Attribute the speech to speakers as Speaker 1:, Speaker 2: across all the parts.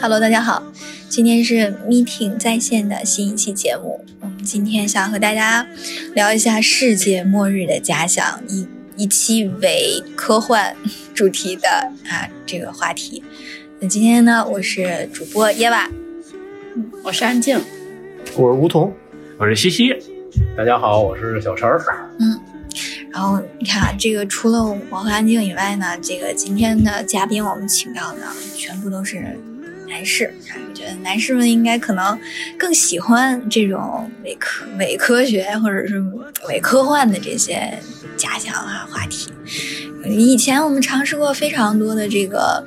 Speaker 1: Hello，大家好，今天是 Meeting 在线的新一期节目。我们今天想和大家聊一下世界末日的假想，以一期为科幻主题的啊这个话题。那今天呢，我是主播耶娃，
Speaker 2: 我是安静，
Speaker 3: 我是吴桐，
Speaker 4: 我是西西。
Speaker 5: 大家好，我是小陈儿。
Speaker 1: 嗯，然后你看啊，这个除了我和安静以外呢，这个今天的嘉宾我们请到的全部都是男士。啊我觉得男士们应该可能更喜欢这种伪科伪科学或者是伪科幻的这些假想啊话题。以前我们尝试过非常多的这个。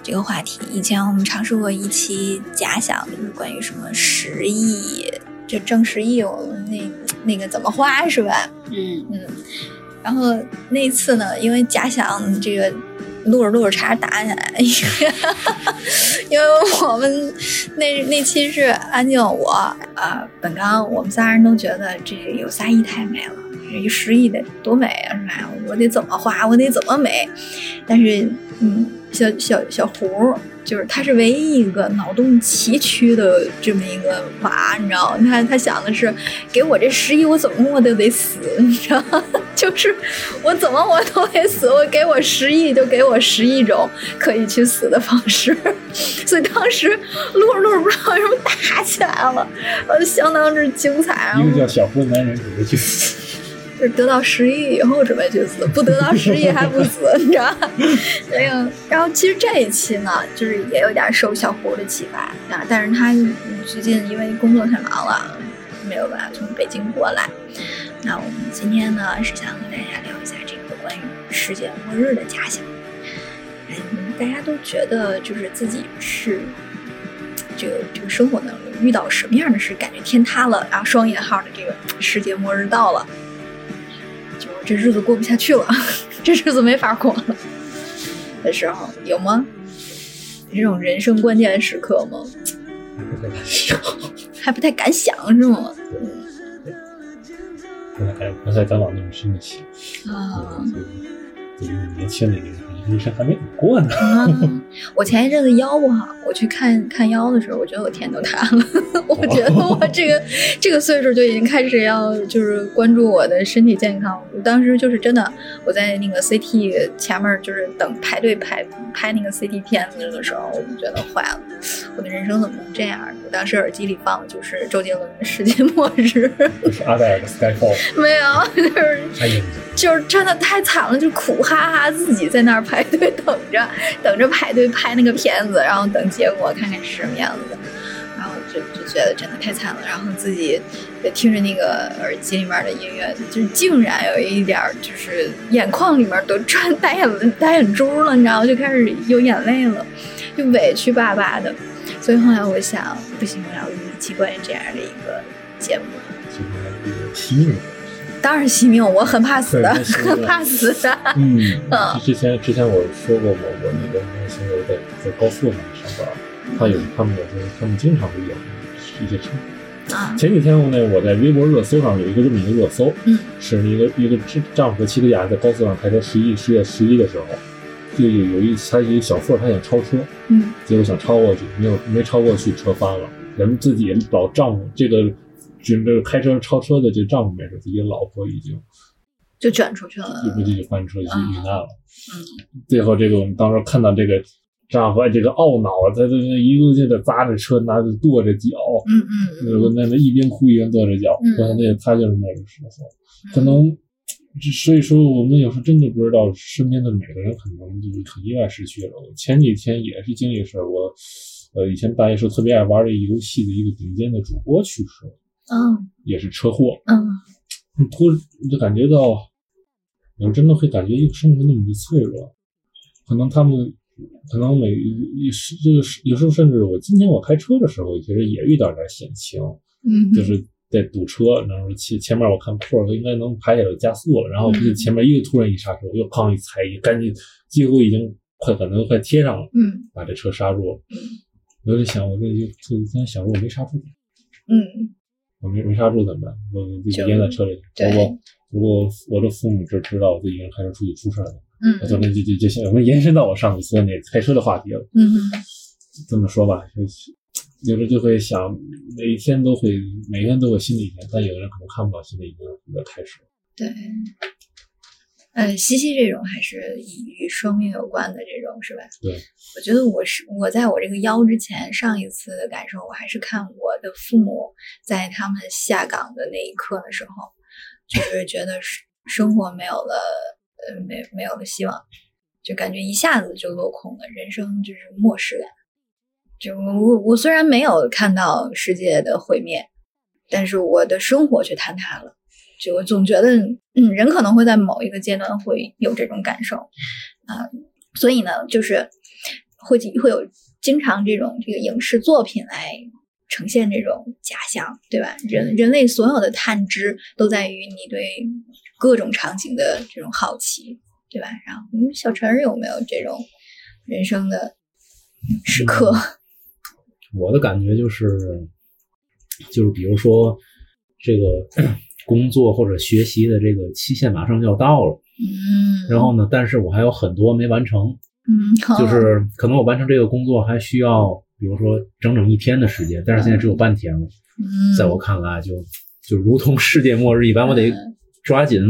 Speaker 1: 这个话题，以前我们尝试过一期假想，就是关于什么十亿，这挣十亿，我们那那个怎么花是吧？
Speaker 2: 嗯
Speaker 1: 嗯。然后那次呢，因为假想这个录着录着茬打 起来，因为我们那那期是安静我啊、呃，本刚我们仨人都觉得这有仨亿太美了。一十亿得多美啊，是吧？我得怎么花，我得怎么美。但是，嗯，小小小胡，就是他是唯一一个脑洞奇曲的这么一个娃，你知道吗？他他想的是，给我这十亿，我怎么我都得死，你知道吗？就是我怎么我都得死，我给我十亿就给我十亿种可以去死的方式。所以当时录着录着不知道为什么打起来了，呃，相当之精彩。然后
Speaker 5: 一个叫小胡的男人准备去死，
Speaker 1: 就是得到十亿以后准备去死，不得到十亿还不死， 你知道吧？哎呀，然后其实这一期呢，就是也有点受小胡的启发啊，但是他最近因为工作太忙了，没有办法从北京过来。那我们今天呢是想和大家聊一下这个关于世界末日的假想。嗯，大家都觉得就是自己是这个这个生活当中遇到什么样的事，感觉天塌了，然后双引号的这个世界末日到了。就这日子过不下去了，这日子没法过了的时候，有吗？这种人生关键时刻吗？还不太敢想是吗？
Speaker 5: 不太不太敢往那种深里想。
Speaker 1: 啊
Speaker 5: 嗯对于年轻的一个人生还没过呢。
Speaker 1: 啊！ 我前一阵子腰不好，我去看看腰的时候，我觉得我天都塌了。 我觉得我这个这个岁数就已经开始要就是关注我的身体健康。我当时就是真的，我在那个 CT 前面就是等排队排拍那个 CT 片子的时候，我就觉得坏了，我的人生怎么能这样？我当时耳机里放的就是周杰伦的《世界末日》，
Speaker 5: 就是阿黛尔的 Skyfall，
Speaker 1: 没有，就是
Speaker 5: 哎呀，
Speaker 1: 就是真的太惨了，就苦哈哈自己在那儿排队等着，等着排队拍那个片子，然后等结果看看是什么样子的，然后就就觉得真的太惨了，然后自己也听着那个耳机里面的音乐，就是竟然有一点儿就是眼眶里面都转大眼大眼珠了，你知道吗？就开始有眼泪了，就委屈巴巴的，所以后来我想，不行，我要录一期关于这样的一个节目。
Speaker 5: 今天这个提你，
Speaker 1: 当然惜命，我很怕死的，
Speaker 5: 对就是
Speaker 1: 很怕死的。
Speaker 5: 嗯，之前之前我说过我我那个那个朋友在在高速上上班，他有他们有时候他们经常会有一些车。
Speaker 1: 啊，
Speaker 5: 前几天我那我在微博热搜上有一个这么一个热搜，
Speaker 1: 嗯
Speaker 5: 是一个一个丈丈夫和妻子俩在高速上开车十一十月十一的时候，就有有一他有一小妇儿，她想超车，
Speaker 1: 嗯
Speaker 5: 结果想超过去，没有没超过去，车翻了。人们自己老丈夫这个准备开车超车的这丈夫没事，自己老婆已经，
Speaker 1: 就卷出去了
Speaker 5: 一。不就翻车就
Speaker 1: 嗯
Speaker 5: 遇难了。最后这个我们当时看到这个丈夫哎这个懊恼啊，他他他一个劲的砸着车，拿着跺着脚，
Speaker 1: 嗯嗯
Speaker 5: 那个那那一边哭一边跺着脚，
Speaker 1: 嗯
Speaker 5: 我想那他就是那种时候，可能，所以说我们有时候真的不知道身边的每个人可能就是很意外失去了。我前几天也是经历事儿，我呃以前大学时候特别爱玩的一个游戏的一个顶尖的主播去世了，
Speaker 1: 嗯
Speaker 5: 也是车祸，
Speaker 1: 嗯
Speaker 5: 突你就感觉到，有真的会感觉一个生命那么的脆弱，可能他们。可能每一是这个是有时候甚至我今天我开车的时候，其实也遇到点儿险情，
Speaker 1: 嗯，
Speaker 5: 就是在堵车，然后前前面我看破了，应该能排起来加速了，然后
Speaker 1: 嗯
Speaker 5: 前面一个突然一刹车，我又哐一踩，一赶紧几乎已经快可能快贴上了，
Speaker 1: 嗯
Speaker 5: 把这车刹住了。我就想，我这就就突然想说，我没刹住，
Speaker 1: 嗯
Speaker 5: 我没没刹住怎么办？我我自己
Speaker 1: 就
Speaker 5: 淹在车里。
Speaker 1: 对
Speaker 5: 如果如果我的父母知知道我自己一个人开车出去出事儿了，
Speaker 1: 嗯
Speaker 5: 我就那就就就先我们延伸到我上次说那开车的话题了。
Speaker 1: 嗯
Speaker 5: 这么说吧，就是有时候就会想，每天都会，每天都有新的一天，但有的人可能看不到新的一天的开始。
Speaker 1: 对，呃，西西这种还是以与生命有关的这种是吧？
Speaker 5: 对，
Speaker 1: 我觉得我是我在我这个腰之前，上一次的感受，我还是看我的父母在他们下岗的那一刻的时候，就是觉得生生活没有了，呃，没没有了希望，就感觉一下子就落空了，人生就是漠视感。就我我虽然没有看到世界的毁灭，但是我的生活却坍塌了。就我总觉得，嗯，人可能会在某一个阶段会有这种感受，啊、所以呢，就是会会有经常这种这个影视作品来呈现这种假象，对吧？人人类所有的探知都在于你对各种场景的这种好奇，对吧？然后，嗯，小陈儿有没有这种人生的时刻？
Speaker 3: 我的感觉就是，就是比如说这个工作或者学习的这个期限马上就要到了，
Speaker 1: 嗯，
Speaker 3: 然后呢，但是我还有很多没完成，
Speaker 1: 嗯，好
Speaker 3: 就是可能我完成这个工作还需要，比如说整整一天的时间，但是现在只有半天了，
Speaker 1: 嗯
Speaker 3: 在我看来就就如同世界末日一般，我得
Speaker 1: 嗯
Speaker 3: 抓紧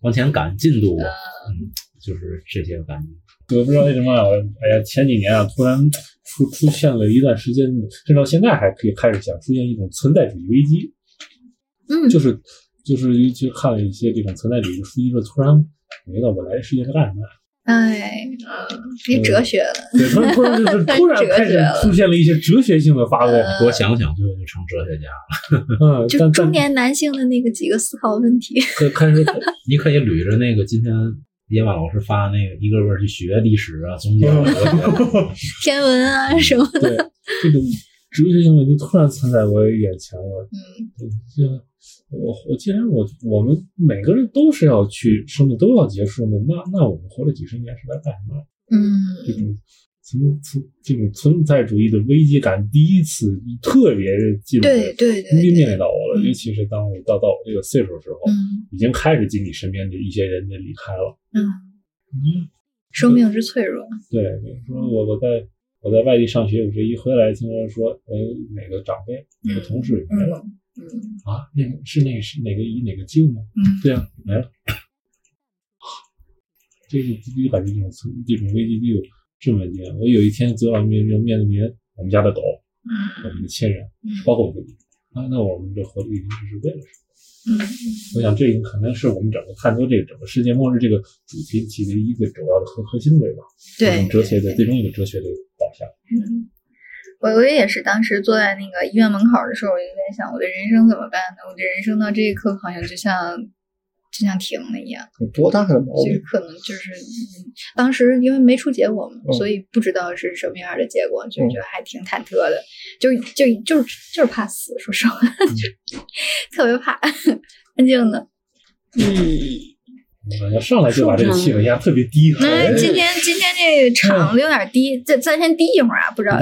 Speaker 3: 往前赶进度，嗯，就是这些感觉。
Speaker 5: 我不知道为什么啊，哎呀，前几年啊，突然出出现了一段时间，甚至到现在还可以开始想出现一种存在主义危机，
Speaker 1: 嗯
Speaker 5: 就是就是尤其看了一些这种存在主义的书籍之后，突然觉得我来这世界 是干什么来
Speaker 1: 哎，嗯，你哲学了，
Speaker 5: 的？对，突然突然就是突然
Speaker 1: 哲学
Speaker 5: 开始出现了一些哲学性的发问，
Speaker 3: 多想想，最后就成哲学家了。
Speaker 5: 嗯，
Speaker 1: 就
Speaker 5: 但
Speaker 1: 中
Speaker 5: 但
Speaker 1: 年男性的那个几个思考问题。
Speaker 3: 可开始，你可以捋着那个今天野马老师发那个一个个去学历史啊、宗教啊、哲学啊。
Speaker 1: 天文啊什么，
Speaker 5: 对这种哲学性问题突然窜在我眼前了。嗯，这我我既然我我们每个人都是要去生命都要结束的，那那我们活了几十年是来干什么？这
Speaker 1: 嗯，
Speaker 5: 种存存这种存在主义的危机感，第一次特别进
Speaker 1: 对对对，
Speaker 5: 面面
Speaker 1: 对
Speaker 5: 临到我了，
Speaker 1: 嗯
Speaker 5: 尤其是当我到到我这个岁数的时候，
Speaker 1: 嗯
Speaker 5: 已经开始经历身边的一些人的离开了。
Speaker 1: 嗯，
Speaker 5: 嗯，
Speaker 1: 生命之脆弱，
Speaker 5: 对，比如说我我在我在外地上学，有时一回来听人说，呃，哪个长辈、哪个同事没了、
Speaker 1: 嗯
Speaker 5: 啊？那个是那个是哪个姨哪个舅吗？
Speaker 1: 嗯，
Speaker 5: 对啊，没了。这个就感觉这种存这种危机就这么严。我有一天昨晚面就面对面我们家的狗，我们的亲人，包括我自己。啊，那我们这活着已经是为了什
Speaker 1: 嗯
Speaker 5: 么？我想这可能是我们整个探究这个整个世界末日这个主题其实一个主要的核核心的吧，这
Speaker 1: 对
Speaker 5: 嗯种，哲学的
Speaker 1: 对
Speaker 5: 最终一个哲学的导向。
Speaker 1: 嗯，我我也是当时坐在那个医院门口的时候，我就在想，我的人生怎么办呢？我的人生到这一刻好像就像就像停了一样，
Speaker 4: 有多大的毛
Speaker 1: 就是
Speaker 4: 病？
Speaker 1: 可能就是、嗯当时因为没出结果嘛，
Speaker 4: 嗯
Speaker 1: 所以不知道是什么样的结果，就
Speaker 4: 嗯
Speaker 1: 觉得还挺忐忑的，就就就是就是怕死，说实话， 特别怕，安静的。
Speaker 2: 嗯，
Speaker 5: 我要上来就把这个气氛压特别低，
Speaker 1: 那
Speaker 5: 哎
Speaker 1: 今天今天这个场有点低，再咱先低一会儿啊，不知道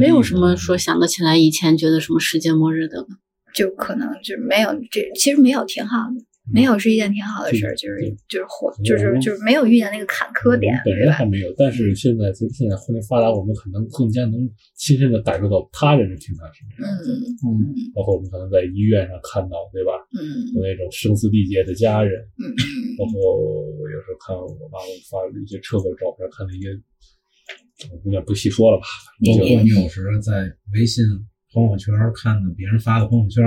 Speaker 2: 没有什么说想得起来以前觉得什么世界末日的了。
Speaker 1: 就可能就是没有这，其实没有挺好的，没有是一件挺好的事儿，
Speaker 5: 对
Speaker 1: 就是
Speaker 5: 对
Speaker 1: 就是活，
Speaker 5: 嗯
Speaker 1: 就是就是没有遇见那个坎坷点，对
Speaker 5: 本人
Speaker 1: 吧
Speaker 5: 还？没有，但是现在随着现在互联发达，我们可能更加能亲身的感受到他人的平常是什么样。
Speaker 1: 嗯
Speaker 4: 嗯，
Speaker 5: 包括我们可能在医院上看到，对吧？有
Speaker 1: 嗯
Speaker 5: 那种声嘶力竭的家人，
Speaker 1: 嗯
Speaker 5: 包括我有时候看我妈发的一些车祸照片，看那些，我有点不细说了吧。
Speaker 3: 包
Speaker 5: 就
Speaker 3: 括你有时在微信朋友圈看到别人发的朋友圈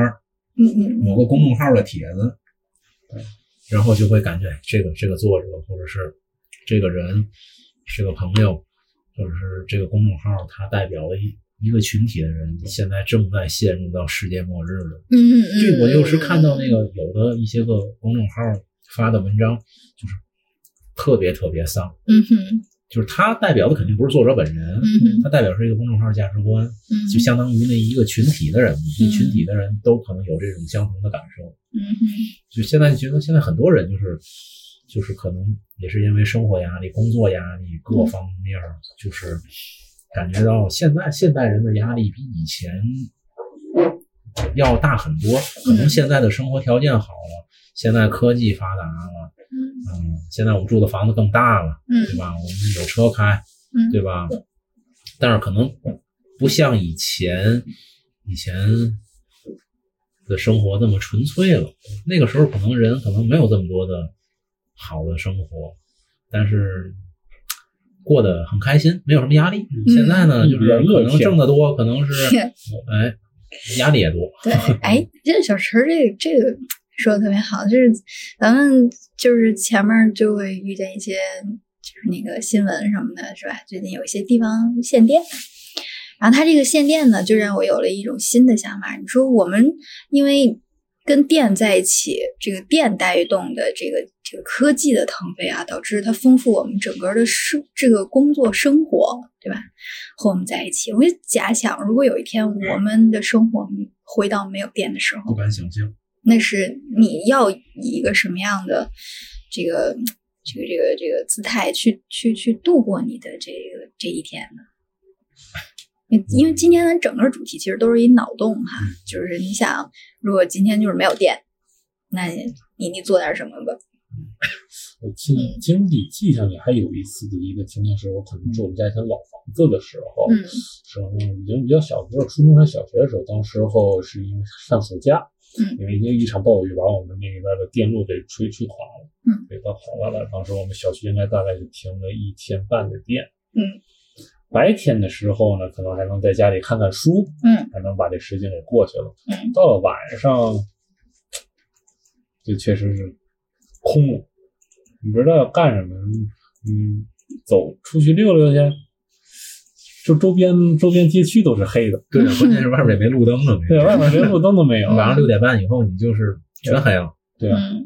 Speaker 1: 嗯嗯
Speaker 3: 某个公众号的帖子，然后就会感觉哎这个这个作者或者是这个人、这个朋友，或者是这个公众号，它代表了一一个群体的人，现在正在陷入到世界末日了。
Speaker 1: 嗯嗯，
Speaker 3: 这我就是看到那个有的一些个公众号发的文章，就是特别特别丧，
Speaker 1: 嗯哼
Speaker 3: 就是它代表的肯定不是作者本人，
Speaker 1: 嗯哼
Speaker 3: 它代表是一个公众号价值观，
Speaker 1: 嗯，
Speaker 3: 就相当于那一个群体的人，那
Speaker 1: 嗯
Speaker 3: 群体的人都可能有这种相同的感受。
Speaker 1: 嗯哼
Speaker 3: 就现在觉得现在很多人就是就是可能也是因为生活压力、工作压力各方面儿，就是感觉到现在现代人的压力比以前要大很多。可能现在的生活条件好了，现在科技发达了， 嗯嗯，现在我们住的房子更大了，
Speaker 1: 嗯
Speaker 3: 对吧？我们有车开，
Speaker 1: 嗯
Speaker 3: 对吧？但是可能不像以前以前的生活那么纯粹了。那个时候可能人可能没有这么多的好的生活，但是过得很开心，没有什么压力。现在呢，
Speaker 5: 嗯
Speaker 3: 就是可能挣得多，可能是哎压力也多。
Speaker 1: 对，哎，这小陈儿这个这个说的特别好，就是咱们就是前面就会遇见一些就是那个新闻什么的，是吧？最近有一些地方限电，然后他这个限电呢，就让我有了一种新的想法。你说我们因为跟电在一起，这个电带动的这个这个科技的腾飞啊，导致它丰富我们整个的生这个工作生活，对吧？和我们在一起。我就假想，如果有一天我们的生活回到没有电的时
Speaker 3: 不
Speaker 1: 候，
Speaker 3: 敢想象，
Speaker 1: 那是你要以一个什么样的这个这个这个这个姿态去去去度过你的这个这一天呢？
Speaker 5: 嗯
Speaker 1: 因因为今天咱整个主题其实都是一脑洞哈，就是你想，如果今天就是没有电，那你你你做点什么吧？
Speaker 5: 我记经历记忆上里还有一次的一个情景是，我可能住我们家以前老房子的时候，
Speaker 1: 嗯
Speaker 5: 时候已经比较小，不知道初中还是小学的时候，当时候是因为上暑假，
Speaker 1: 嗯
Speaker 5: 因为因为一场暴雨把我们那边的电路给吹吹垮了，
Speaker 1: 嗯，
Speaker 5: 给它垮了。当时我们小区应该大概就停了一天半的电，
Speaker 1: 嗯，
Speaker 5: 白天的时候呢，可能还能在家里看看书，
Speaker 1: 嗯，
Speaker 5: 还能把这时间给过去了。
Speaker 1: 嗯
Speaker 5: 到了晚上，就确实是空了，你不知道要干什么，嗯，走出去溜溜去，就周边周边街区都是黑的，
Speaker 3: 对，关键是外面也没路灯呢。
Speaker 5: 对，外面连路灯都没有，
Speaker 3: 晚上六点半以后，你就是全黑了。
Speaker 5: 对啊，
Speaker 1: 嗯，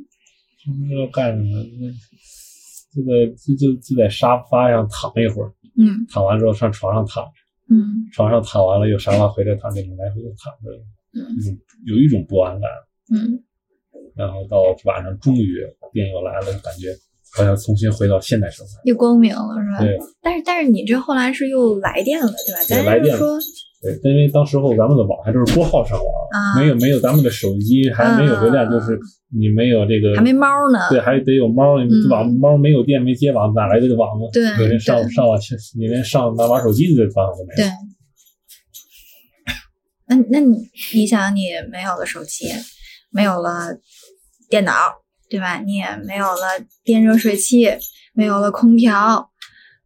Speaker 5: 就不知道干什么，就在就就就在沙发上躺一会儿，
Speaker 1: 嗯
Speaker 5: 躺完之后上床上躺，
Speaker 1: 嗯
Speaker 5: 床上躺完了又沙发回来躺，这种来回又躺着，一种有一种不安感。
Speaker 1: 嗯
Speaker 5: 然后到晚上终于电又来了，就感觉好像重新回到现代生活。
Speaker 1: 又光明了是吧？
Speaker 5: 对
Speaker 1: 但是但是你这后来是又来电了对吧？
Speaker 5: 对
Speaker 1: 咱
Speaker 5: 来
Speaker 1: 就是
Speaker 5: 电了
Speaker 1: 说，
Speaker 5: 对，因为当时候咱们的网还都是拨号上网，
Speaker 1: 啊
Speaker 5: 没有没有咱们的手机，还没有流量，
Speaker 1: 啊
Speaker 5: 就是你没有这个，
Speaker 1: 还没猫呢。
Speaker 5: 对，还得有猫，你
Speaker 1: 嗯
Speaker 5: 网猫没有电没接网，哪来的网呢？
Speaker 1: 对
Speaker 5: 你连
Speaker 1: 对
Speaker 5: 上上网去，你连上拿玩手机的方法都没有
Speaker 1: 对。那那你你想，你没有了手机，没有了电脑，对吧？你也没有了电热水器，没有了空调，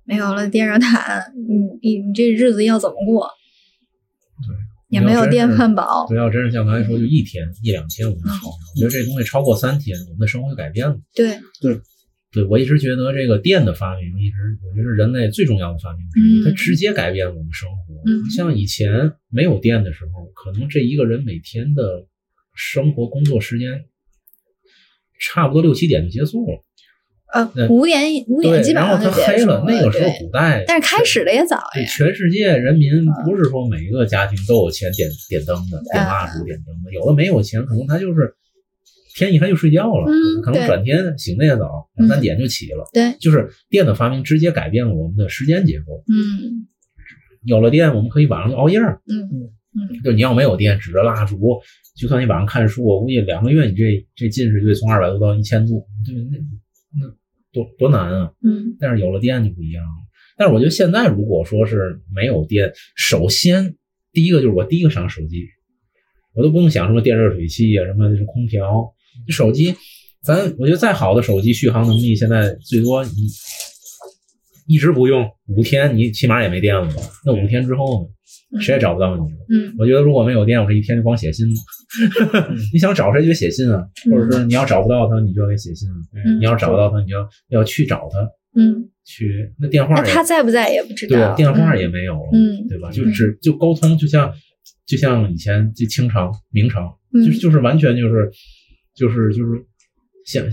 Speaker 1: 没有了电热毯，你你你这日子要怎么过？也没有电饭煲
Speaker 3: 不，要真是像刚才说，就一天一两天我们好，我觉得这东西超过三天，我们的生活就改变了。
Speaker 1: 对，
Speaker 3: 对我一直觉得这个电的发明，一直我觉得是人类最重要的发明之
Speaker 1: 嗯
Speaker 3: 一，它直接改变了我们生活。
Speaker 1: 嗯
Speaker 3: 像以前没有电的时候，可能这一个人每天的生活工作时间差不多六七点就结束了，
Speaker 1: 呃
Speaker 3: 对，
Speaker 1: 五点五
Speaker 3: 对
Speaker 1: 点基，本
Speaker 3: 然后
Speaker 1: 上就
Speaker 3: 它
Speaker 1: 结
Speaker 3: 黑
Speaker 1: 束
Speaker 3: 了。那个时候
Speaker 1: 对。
Speaker 3: 古代，
Speaker 1: 但是开始的也早哎呀啊
Speaker 3: 对，全世界人民不是说每一个家庭都有钱点点灯的、点
Speaker 1: 啊
Speaker 3: 蜡烛、点灯的，有的没有钱，可能他就是天一黑就睡觉了，
Speaker 1: 嗯
Speaker 3: 可能
Speaker 1: 对嗯
Speaker 3: 转天醒的也早，两三点就起了。
Speaker 1: 对，
Speaker 3: 就是电的发明直接改变了我们的时间结构。
Speaker 1: 嗯
Speaker 3: 有了电，我们可以晚上就熬夜儿。
Speaker 1: 嗯嗯，
Speaker 3: 就你要没有电，指着蜡烛，就算你晚上看书，我估计两个月你这这近视就得从二百度到一千度，对，那那多多难啊！
Speaker 1: 嗯
Speaker 3: 但是有了电就不一样了。但是我觉得现在如果说是没有电，首先第一个就是我第一个上手机，我都不用想什么电热水器啊，什么就是空调，手机，咱我觉得再好的手机续航能力，现在最多你一直不用五天，你起码也没电了吧？那五天之后呢，谁也找不到你了。
Speaker 1: 嗯
Speaker 3: 我觉得如果没有电，我这一天就光写信了。你想找谁就得写信啊，或者是你要找不到他，你就得写信啊；
Speaker 1: 嗯
Speaker 3: 你要找到他，你就要要去找他。
Speaker 1: 嗯，
Speaker 3: 去，那电话
Speaker 1: 那
Speaker 3: 也
Speaker 1: 哦他在不在也不知
Speaker 3: 对
Speaker 1: 道，
Speaker 3: 吧？电话
Speaker 1: 嗯
Speaker 3: 也没有了，
Speaker 1: 嗯
Speaker 3: 对吧？就只就沟通，就像就像以前就清朝、明朝，
Speaker 1: 嗯
Speaker 3: 就是就是完全就是就是就是想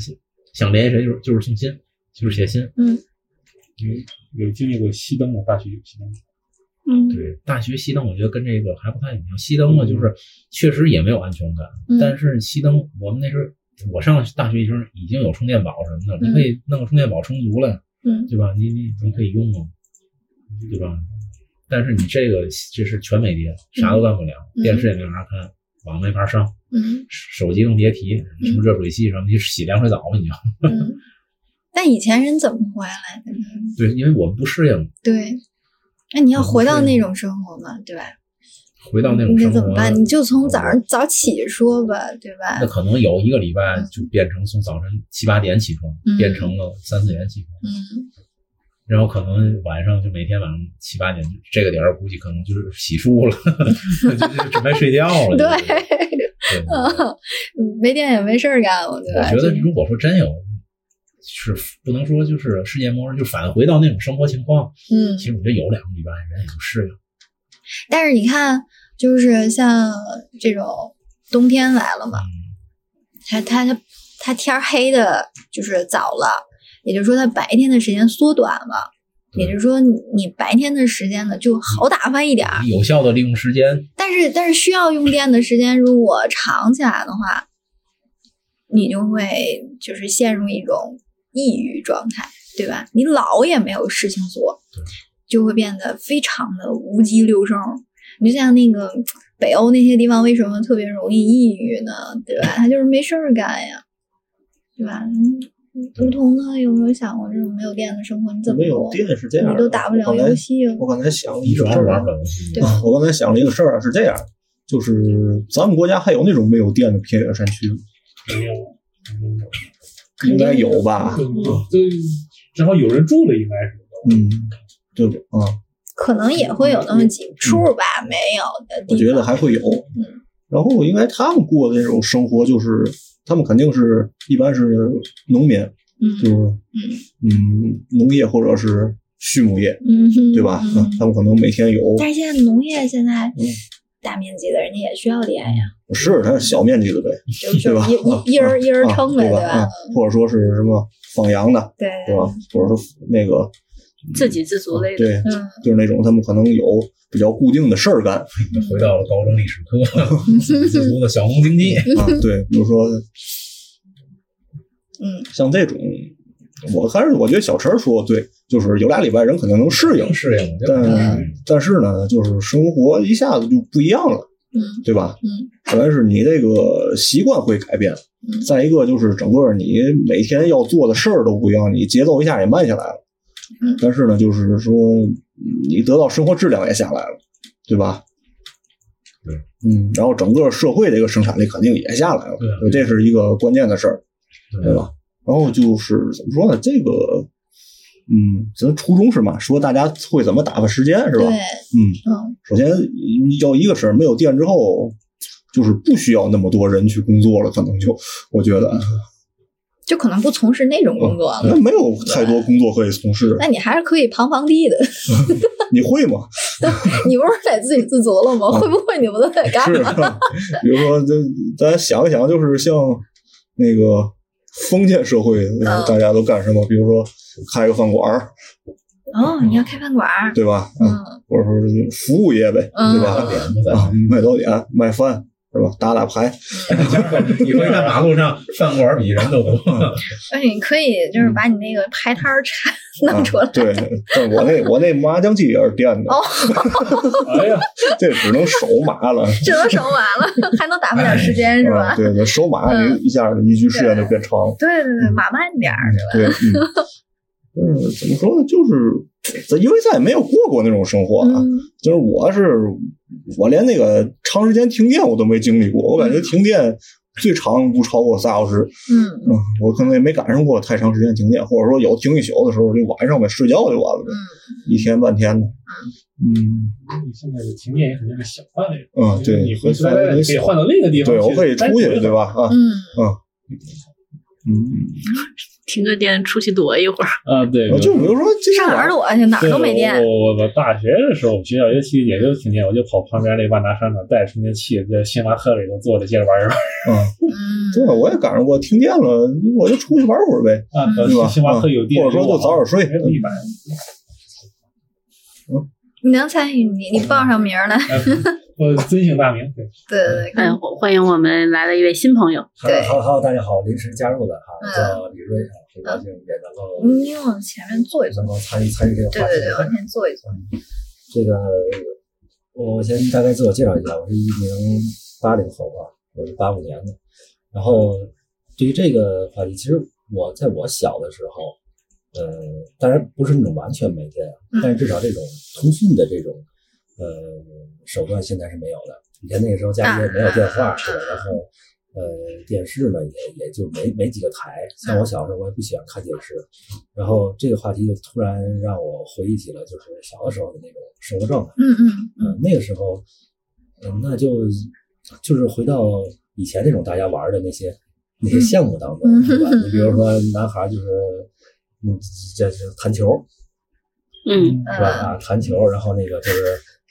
Speaker 3: 想联系谁，就是就是送信，就是写信。
Speaker 5: 有有经历过熄灯吗？大学有熄灯吗，
Speaker 1: 嗯
Speaker 3: 对，大学熄灯，我觉得跟这个还不太一样。熄灯呢，就是确实也没有安全感，但
Speaker 1: 嗯
Speaker 3: 是熄灯，我们那时候。我上大学已经已经有充电宝什么
Speaker 1: 嗯
Speaker 3: 的，你可以弄个充电宝充足了，
Speaker 1: 嗯
Speaker 3: 对吧？你你你可以用啊，对吧？但是你这个这是全没电，啥都干不了，
Speaker 1: 嗯
Speaker 3: 电视也没法看，网没法上，
Speaker 1: 嗯。
Speaker 3: 手机更别提，什么热水器什么，你洗凉水澡吧你就。
Speaker 1: 嗯，但以前人怎么活下来的呢？
Speaker 3: 对，因为我们不适应，
Speaker 1: 对，那你要回到那种生活嘛，对吧？
Speaker 3: 回到那种生
Speaker 1: 嗯那
Speaker 3: 活，啊嗯
Speaker 1: 怎么办？你就从早上早起说吧，对吧
Speaker 3: 那？可能有一个礼拜就变成从早晨七八点起床，
Speaker 1: 嗯
Speaker 3: 变成了三四点起床，
Speaker 1: 嗯，
Speaker 3: 然后可能晚上就每天晚上七八点这个点儿，估计可能就是洗漱了， 就就准备睡觉了。
Speaker 1: 对 嗯
Speaker 3: 就是，对
Speaker 1: 没电也没事儿干，我对吧？
Speaker 3: 我觉得
Speaker 1: 就是
Speaker 3: 如果说真有，是不能说就是世界末日，就返回到那种生活情况。
Speaker 1: 嗯
Speaker 3: 其，实我觉得有两个礼拜人也就适应了。
Speaker 1: 但是你看，就是像这种冬天来了嘛，
Speaker 3: 嗯
Speaker 1: 它它它它天儿黑的，就是早了，也就是说它白天的时间缩短了，
Speaker 3: 对
Speaker 1: 也就是说你你白天的时间呢就好打发一点儿，
Speaker 3: 你有效的利用时间，
Speaker 1: 但是但是需要用电的时间如果长起来的话，你就会就是陷入一种抑郁状态，对吧？你老也没有事情做
Speaker 3: 对，
Speaker 1: 就会变得非常的无鸡六兽。你就像那个北欧那些地方，为什么特别容易抑郁呢？对吧？他就是没事儿干呀，对吧？嗯
Speaker 3: 对
Speaker 1: 梧桐呢，有没有想过这种没有电的生活你怎么
Speaker 4: 没有
Speaker 1: 过？
Speaker 4: 电是这样的，
Speaker 1: 你都打不了
Speaker 4: 我刚才
Speaker 1: 游戏了。
Speaker 4: 我刚才想了
Speaker 3: 你
Speaker 4: 一
Speaker 3: 主
Speaker 4: 个
Speaker 3: 要
Speaker 4: 事
Speaker 3: 是玩
Speaker 4: 儿啊
Speaker 3: 不，了游戏。
Speaker 1: 对
Speaker 4: 我刚才想了一个事儿，是这样，就是咱们国家还有那种没有电的偏远山区吗，
Speaker 5: 没有，
Speaker 4: 应该有吧？
Speaker 5: 对，然后有人住了，应该是
Speaker 4: 嗯，对吧？啊，
Speaker 1: 可能也会有那么几处吧，没有的地
Speaker 4: 嗯我
Speaker 1: 方。
Speaker 4: 觉得还会有。
Speaker 1: 嗯，
Speaker 4: 然后应该他们过的那种生活，就是他们肯定是一般是农民，就是
Speaker 1: 嗯
Speaker 4: 嗯农业或者是畜牧业，
Speaker 1: 嗯哼，
Speaker 4: 对吧？
Speaker 1: 嗯
Speaker 4: 啊，他们可能每天有
Speaker 1: 但是现在农业现在
Speaker 4: 嗯
Speaker 1: 大面积的人家也需要电呀，
Speaker 4: 是它是小面积的呗，
Speaker 1: 就就
Speaker 4: 对吧
Speaker 1: 一
Speaker 4: 啊
Speaker 1: 一一人一人
Speaker 4: 啊
Speaker 1: 撑呗，
Speaker 4: 对
Speaker 1: 吧
Speaker 4: 啊？，或者说是什么放羊的，
Speaker 1: 对，
Speaker 4: 对吧？或者是那个
Speaker 2: 自给自足类的。
Speaker 4: 对，
Speaker 1: 嗯，
Speaker 4: 就是那种他们可能有比较固定的事 儿干啊，
Speaker 3: 回到了高中历史课，自足的小农经济。
Speaker 4: 对，比如说
Speaker 1: 嗯，
Speaker 4: 像这种，我还是我觉得小陈儿说的对，就是有俩礼拜人可能能适应，
Speaker 3: 能适应，我觉嗯得能适
Speaker 4: 但
Speaker 3: 应。
Speaker 4: 但是呢，就是生活一下子就不一样了，
Speaker 1: 嗯
Speaker 4: 对吧？
Speaker 1: 嗯，
Speaker 4: 首先是你这个习惯会改变
Speaker 1: 嗯，
Speaker 4: 再一个就是整个你每天要做的事儿都不一样，你节奏一下也慢下来了
Speaker 1: 嗯。
Speaker 4: 但是呢，就是说你得到生活质量也下来了，对吧？
Speaker 3: 对，
Speaker 4: 嗯，然后整个社会的一个生产力肯定也下来了
Speaker 3: 对啊，
Speaker 4: 所以这是一个关键的事儿，对
Speaker 3: 对
Speaker 4: 吧？然后就是怎么说呢，这个，嗯，咱初衷是嘛，说大家会怎么打发时间是吧？
Speaker 1: 对，
Speaker 4: 嗯，
Speaker 1: 嗯
Speaker 4: 首先要一个事儿，没有电之后，就是不需要那么多人去工作了，可能就我觉得，
Speaker 1: 就可能不从事那种工作
Speaker 4: 那
Speaker 1: 了，
Speaker 4: 没有太多工作可以从事
Speaker 1: 那。你还是可以旁房地的，
Speaker 4: 你会吗？
Speaker 1: 你不是得自给自足了吗？会不会你们都得哎干
Speaker 4: 嗯是
Speaker 1: 嘛？
Speaker 4: 吧，比如说，这咱想一想，就是像那个封建社会，
Speaker 1: 嗯
Speaker 4: 呃大家都干什么？比如说开个饭馆儿，
Speaker 1: 哦，你要开饭馆儿，
Speaker 4: 对吧？嗯，
Speaker 1: 嗯
Speaker 4: 或者说是服务业呗，
Speaker 1: 嗯
Speaker 4: 对
Speaker 3: 大
Speaker 4: 吧？
Speaker 3: 点子
Speaker 4: 啊，卖早点，卖饭。是吧？打打牌，
Speaker 3: 你会看马路上饭馆比人都多。
Speaker 1: 而且你可以
Speaker 4: 嗯
Speaker 1: 就是把你那个牌摊儿 拆
Speaker 4: 啊
Speaker 1: 弄出来，
Speaker 4: 对，但我那我那麻将机也是电的
Speaker 1: 哦，
Speaker 5: 哎呀，
Speaker 4: 这只能手麻了。
Speaker 1: 只能手完了， 还能打发点时间是
Speaker 4: 啊，
Speaker 1: 吧？
Speaker 4: 对对，手马
Speaker 1: 嗯
Speaker 4: 你一下一局时间就变长了。
Speaker 1: 对对对，码慢点儿，
Speaker 4: 对，嗯，嗯，怎么说呢？就是咱因为咱也没有过过那种生活啊，
Speaker 1: 嗯。
Speaker 4: 就是我是我连那个长时间停电我都没经历过，我感觉停电最长不超过仨小时，
Speaker 1: 嗯
Speaker 4: 嗯，我可能也没赶上过太长时间停电，或者说有停一宿的时候，就晚上呗，睡觉就完
Speaker 1: 嗯
Speaker 4: 了呗，一天半天的，嗯，
Speaker 5: 你现在的停电也肯定是小范围的
Speaker 4: 啊对
Speaker 5: 你回去外面可以换到另一个地方
Speaker 4: 对
Speaker 5: 去，
Speaker 4: 我可以出去，对吧？啊，
Speaker 1: 嗯，
Speaker 4: 嗯。
Speaker 2: 停个电出去躲一会儿。
Speaker 5: 啊，对，
Speaker 4: 就比如说今天
Speaker 1: 上哪
Speaker 4: 晚
Speaker 1: 儿
Speaker 4: 上，
Speaker 1: 躲去？哪儿
Speaker 5: 对
Speaker 1: 都没电。
Speaker 5: 我我我大学的时候，我们学校尤其也就停电，我就跑旁边那万达商场带着充电器，在星巴克里头坐着接着玩一玩。
Speaker 4: 嗯，
Speaker 1: 嗯，
Speaker 4: 对，我也赶上过停电了，我就出去玩会儿呗。
Speaker 5: 啊，
Speaker 1: 嗯
Speaker 5: 等
Speaker 4: 对吧
Speaker 5: 星巴克有电，
Speaker 4: 或者说就早点睡嗯
Speaker 5: 没有一百。
Speaker 1: 你能参与，你你报上名儿来。
Speaker 5: 哎我尊姓大名，对，
Speaker 1: 对对对
Speaker 2: 哎，，欢迎我们来了一位新朋友，
Speaker 1: 对
Speaker 6: Hello Hello，大家好，临时加入的哈，
Speaker 1: 嗯
Speaker 6: 叫李瑞啊，很高兴也能够
Speaker 1: 你往前面坐一坐
Speaker 6: 能。够参与参与这个
Speaker 1: 对
Speaker 6: 话
Speaker 1: 对
Speaker 6: 题
Speaker 1: 对，。往前坐一坐。
Speaker 6: 这个我我先大概自我介绍一下，我是一名八零后啊，我是八五年的。然后对于这个话题，其实我在我小的时候，呃，当然不是那种完全没电啊，但是至少这种通讯的这种呃手段现在是没有的。以前那个时候家里也没有电话，是吧？然后呃电视呢也也就没没几个台。像我小时候我也不喜欢看电视，然后这个话题就突然让我回忆起了就是小的时候的那种生活状态。
Speaker 1: 嗯嗯
Speaker 6: 嗯、那个时候，嗯，那就就是回到以前那种大家玩的那些那些项目当中，
Speaker 1: 嗯
Speaker 6: 对吧？你比如说男孩就是，嗯，这是弹球，
Speaker 2: 嗯，
Speaker 6: 是吧？啊，弹球，然后那个就是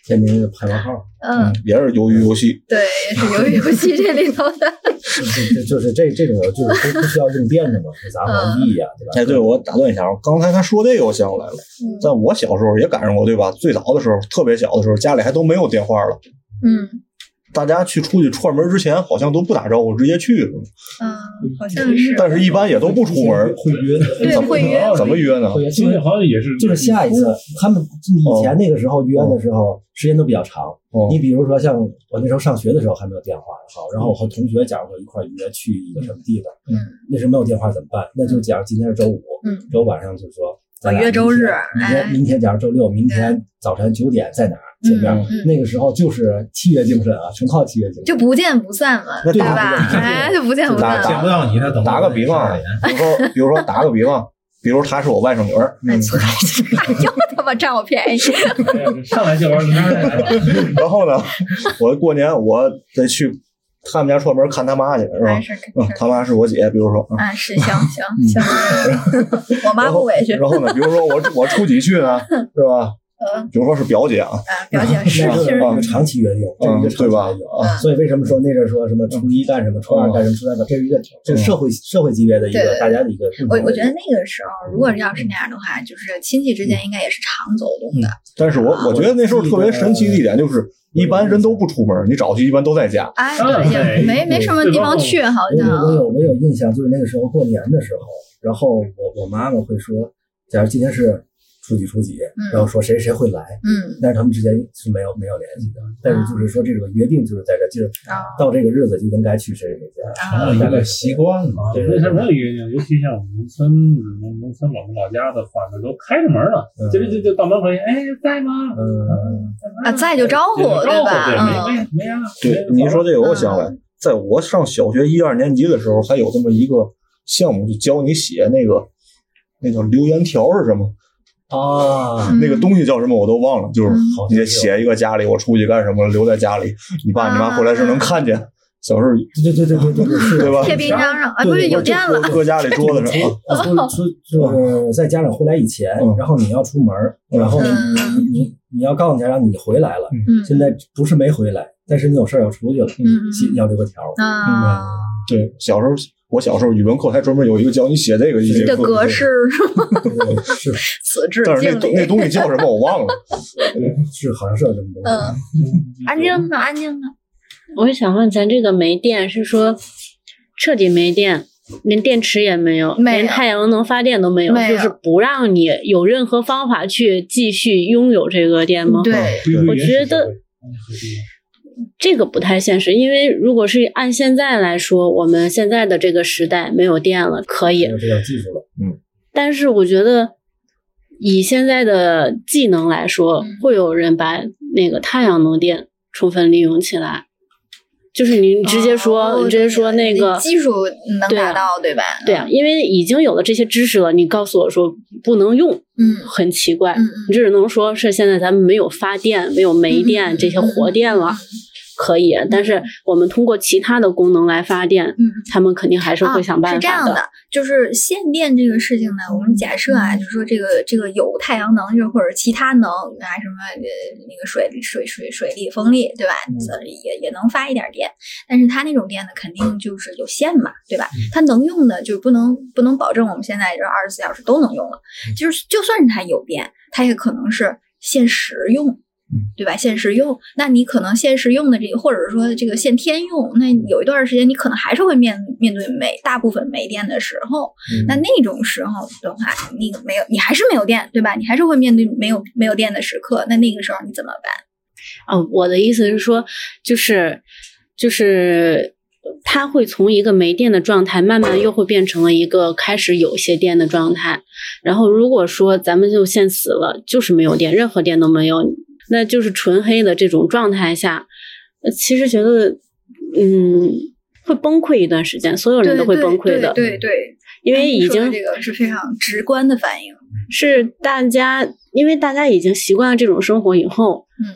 Speaker 6: 天津排完号，
Speaker 1: 嗯，
Speaker 4: 也是由于游戏，
Speaker 1: 对，也是由于游戏这里头的，嗯
Speaker 6: 就就就是这这种就是不不需要用电的嘛，是砸
Speaker 1: 嗯
Speaker 6: 皇帝呀，对吧？
Speaker 4: 哎，对，我打断一下，啊，刚才他说这个，我想起来了，在我小时候也赶上过，对吧？最早的时候，特别小的时候，家里还都没有电话了，
Speaker 1: 嗯
Speaker 4: 大家去出去串门之前，好像都不打招呼，直接去，
Speaker 1: 嗯，好像是，
Speaker 4: 但是一般也都不出门，
Speaker 6: 会约，
Speaker 1: 对
Speaker 4: 怎么
Speaker 1: 会约
Speaker 4: 怎么约呢？
Speaker 6: 会约，就
Speaker 5: 现在
Speaker 6: 是
Speaker 5: 好像也是，
Speaker 6: 就是下一次，他们
Speaker 1: 哦
Speaker 6: 以前那个时候约的时候时间都比较长。
Speaker 4: 哦
Speaker 6: 你比如说像我那时候上学的时候还没有电话，好，然后我和同学假如说一块儿约去一个什么地方，
Speaker 1: 嗯，
Speaker 6: 那时候没有电话怎么办？那就假如今天是周五，
Speaker 1: 嗯，
Speaker 6: 周晚上就说咱俩
Speaker 1: 我约周日
Speaker 6: 明
Speaker 1: 哎
Speaker 6: 天明天假如周六，明天早晨九点在哪儿
Speaker 1: 嗯
Speaker 6: 见面
Speaker 1: 嗯？
Speaker 6: 那个时候就是契约精神啊，纯靠契约精神，
Speaker 1: 就不见不散嘛，
Speaker 4: 那
Speaker 1: 对
Speaker 4: 打
Speaker 1: 吧？
Speaker 6: 不见
Speaker 1: 哎，就不见不
Speaker 4: 打
Speaker 1: 散
Speaker 4: 打
Speaker 3: 见
Speaker 1: 了。
Speaker 3: 不到你，他等
Speaker 4: 打个比方啊，比如说，比如说打个比方，比如她是我外甥女儿，嗯
Speaker 1: 哎，错又他妈占我便 宜！
Speaker 5: 哎呀上
Speaker 4: 啊
Speaker 5: 来就玩儿，上来就玩儿
Speaker 4: 然后呢，我过年我得去他们家串门看他妈去，是吧
Speaker 1: 哎，？是是
Speaker 4: 嗯，他妈是我姐，比如说啊。
Speaker 1: 啊，是行行行， 我妈
Speaker 4: 嗯然
Speaker 1: 不
Speaker 4: 后
Speaker 1: 委屈，
Speaker 4: 然后呢，比如说我我出几句呢，是吧？
Speaker 1: 嗯
Speaker 4: 比如说是表姐啊，
Speaker 1: 啊，表姐是嗯
Speaker 6: 那嗯就是是一个长期约定，这是一个长期
Speaker 4: 嗯对吧哦
Speaker 6: 约定啊。所以为什么说那阵儿说什么初一干什么，初二干什么，初三干什么，这是一个这是社
Speaker 4: 嗯
Speaker 6: 会社会级别的一
Speaker 1: 对
Speaker 6: 个
Speaker 1: 对
Speaker 6: 大家的一个共
Speaker 1: 我
Speaker 6: 同的。
Speaker 1: 我觉得那个时候，如果要是那样的话，就是亲戚之
Speaker 6: 嗯
Speaker 1: 间应该也是常走动的
Speaker 4: 但是我我觉得那时候特别神奇的一点就是，一般人都不出门，你找去一般都在家。
Speaker 1: 哎，
Speaker 5: 啊
Speaker 1: 对，也
Speaker 5: 对
Speaker 1: 没没什么地方去，好
Speaker 6: 我有我
Speaker 1: 像
Speaker 6: 有我有印象，就是那个时候过年的时候，然后我我妈妈会说，假如今天是初几初几，然后说谁谁会来，
Speaker 1: 嗯
Speaker 6: 但是他们之间是没有没有联系的。但是就是说这种约定就是在这，就是
Speaker 1: 啊
Speaker 6: 到这个日子就应该去谁谁谁家。
Speaker 3: 成了一个习惯了。
Speaker 5: 对，那时候没有一个人，尤其像我们农村，农农村我们老家的话，那都开着门了，
Speaker 6: 嗯
Speaker 5: 就就就到门口一，哎，在吗？
Speaker 6: 嗯，
Speaker 1: 啊，在就招呼
Speaker 5: 对
Speaker 1: 对吧？
Speaker 5: 对，没
Speaker 1: 嗯
Speaker 5: 没没呀。
Speaker 4: 对，你一说这个，我想起来，在我上小学一二年级的时候，还有这么一个项目，就教你写那个那叫留言条是什么，
Speaker 6: 啊，
Speaker 1: 嗯
Speaker 4: 那个东西叫什么我都忘了，就是
Speaker 1: 嗯
Speaker 6: 好
Speaker 4: 你写一个家里我出去干什么了，留在家里，你爸你妈
Speaker 1: 啊
Speaker 4: 回来时候能看见。小时候
Speaker 6: 对对对对对对，是
Speaker 4: 对吧？
Speaker 1: 贴冰箱上，啊，不是有电了，
Speaker 4: 搁家里桌子上。
Speaker 6: 啊，出出就是在家长回来以前
Speaker 4: 嗯，
Speaker 6: 然后你要出门儿，
Speaker 4: 嗯
Speaker 6: 然后呢
Speaker 1: 嗯
Speaker 6: 你你你要告诉家长你回来了，
Speaker 1: 嗯
Speaker 6: 现在不是没回来，但是你有事儿要出去了，
Speaker 1: 嗯
Speaker 6: 写要留个条儿。嗯
Speaker 1: 啊，
Speaker 4: 对，小时候我小时候语文课还专门有一个教你写这个一节
Speaker 1: 这
Speaker 4: 课，
Speaker 1: 格式
Speaker 6: 对对对是
Speaker 1: 死至
Speaker 4: 但是那
Speaker 1: 敬
Speaker 4: 东那
Speaker 1: 礼，
Speaker 4: 东西叫什么我忘了。
Speaker 6: 是，好像是有这么多。
Speaker 1: 嗯，安静呢，安静呢，
Speaker 2: 我也想问，咱这个没电是说彻底没电，连电池也没有，
Speaker 1: 没有
Speaker 2: 连太阳能发电都没有，
Speaker 1: 没有
Speaker 2: 就是不让你有任何方法去继续拥有这个电
Speaker 6: 嗯
Speaker 2: 吗？
Speaker 1: 嗯
Speaker 4: 啊
Speaker 1: 对，
Speaker 5: 我
Speaker 2: 我觉得
Speaker 5: 嗯
Speaker 2: 这个不太现实，因为如果是按现在来说，我们现在的这个时代没有电了，可以
Speaker 6: 没，有这样技术了。
Speaker 2: 但是我觉得以现在的技能来说
Speaker 1: 嗯，
Speaker 2: 会有人把那个太阳能电充分利用起来，就是你直接说，
Speaker 1: 哦
Speaker 2: 你直接说那个
Speaker 1: 技术能
Speaker 2: 对
Speaker 1: 达
Speaker 2: 啊
Speaker 1: 到对吧？
Speaker 2: 对啊，因为已经有了这些知识了，你告诉我说不能用，
Speaker 1: 嗯
Speaker 2: 很奇怪。
Speaker 1: 嗯
Speaker 2: 你只能说是现在咱们没有发电、没有
Speaker 1: 嗯
Speaker 2: 煤
Speaker 1: 嗯嗯
Speaker 2: 电这些活电了，可以。但是我们通过其他的功能来发电，
Speaker 1: 嗯。
Speaker 2: 他们肯定还是会想办
Speaker 1: 啊。是这
Speaker 2: 法
Speaker 1: 样
Speaker 2: 的。
Speaker 1: 的，就是限电这个事情呢，我们假设啊，就是说这个这个有太阳能，就是或者其他能啊什么呃那个水力水水水力风力，对吧？
Speaker 2: 嗯
Speaker 1: 这也也能发一点电，但是它那种电呢，肯定就是有限嘛，对
Speaker 2: 嗯
Speaker 1: 吧？它能用的就不能不能保证我们现在这二十四小时都能用了，
Speaker 2: 嗯
Speaker 1: 就是就算是它有电，它也可能是限时用。对吧？限时用，那你可能限时用的这个，或者说这个限天用，那
Speaker 2: 嗯
Speaker 1: 有一段时间你可能还是会面面对没大部分没电的时候。
Speaker 2: 嗯
Speaker 1: 那那种时候的话，你没有，你还是没有电，对吧？你还是会面对没有没有电的时刻。那那个时候你怎么办？
Speaker 2: 啊，我的意思是说，就是就是它会从一个没电的状态，慢慢又会变成了一个开始有些电的状态。然后如果说咱们就限死了，就是没有电，任何电都没有，那就是纯黑的这种状态下，呃其实觉得嗯会崩溃一段时间，所有人都会崩溃的，
Speaker 1: 对对对对，嗯
Speaker 2: 因为已
Speaker 1: 说的
Speaker 2: 经
Speaker 1: 这个是非常直观的反应，
Speaker 2: 是大家，因为大家已经习惯了这种生活以后，
Speaker 1: 嗯，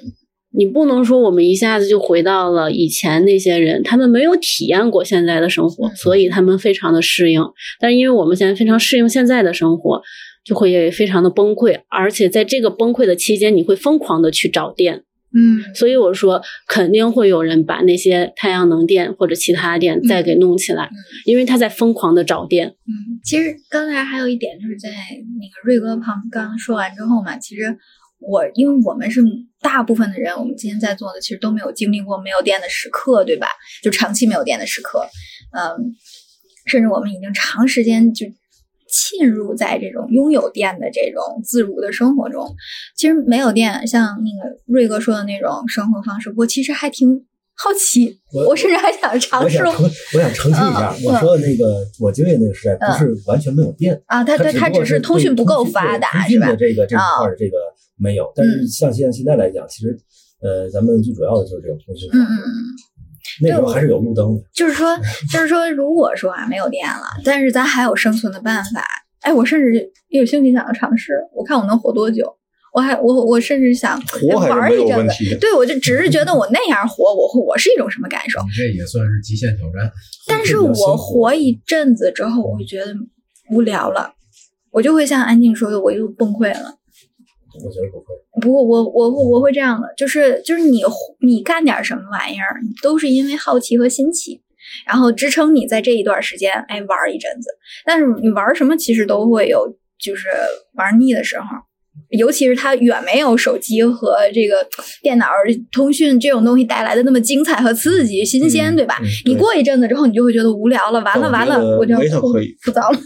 Speaker 2: 你不能说我们一下子就回到了以前那些人，他们没有体验过现在的生活，
Speaker 1: 嗯
Speaker 2: 所以他们非常的适应。但是因为我们现在非常适应现在的生活，就会非常的崩溃，而且在这个崩溃的期间，你会疯狂的去找电。
Speaker 1: 嗯
Speaker 2: 所以我说，肯定会有人把那些太阳能电或者其他电再给弄起来，因为他在疯狂的找电。
Speaker 1: 嗯，其实刚才还有一点就是在那个瑞哥旁刚刚说完之后嘛，其实我因为我们是大部分的人，我们今天在座的其实都没有经历过没有电的时刻，对吧？就长期没有电的时刻，嗯，甚至我们已经长时间就浸入在这种拥有电的这种自如的生活中。其实没有电，像那个瑞哥说的那种生活方式，我其实还挺好奇，
Speaker 6: 我
Speaker 1: 我甚至还想尝
Speaker 6: 我
Speaker 1: 试
Speaker 6: 想澄，我想澄清一下，
Speaker 1: 啊嗯
Speaker 6: 我说的那个我经历的那个时代不是完全没有电，
Speaker 1: 啊，他他
Speaker 6: 它
Speaker 1: 他
Speaker 6: 不过
Speaker 1: 只是
Speaker 6: 是
Speaker 1: 通讯不够发达，是吧？
Speaker 6: 对通讯的这个这一
Speaker 1: 啊
Speaker 6: 块儿这个没有，但是
Speaker 1: 嗯
Speaker 6: 像现在现在来讲，其实呃，咱们最主要的就是这种通讯。
Speaker 1: 嗯嗯嗯。
Speaker 6: 那时候
Speaker 1: 对我
Speaker 6: 还是有路灯的，
Speaker 1: 就是说，就是说，如果说啊没有电了，但是咱还有生存的办法。哎，我甚至有兴趣想要尝试，我看我能活多久。我还我我甚至想哎
Speaker 4: 活
Speaker 1: 玩
Speaker 4: 还是
Speaker 1: 儿
Speaker 4: 没
Speaker 1: 一
Speaker 4: 有
Speaker 1: 阵
Speaker 4: 问
Speaker 1: 子。
Speaker 4: 题。
Speaker 1: 对，我就只是觉得我那样活，我会我是一种什么感受？
Speaker 3: 你这也算是极限挑战。
Speaker 1: 但是
Speaker 6: 会比较辛
Speaker 1: 我
Speaker 6: 苦
Speaker 1: 活一阵子之后，我会觉得无聊了，我就会像安静说的，我就崩溃了。
Speaker 6: 我觉得不会。
Speaker 1: 不过我我我我会这样的，就是就是你你干点什么玩意儿，你都是因为好奇和新奇，然后支撑你在这一段时间哎玩儿一阵子。但是你玩儿什么其实都会有，就是玩儿腻的时候，尤其是它远没有手机和这个电脑儿通讯这种东西带来的那么精彩和刺激、新鲜，
Speaker 6: 嗯
Speaker 1: 对吧？
Speaker 6: 嗯
Speaker 1: 你
Speaker 6: 对
Speaker 1: 过一阵子之后，你就会觉得无聊了，完了完
Speaker 4: 但我觉
Speaker 1: 了，
Speaker 4: 得
Speaker 1: 我就要
Speaker 4: 没啥
Speaker 1: 吐
Speaker 4: 可以
Speaker 1: 吐槽了。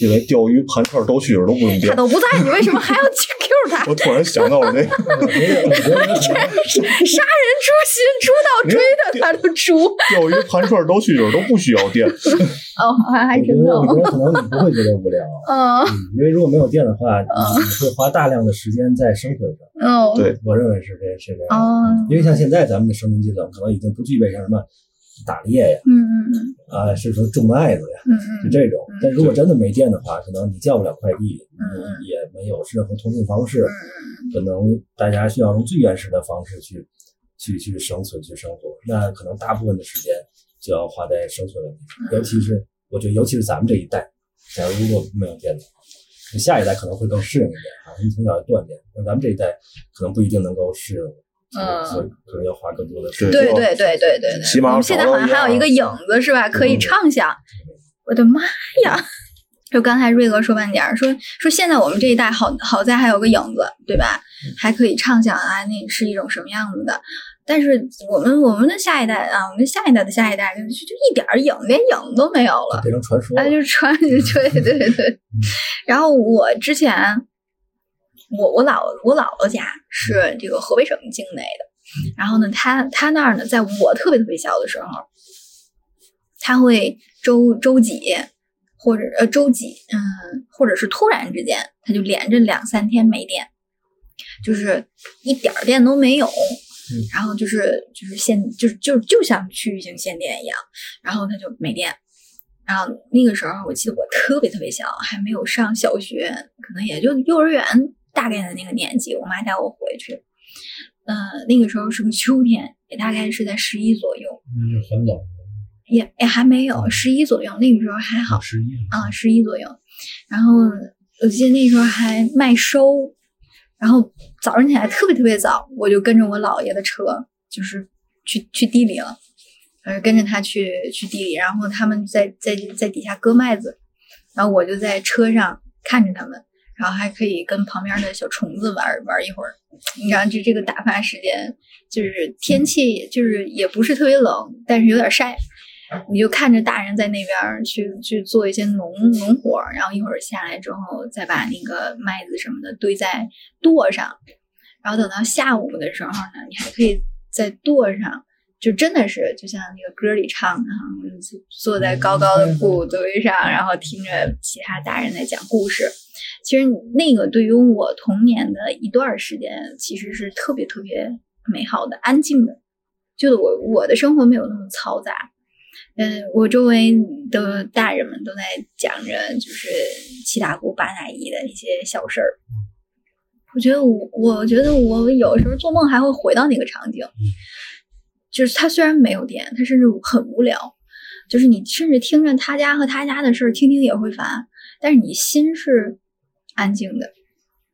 Speaker 4: 因为钓鱼、盘串、兜蛐儿都不用
Speaker 1: 他
Speaker 4: 电。
Speaker 1: 都不在，你为什么还要去 Q 他？
Speaker 4: 我突然想到了那个，
Speaker 6: 我觉得我觉得
Speaker 1: 真是杀人诛心，诛到追着他都诛。
Speaker 4: 钓鱼、盘串、兜蛐儿都不需要 电。
Speaker 1: 哦，还还真
Speaker 6: 我觉
Speaker 1: 的，
Speaker 6: 得可能你不会觉得无 聊，
Speaker 1: 嗯
Speaker 6: 嗯因为如果没有电的话，你你会花大量的时间在生存上。
Speaker 1: 嗯，
Speaker 4: 对
Speaker 6: 我认为是这是这样，
Speaker 1: 哦，
Speaker 6: 因为像现在咱们的生存技能可能已经不具备像什么打猎呀，
Speaker 1: 嗯嗯嗯
Speaker 6: 啊，是说种麦子呀，
Speaker 1: 嗯
Speaker 6: 就
Speaker 1: 嗯
Speaker 6: 这种
Speaker 1: 嗯。
Speaker 6: 但如果真的没电的话，可能你叫不了快递，
Speaker 1: 嗯
Speaker 6: 你也没有任何通讯方式，
Speaker 1: 嗯，
Speaker 6: 可能大家需要用最原始的方式去去去生存去生活。那可能大部分的时间就要花在生存问题上，
Speaker 1: 嗯
Speaker 6: 尤其是我觉得，尤其是咱们这一代，假如如果没有电的话，那下一代可能会更适应一点啊，他们从小就锻炼，那咱们这一代可能不一定能够适应。
Speaker 1: 嗯
Speaker 6: 所以可能要花更多的时
Speaker 4: 对
Speaker 6: 间。
Speaker 1: 对对对对对对。
Speaker 4: 起码
Speaker 1: 我们现在好像还有一个影子是吧？
Speaker 4: 嗯
Speaker 1: 可以畅想。我的妈呀！ 就刚才瑞哥说半点儿，说说现在我们这一代好好在还有个影子，对吧？
Speaker 4: 嗯
Speaker 1: 还可以畅想啊，那是一种什么样子的？但是我们我们的下一代啊，我们下一代的下一代就就就一点儿影，连影都没有了。
Speaker 6: 变成传说了
Speaker 1: 哎，，就穿， 对对对。 然后我之前，我我姥我姥姥家是这个河北省境内的，然后呢，她她那儿呢，在我特别特别小的时候，她会周周几或者呃周几，嗯，或者是突然之间，她就连着两三天没电，就是一点儿电都没有。然后就是就是限就是就就像区域性限电一样，然后他就没电，然后那个时候我记得我特别特别小，还没有上小学，可能也就幼儿园大概的那个年纪，我妈带我回去。呃，那个时候是个秋天，也大概是在十一左右，
Speaker 5: 嗯
Speaker 3: 那就很冷，
Speaker 1: 也也还没有十一左右，那个时候还好
Speaker 3: 啊十一
Speaker 1: 啊，十一左右。然后我记得那时候还卖收，然后早上起来特别特别早，我就跟着我姥爷的车，就是去去地里了，呃，跟着他去去地里，然后他们在在在底下割麦子，然后我就在车上看着他们，然后还可以跟旁边的小虫子玩玩一会儿。你看，就这个打发时间，就是
Speaker 3: 嗯
Speaker 1: 天气就是也不是特别冷，但是有点晒，你就看着大人在那边儿去去做一些农农活儿，然后一会儿下来之后，再把那个麦子什么的堆在垛上，然后等到下午的时候呢，你还可以在垛上就真的是就像那个歌里唱的哈，我就坐在高高的布堆上，然后听着其他大人在讲故事。其实那个对于我童年的一段时间，其实是特别特别美好的、安静的。就我我的生活没有那么嘈杂，嗯，我周围的大人们都在讲着就是七大姑八大姨的一些小事儿。我觉得我，我觉得我有时候做梦还会回到那个场景，就是他虽然没有电，他甚至很无聊，就是你甚至听着他家和他家的事儿，听听也会烦，但是你心是安静的，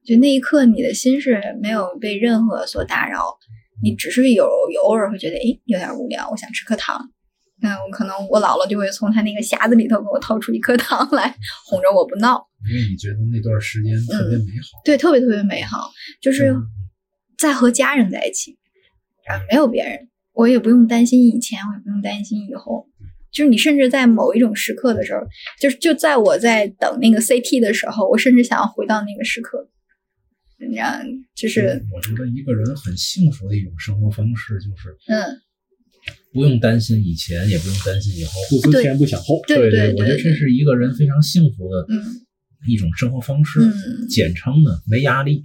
Speaker 1: 就那一刻你的心是没有被任何所打扰，你只是有有偶尔会觉得，诶，有点无聊，我想吃颗糖。嗯，我可能我姥姥就会从她那个匣子里头给我掏出一颗糖来，哄着我不闹。嗯
Speaker 3: 因为你觉得那段时间特别美好。
Speaker 1: 对，特别特别美好，就是
Speaker 3: 嗯
Speaker 1: 在和家人在一起，啊，没有别人，我也不用担心以前，我也不用担心以后。
Speaker 3: 嗯
Speaker 1: 就是你甚至在某一种时刻的时候，就是就在我在等那个 CT 的时候，我甚至想要回到那个时刻，你知道，就是
Speaker 3: 我觉得一个人很幸福的一种生活方式，就是
Speaker 1: 嗯，
Speaker 3: 不用担心以前，也不用担心以后。
Speaker 5: 不思前不想后，
Speaker 1: 对
Speaker 3: 对我觉
Speaker 1: 对
Speaker 3: 得这是一个人非常幸福的
Speaker 1: 嗯
Speaker 3: 一种生活方式。
Speaker 1: 嗯
Speaker 3: 简称呢，没压力。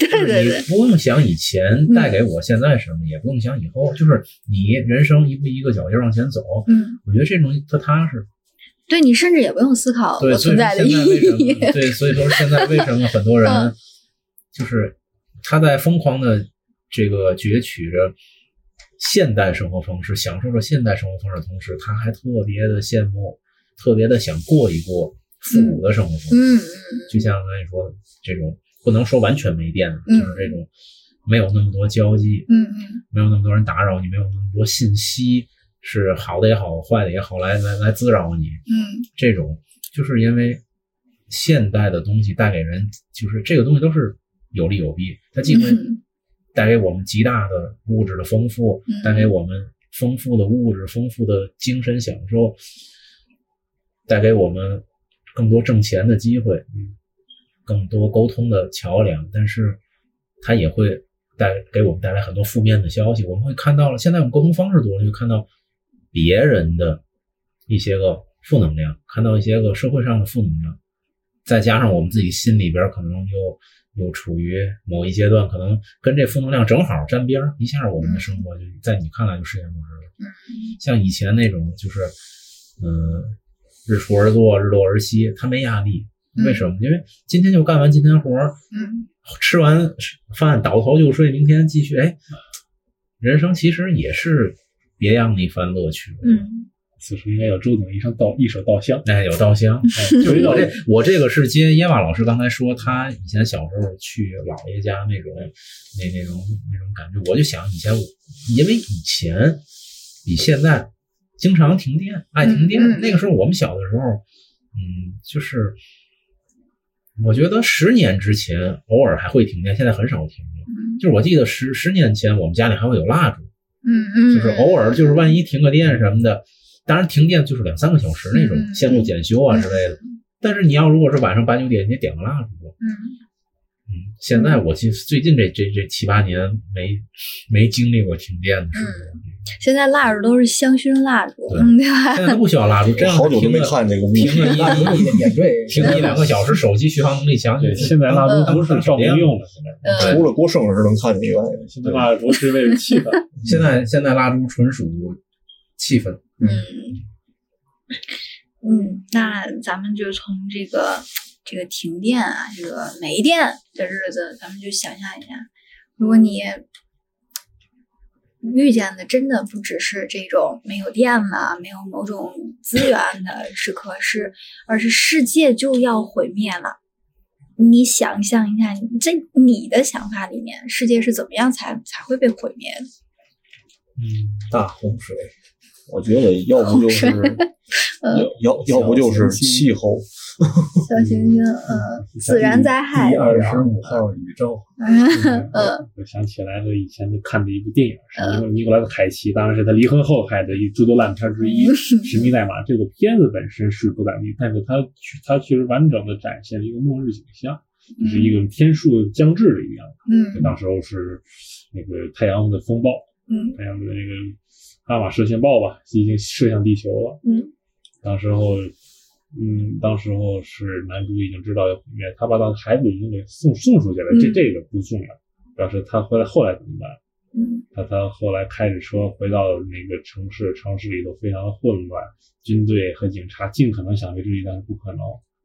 Speaker 1: 对对对对
Speaker 3: 你不用想以前带给我现在什么，也不用想以后，就是你人生一步一个脚印往前走。
Speaker 1: 嗯，
Speaker 3: 我觉得这种特踏实。
Speaker 1: 对你甚至也不用思考
Speaker 3: 对，
Speaker 1: 我
Speaker 3: 所
Speaker 1: 存
Speaker 3: 以说
Speaker 1: 在的
Speaker 3: 现
Speaker 1: 意
Speaker 3: 在为什
Speaker 1: 义，
Speaker 3: 么？对，所以说现在为什么很多人
Speaker 1: 嗯
Speaker 3: 就是他在疯狂的这个攫取着现代生活方式，享受着现代生活方式的同时，他还特别的羡慕，特别的想过一过复古的生活方式。
Speaker 1: 嗯
Speaker 3: 就像刚才你说的这种，不能说完全没电，
Speaker 1: 嗯
Speaker 3: 就是这种没有那么多交际，
Speaker 1: 嗯嗯
Speaker 3: 没有那么多人打扰你，没有那么多信息，是好的也好，坏的也好，来来来滋扰你。
Speaker 1: 嗯
Speaker 3: 这种，就是因为现代的东西带给人，就是这个东西都是有利有弊，它既会
Speaker 1: 嗯
Speaker 3: 带给我们极大的物质的丰富，
Speaker 1: 嗯
Speaker 3: 带给我们丰富的物质、丰富的精神享受，带给我们更多挣钱的机会，更多沟通的桥梁，但是它也会带给我们带来很多负面的消息。我们会看到了，现在我们沟通方式多了，就看到别人的一些个负能量，看到一些个社会上的负能量，再加上我们自己心里边儿可能又又处于某一阶段，可能跟这负能量正好沾边儿，一下我们的生活就在你看来就世界末日了。像以前那种就是，嗯、日出而作，日落而息，他没压力。为什么？因为今天就干完今天活儿，
Speaker 1: 嗯
Speaker 3: 吃完饭倒头就睡，明天继续。哎，
Speaker 1: 嗯
Speaker 3: 人生其实也是别样的一番乐趣。
Speaker 1: 嗯
Speaker 5: 此时应该有周董一声道一首稻香，
Speaker 3: 哎，有 稻香。哎就是
Speaker 5: 回到
Speaker 3: 我这我这个是接耶娃老师刚才说，他以前小时候去姥爷家那种那那种那种感觉，我就想以前我因为以前比现在经常停电，爱停电。
Speaker 1: 嗯嗯
Speaker 3: 那个时候我们小的时候，嗯，就是我觉得十年之前偶尔还会停电，现在很少停了。
Speaker 1: 嗯
Speaker 3: 就是我记得十十年前我们家里还会有蜡烛，
Speaker 1: 嗯，
Speaker 3: 就是偶尔就是万一停个电什么的，当然停电就是两三个小时那种
Speaker 1: 嗯
Speaker 3: 线路检修啊之类的。但是你要如果是晚上八九点，你点个蜡烛，
Speaker 1: 嗯
Speaker 3: 嗯，现在我其实最近这这这七八年没没经历过停电
Speaker 1: 嗯
Speaker 3: 的时候，
Speaker 1: 现在蜡烛都是香薰蜡烛，
Speaker 3: 对
Speaker 1: 嗯，对吧？
Speaker 3: 现在都不需要蜡烛，这样
Speaker 4: 好久都
Speaker 3: 停
Speaker 4: 没
Speaker 3: 了
Speaker 4: 看这个物
Speaker 3: 停
Speaker 4: 体。
Speaker 3: 了一
Speaker 6: 那你得点缀
Speaker 3: 停了一两个小时，手机续航能力强就
Speaker 5: 对，现在蜡烛不是照明用的，现在
Speaker 1: 嗯
Speaker 4: 除了过生日能看见以外，
Speaker 5: 现在蜡烛是为了 气氛。
Speaker 3: 现在现在蜡烛纯属气氛，
Speaker 1: 嗯，那咱们就从这个这个停电啊，这个没电的日子，咱们就想象一下，如果你遇见的真的不只是这种没有电了、没有某种资源的时刻，是而是世界就要毁灭了。你想象一下，这你的想法里面，世界是怎么样才才会被毁灭的？
Speaker 5: 嗯
Speaker 6: 大洪水，
Speaker 4: 我觉得要不就是
Speaker 1: 嗯
Speaker 4: 要要要不就是气候，
Speaker 1: 小行星，嗯，自然灾害
Speaker 6: 第二十五号宇宙，
Speaker 1: 嗯
Speaker 5: 我想起来了，以前就看的一部电影，是尼古尼古拉斯凯奇，当然是他离婚后拍的一诸多烂片之一，《神秘代码》。这个片子本身是不咋地，但是它确它确实完整的展现了一个末日景象，就是一个天数将至的一个样子。
Speaker 1: 嗯
Speaker 5: 当时候是那个太阳的风暴，
Speaker 1: 嗯
Speaker 5: 太阳的那个纳瓦射线暴吧，已经射向地球了。
Speaker 1: 嗯，
Speaker 5: 当时候，嗯，当时候是男主已经知道要毁灭，他把他孩子已经给送送出去了，这
Speaker 1: 嗯
Speaker 5: 这个不重要。表示他回来后来怎么办？
Speaker 1: 嗯
Speaker 5: 他他后来开着车回到那个城市，城市里头非常的混乱，军队和警察尽可能想维持但是不可能。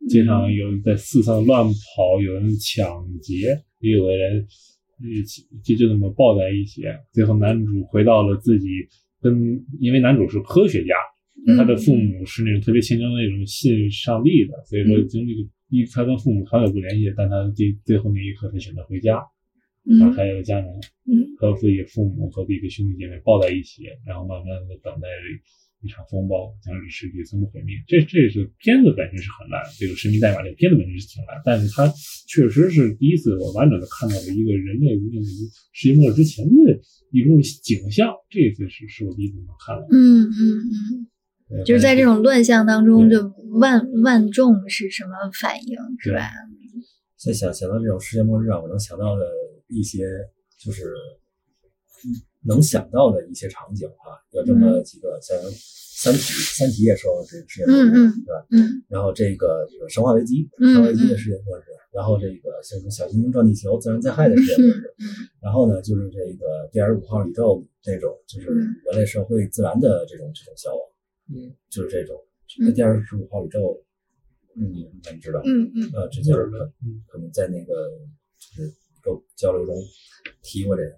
Speaker 5: 街上有人在四散乱跑，有人抢劫，也有的人呃就就这么抱在一起。最后男主回到了自己跟，因为男主是科学家，
Speaker 1: 嗯
Speaker 5: 他的父母是那种特别虔诚的那种信上帝的，所以说
Speaker 1: 嗯
Speaker 5: 经历一他跟父母很久不联系，但他最最后那一刻他选择回家，然
Speaker 1: 嗯
Speaker 5: 后还有家人
Speaker 1: 嗯
Speaker 5: 和自己父母和自己的兄弟姐妹抱在一起，然后慢慢的等待着一场风暴将世界全部毁灭。这这是片子本身是很烂，这个《神秘代码》这个片子本身是挺烂，但是它确实是第一次我完整的看到了一个人类无尽的世界末日之前的一种景象。这一次是是我第一次能看到的，
Speaker 1: 嗯嗯嗯，就是在这种乱象当中，就万万众是什么反应，是吧？
Speaker 6: 在想想到这种世界末日啊，我能想到的一些就是能想到的一些场景啊，有这么
Speaker 1: 嗯
Speaker 6: 几个，像《三体》，《三体》也说了这个世界末日，
Speaker 1: 嗯
Speaker 6: 对吧？
Speaker 1: 嗯
Speaker 6: 然后这个这个《生化危机》，
Speaker 1: 嗯
Speaker 6: 生化危机的世界末日，然后这个像什么小行星撞地球、自然灾害的世界末日，
Speaker 1: 嗯
Speaker 6: 然后呢就是这个第二十五号宇宙这种，就是
Speaker 1: 嗯
Speaker 6: 人类社会自然的这种这种消亡，嗯，就是这种。那第二十五号宇宙，嗯，你们知道？
Speaker 1: 嗯嗯
Speaker 6: 呃，之前可可能在那个就是交交流中提过这个。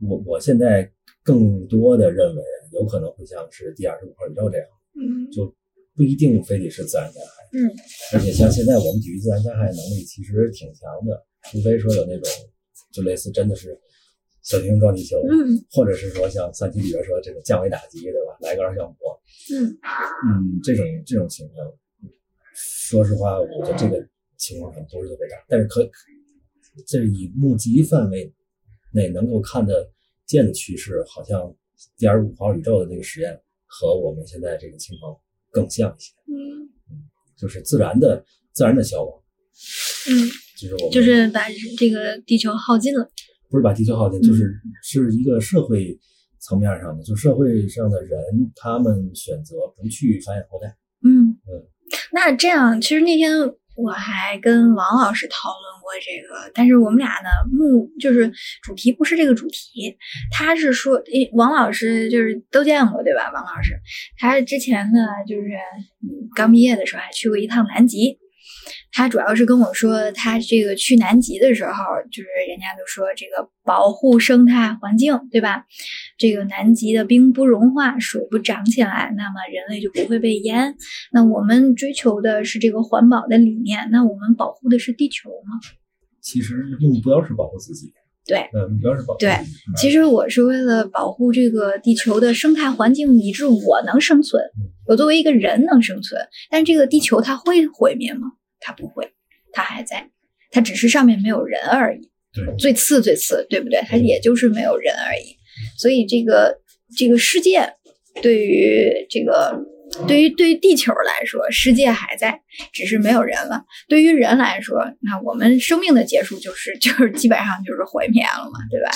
Speaker 6: 我我现在更多的认为，有可能会像是第二十五号宇宙这样，
Speaker 1: 嗯
Speaker 6: 就不一定非得是自然灾害。
Speaker 1: 嗯，
Speaker 6: 而且像现在我们抵御自然灾害能力其实挺强的，除非说有那种就类似真的是小行星撞地球，
Speaker 1: 嗯
Speaker 6: 或者是说像三体里边说这个降维打击，对吧？来个二向箔，
Speaker 1: 嗯
Speaker 6: 嗯，这种这种情况，说实话，我觉得这个情况可能不是特别大，但是可这是以募集范围内能够看得见的趋势，好像第二十五号宇宙的那个实验和我们现在这个情况更像一些，
Speaker 1: 嗯
Speaker 6: 就是自然的自然的消亡，
Speaker 1: 嗯，
Speaker 6: 就是我们
Speaker 1: 就是把这个地球耗尽了。
Speaker 6: 不是把地球耗尽，就是是一个社会层面上的，就社会上的人他们选择不去繁衍后代，
Speaker 1: 嗯
Speaker 6: 嗯，
Speaker 1: 那这样，其实那天我还跟王老师讨论过这个，但是我们俩呢，目就是主题不是这个主题，他是说，诶王老师就是都见过对吧？王老师，他之前呢，就是嗯刚毕业的时候还去过一趟南极。他主要是跟我说，他这个去南极的时候，就是人家都说这个保护生态环境，对吧？这个南极的冰不融化，水不涨起来，那么人类就不会被淹，那我们追求的是这个环保的理念，那我们保护的是地球吗？
Speaker 6: 其实目标是保护自己，
Speaker 1: 对
Speaker 6: 呃，目标是保护
Speaker 1: 对
Speaker 6: 自己
Speaker 1: 其实我是为了保护这个地球的生态环境，以致我能生存，我作为一个人能生存。但这个地球它会毁灭吗？它不会，它还在，它只是上面没有人而已。
Speaker 3: 对
Speaker 1: 最次最次，对不对？它也就是没有人而已。所以这个这个世界对于这个对于对于地球来说，世界还在，只是没有人了。对于人来说，那我们生命的结束就是就是基本上就是毁灭了嘛，对吧？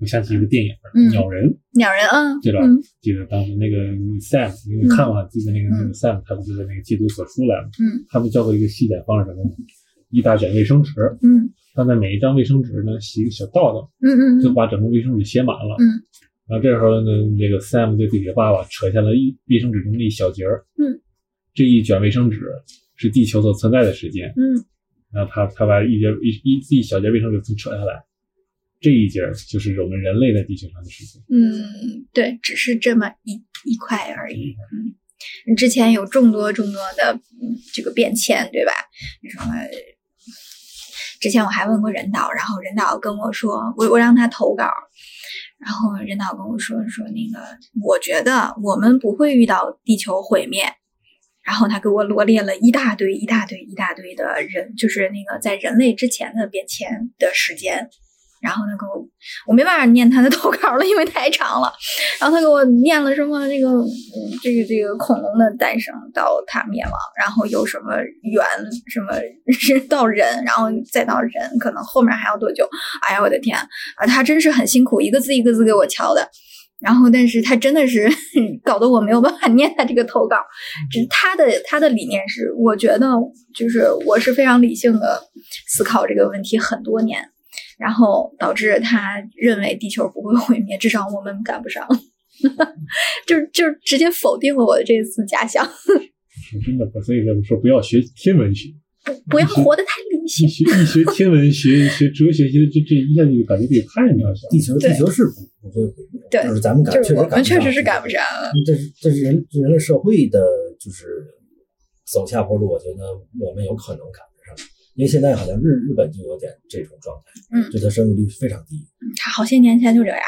Speaker 5: 我想起一个电影
Speaker 1: 嗯
Speaker 5: 《鸟人》，
Speaker 1: 鸟人，嗯，
Speaker 5: 对吧
Speaker 1: 嗯
Speaker 5: 记得当时那个 Sam，你有看过吗？记得那个那个 Sam，他不是在那个戒毒所出来吗？
Speaker 1: 嗯，
Speaker 5: 他们教过一个细点方式什么呢？一大卷卫生纸，
Speaker 1: 嗯
Speaker 5: 他在每一张卫生纸呢洗一个小道道，
Speaker 1: 嗯嗯
Speaker 5: 就把整个卫生纸写满了。
Speaker 1: 嗯，
Speaker 5: 然后这时候呢，那个 Sam 对自己的爸爸扯下了一卫生纸中的一小节儿。
Speaker 1: 嗯，
Speaker 5: 这一卷卫生纸是地球所存在的时间。
Speaker 1: 嗯
Speaker 5: 然后他他把一节一一一小节卫生纸扯下来，这一节儿就是我们人类在地球上的事情。
Speaker 1: 嗯，对，只是这么一一块而已。嗯，之前有众多众多的嗯这个变迁，对吧？什么？之前我还问过人导，然后人导跟我说，我我让他投稿，然后人导跟我说说那个，我觉得我们不会遇到地球毁灭，然后他给我罗列了一大堆一大堆一大堆的人，就是那个在人类之前的变迁的时间。然后他给我，我没办法念他的投稿了，因为太长了。然后他给我念了什么这个嗯这个这个恐龙的诞生到它灭亡，然后有什么猿什么是到人， 然后再到人，可能后面还要多久？哎呀，我的天啊，他真是很辛苦，一个字一个字给我敲的。然后，但是他真的是 搞得我没有办法念他这个投稿。 只是他的他的理念是，我觉得就是我是非常理性的思考这个问题很多年，然后导致他认为地球不会毁灭，至少我们赶不上。 就是就是直接否定了我的这次假想，
Speaker 5: 真的，所以说不要学天文学，
Speaker 1: 不不要活得太理
Speaker 5: 一
Speaker 1: 性。
Speaker 5: 学一学天文学，一学哲学，学这这一下就感觉自己太渺小了。
Speaker 6: 地球
Speaker 1: 对
Speaker 6: 地球是不不会毁灭，
Speaker 1: 对
Speaker 6: 就是咱们赶
Speaker 1: 就
Speaker 6: 嗯确
Speaker 1: 是
Speaker 6: 实
Speaker 1: 我
Speaker 6: 赶
Speaker 1: 们
Speaker 6: 不
Speaker 1: 确
Speaker 6: 上，嗯
Speaker 1: 实是赶不上。
Speaker 6: 这是这是人人类社会的，就是走下坡路。我觉得我们有可能赶得上，因为现在好像日日本就有点这种状态，
Speaker 1: 嗯
Speaker 6: 就它生育率非常低，
Speaker 1: 他好些年前就这样。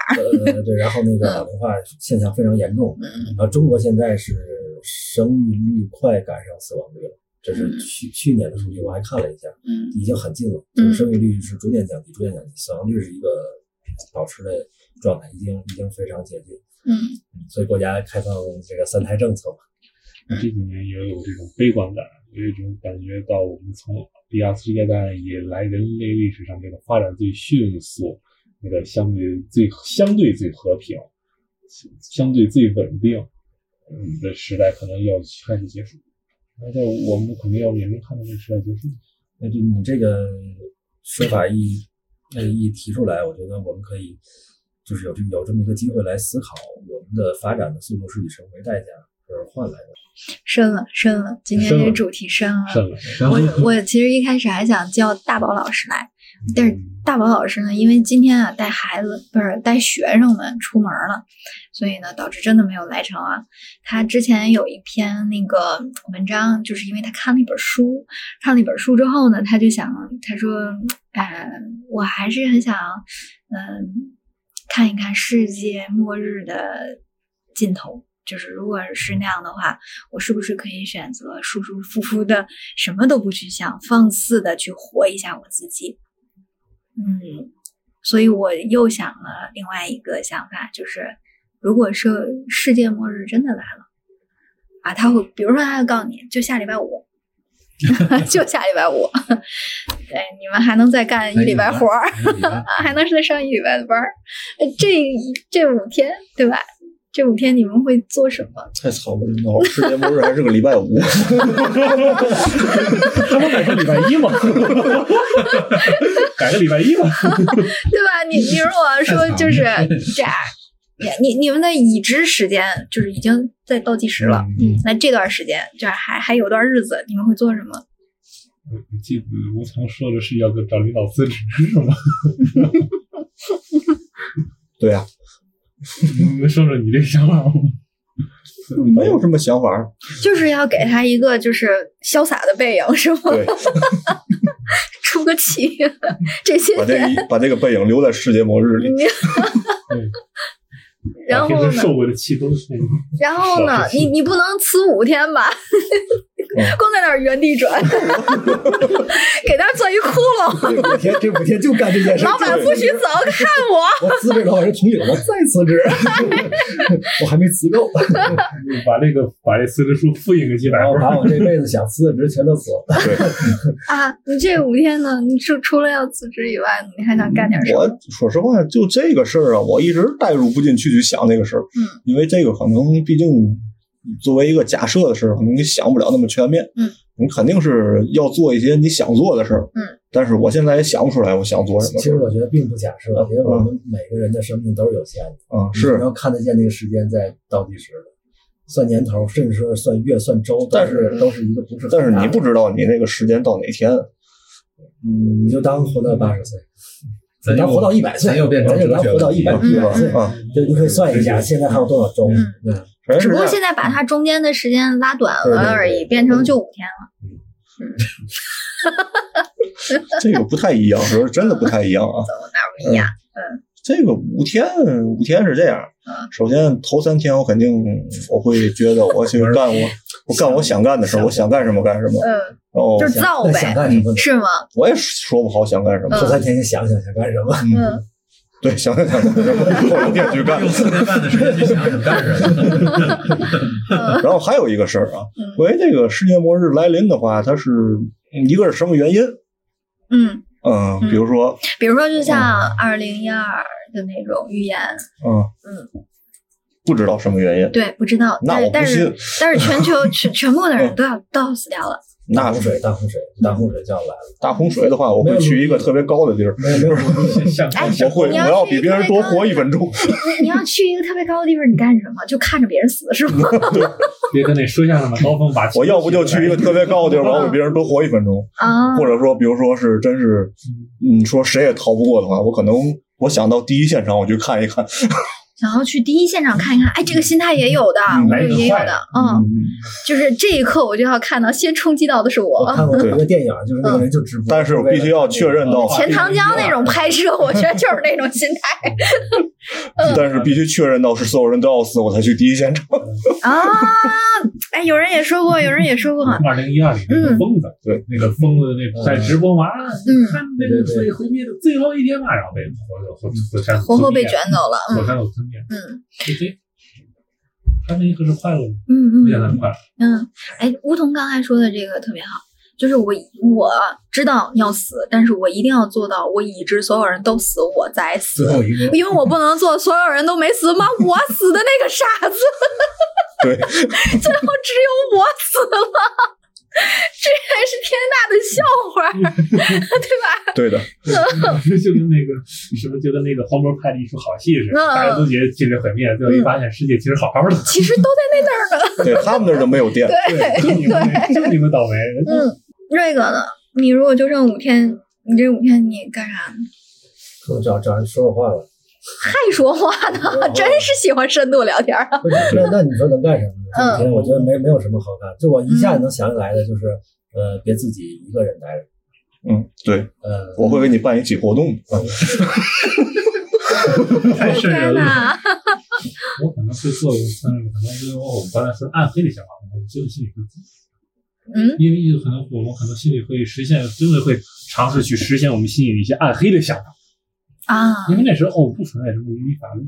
Speaker 6: 呃，对，然后那个老龄化现象非常严重，
Speaker 1: 嗯
Speaker 6: 然后中国现在是生育率快赶上死亡率了，这是
Speaker 1: 嗯
Speaker 6: 去去年的数据，我还看了一下，
Speaker 1: 嗯
Speaker 6: 已经很近了，
Speaker 1: 嗯
Speaker 6: 就是生育率是逐渐降低，逐渐降低，死亡率是一个保持的状态，已经已经非常接近。
Speaker 1: 嗯
Speaker 6: 所以国家开放这个三胎政策嘛，
Speaker 5: 这几年也有这种悲观感，有一种感觉到我们从第二次世界大战以来，人类历史上这个发展最迅速、那个相对最相对最和平、呃相对最稳定嗯的时代，可能要开始结束。那在我们可能要眼睁看着这个时代结束。
Speaker 6: 那就你嗯这个说法一呃一提出来，我觉得我们可以就是有这有这么一个机会来思考，我们的发展的速度是以什么为代价而换来的？
Speaker 1: 深了深了，今天
Speaker 5: 深
Speaker 1: 这
Speaker 5: 了
Speaker 1: 主题深了。
Speaker 5: 是了，然后
Speaker 1: 我我其实一开始还想叫大宝老师来，但是大宝老师呢，因为今天啊带孩子不是带学生们出门了，所以呢导致真的没有来成啊。他之前有一篇那个文章，就是因为他看了一本书，看了一本书之后呢，他就想他说，哎，我还是很想嗯看一看世界末日的尽头。就是如果是那样的话，我是不是可以选择舒舒服服的，什么都不去想，放肆的去活一下我自己？嗯，所以我又想了另外一个想法，就是如果是世界末日真的来了啊，他会，比如说他会告诉你，就下礼拜五， 就下礼拜五， 对，你们还能再干一礼拜活儿。 啊，还能再上一礼拜的班儿，呃这这五天对吧？这五天你们会做什么？
Speaker 4: 太惨了，真的， 世界末日还是个礼拜五，
Speaker 5: 他们改成礼拜一嘛， 改个礼拜一嘛。
Speaker 1: 对吧？你你如果说就是这样，你你你们的已知时间就是已经在倒计时了，
Speaker 4: 嗯，
Speaker 1: 那这段时间就是还还有段日子，你们会做什么？
Speaker 5: 我我记得吴桐说的是要跟找领导辞职是吗？
Speaker 4: 对啊呀、
Speaker 5: 你能说说你这个想法吗？
Speaker 4: 没有什么想法儿，
Speaker 1: 就是要给他一个就是潇洒的背影，是吗？
Speaker 4: 对，
Speaker 1: 出个气， 这些
Speaker 4: 把这
Speaker 1: 年，
Speaker 4: 个把这个背影留在世界末日 里，
Speaker 5: 对，
Speaker 1: 然
Speaker 5: 把
Speaker 1: 后
Speaker 5: 啊平
Speaker 1: 呢
Speaker 5: 时？受过的气都是
Speaker 1: 然后呢
Speaker 5: 少？吃
Speaker 1: 你
Speaker 5: 气
Speaker 1: 你不能辞五天吧？光在那儿原地转，给他钻一窟 窿，
Speaker 6: 这五天，这五天就干这件 事。
Speaker 1: 老板不许走，看我。
Speaker 6: 我辞职老板是同意了，我再辞职， 我还没辞够，
Speaker 5: 把这个把这辞职书复印个几百
Speaker 6: 然后
Speaker 5: 份儿，
Speaker 6: 把我这辈子想辞的职全都辞了。
Speaker 1: 啊，你这五天呢？你除除了要辞职以外，你还想 干点什么？
Speaker 4: 我说实话，就这个事儿啊，我一直代入不进去去想这个事儿，
Speaker 1: 嗯，
Speaker 4: 因为这个可能毕竟作为一个假设的事儿，可能你想不了那么全面，
Speaker 1: 嗯，
Speaker 4: 你肯定是要做一些你想做的事儿，
Speaker 1: 嗯，
Speaker 4: 但是我现在也想不出来我想做什么
Speaker 6: 其
Speaker 4: 事
Speaker 6: 实
Speaker 4: 儿
Speaker 6: 我觉得并不假设，因为我们每个人的生命都是有限的，
Speaker 4: 啊，
Speaker 6: 你
Speaker 4: 是
Speaker 6: 只，能看得见那个时间在倒计时的，算年头，甚至说算月、算周，
Speaker 4: 但是
Speaker 6: 是都是一个不是很
Speaker 4: 但是
Speaker 6: 大
Speaker 4: 你
Speaker 6: 的
Speaker 4: 不，知道你那个时间到哪天，
Speaker 6: 嗯，你就当活到八十岁，
Speaker 7: 咱
Speaker 6: 你当活到一百岁，
Speaker 7: 咱又变成
Speaker 6: 咱就当活到一百
Speaker 1: 嗯
Speaker 6: 一百岁
Speaker 1: 嗯，
Speaker 4: 啊，
Speaker 6: 对，你可以算一下现在还有多少周，
Speaker 1: 嗯
Speaker 6: 对。
Speaker 4: 反正
Speaker 1: 只
Speaker 4: 是
Speaker 1: 不过
Speaker 4: 这
Speaker 1: 现
Speaker 4: 样
Speaker 1: 在把它中间的时间拉短
Speaker 6: 对对
Speaker 1: 了
Speaker 6: 对
Speaker 1: 而已，变成就五天了。
Speaker 4: 这个不太一样，是真的不太一样啊。
Speaker 1: 哪不一样？
Speaker 4: 这个五天，五天是这样
Speaker 1: 嗯。
Speaker 4: 首先头三天，我肯定我会觉得我去 干我我干我想干的事儿，我想干什么干什么。
Speaker 1: 嗯，
Speaker 4: 然后
Speaker 1: 就是造
Speaker 6: 那想
Speaker 1: 呗，嗯
Speaker 6: 干什么呢？
Speaker 1: 是吗？
Speaker 4: 我也说不好想干什么，
Speaker 6: 头三天先想想想干什么，
Speaker 1: 嗯，
Speaker 4: 对，想干想干什么，后两天去干。
Speaker 7: 用四年半的时间去想想干什么。
Speaker 4: 然后还有一个事儿啊
Speaker 1: 嗯，
Speaker 4: 因为这个世界末日来临的话，它是一个是什么原因？
Speaker 1: 嗯，
Speaker 4: 嗯，比如说，
Speaker 1: 比如说就像二零一二的那种预言，
Speaker 4: 嗯，不知道什么原因，
Speaker 1: 对，不知道，
Speaker 4: 那
Speaker 1: 但
Speaker 4: 我
Speaker 1: 是
Speaker 4: 不
Speaker 1: 但是
Speaker 4: 信
Speaker 1: 但是全球全全部的人都要都要死掉了，
Speaker 4: 那
Speaker 6: 大洪水，大洪水，大洪水就要来了。
Speaker 4: 大洪水的话，我会去一个特别高的地儿，
Speaker 6: 没有没有，
Speaker 7: 像
Speaker 1: 哎
Speaker 4: 我会我
Speaker 1: 你要
Speaker 4: 要
Speaker 1: 去
Speaker 4: 比别人多活一分钟。
Speaker 1: 你你要去一个特别高的地方，你干什么？就看着别人死是吗？
Speaker 5: 别跟那说相声的高峰把
Speaker 4: 我要不就去一个特别高的地儿，我要比别人多活一分钟，
Speaker 1: 啊，
Speaker 4: 或者说，比如说是真是，你说谁也逃不过的话，我可能我想到第一现场我去看一看，
Speaker 1: 想要去第一现场看一看，哎，这个心态也有的，
Speaker 7: 来
Speaker 1: 这
Speaker 7: 得
Speaker 1: 个也有
Speaker 7: 快
Speaker 1: 的，嗯，就是这一刻我就要看到，先冲击到的是
Speaker 6: 我
Speaker 1: 我。
Speaker 6: 看过一个电影，就是那个人就直播，
Speaker 4: 但是我必须要确认到，
Speaker 1: 钱塘江那种拍摄，我觉得就是那种心态
Speaker 4: 但是必须确认到是所有人都要死，我才去第一现场。
Speaker 1: 啊！哎，有人也说过，有人也说过，
Speaker 7: 嗯
Speaker 5: 二零一二里那个疯子，
Speaker 4: 对，
Speaker 5: 那个疯子那在直播嘛，啊
Speaker 1: 嗯
Speaker 5: 看那个水毁灭的最后一天嘛，然后被活活活山
Speaker 1: 活活被卷走了，嗯
Speaker 5: 火山口吞灭，
Speaker 1: 嗯
Speaker 5: 对对，他那一刻是快乐的，
Speaker 1: 嗯
Speaker 5: 非
Speaker 1: 嗯
Speaker 5: 常快乐，
Speaker 1: 嗯，哎，梧桐刚才说的这个特别好，就是我我知道要死，但是我一定要做到，我已知所有人都死，我再
Speaker 7: 最
Speaker 1: 死，
Speaker 7: 后一个
Speaker 1: 因为我不能做所有人都没死吗？我死的那个傻子，
Speaker 4: 对，
Speaker 1: 最后只有我死了， 这也是天大的笑话，对吧？
Speaker 4: 对的，
Speaker 5: 就跟那个什么，就跟那个黄渤拍的一出好戏似的，
Speaker 1: 嗯
Speaker 5: 大家都觉得世界毁灭，最后一发现世界其实好好的，
Speaker 1: 其实都在那地儿 呢，
Speaker 4: 对他们那儿都没有电，
Speaker 1: 对
Speaker 5: 就你们
Speaker 1: 对，
Speaker 5: 就你们倒霉，
Speaker 1: 嗯，瑞哥呢？你如果就剩五天，你这五天你干啥呢？
Speaker 6: 我找找人说说话了。
Speaker 1: 太说话呢，真是喜欢深度聊天儿啊！
Speaker 6: 不是 那那你说能干什么呢？
Speaker 1: 嗯
Speaker 6: 这几天我觉得没没有什么好干，就我一下能想起来的就是，呃，别自己一个人待着，
Speaker 4: 嗯，对，
Speaker 6: 呃，
Speaker 4: 我会给你办一起活动，
Speaker 5: 太瘆
Speaker 1: 天
Speaker 5: 人了。
Speaker 1: 哪，
Speaker 5: 我可能会做一个算是可能因为我们刚才说暗黑的想法，我们只有心理会，
Speaker 1: 嗯，
Speaker 5: 因为有可能我们可能心里会实现，真的会尝试去实现我们心里的一些暗黑的想法，
Speaker 1: 啊，
Speaker 5: 因为那时候哦不存在什么伦理法律，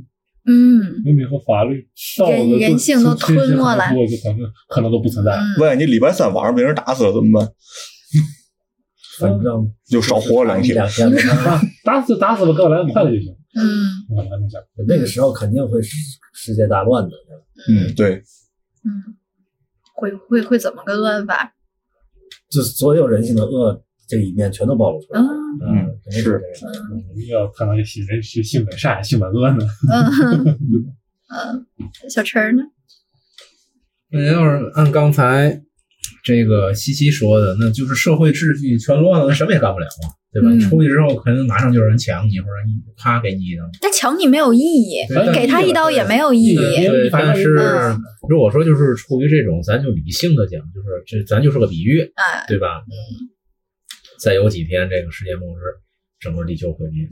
Speaker 1: 嗯
Speaker 5: 伦理和法律道德
Speaker 1: 人人性都吞没了
Speaker 5: 我就可能可能都不存在了。
Speaker 1: 嗯，
Speaker 4: 万一你礼拜三晚上被人打死了怎么办？
Speaker 6: 反正
Speaker 4: 嗯就少活了两天。
Speaker 6: 两天。
Speaker 5: 啊打死打死吧，给我来个快的就行。
Speaker 1: 嗯
Speaker 5: 我来弄下，
Speaker 6: 那个时候肯定会世世界大乱的，
Speaker 4: 嗯，对，
Speaker 1: 嗯，会会会怎么个乱法？
Speaker 6: 就所有人性的恶这一面全都暴露出来了。
Speaker 1: 嗯
Speaker 4: 嗯
Speaker 6: 肯定
Speaker 4: 是
Speaker 6: 这样的。
Speaker 5: 我们要看到一些人是性本善，性本恶呢。
Speaker 1: 嗯嗯，小陈儿呢？
Speaker 3: 那要是按刚才这个西西说的，那就是社会秩序全乱了，那什么也干不了啊，对吧？
Speaker 1: 嗯
Speaker 3: 你出去之后，可能马上就有人抢你，或者一啪给你一刀。
Speaker 1: 但抢你没有意义，
Speaker 3: 对
Speaker 1: 给他一刀也没有意义
Speaker 5: 对。
Speaker 3: 对，但是
Speaker 1: 嗯
Speaker 3: 如果说就是出于这种，咱就理性的讲，就是这咱就是个比喻，
Speaker 1: 哎，
Speaker 3: 对吧？嗯。再有几天，这个世界末日，整个地球毁灭，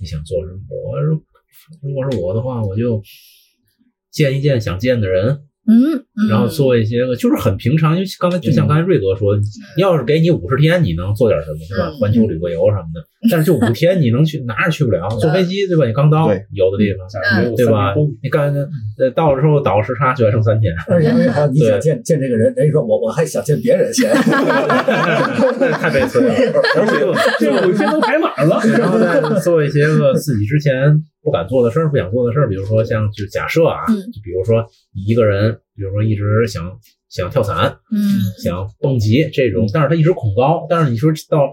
Speaker 3: 你想做什么？我如如果是我的话，我就见一见想见的人，
Speaker 1: 嗯，嗯
Speaker 3: 然后做一些个就是很平常，因为刚才就
Speaker 6: 嗯
Speaker 3: 像刚才瑞哥说，你要是给你五十天，你能做点什么，对吧？
Speaker 1: 嗯
Speaker 3: 环球旅个游什么的，但是就五天，你能去哪儿也去 不了，坐飞机对吧？你刚到
Speaker 4: 对
Speaker 3: 有的地方，
Speaker 5: 假如有
Speaker 3: 对
Speaker 5: 三
Speaker 3: 吧
Speaker 5: 年风雨？
Speaker 3: 你干呃到了之后倒时差就还 剩三天，
Speaker 6: 而
Speaker 1: 嗯
Speaker 6: 且而且还有你
Speaker 3: 对
Speaker 6: 想见见这个人，人家说我我还想见别 人先，
Speaker 3: 太悲 催了。
Speaker 4: 而且
Speaker 5: 这五天都排满了。
Speaker 3: 然后再做一些个自己之前不敢做的事儿、不想做的事儿，比如说像就假设啊，
Speaker 1: 嗯
Speaker 3: 就比如说一个人，比如说一直想想跳伞，
Speaker 1: 嗯
Speaker 3: 想蹦极这种，但是他一直恐高，但是你说到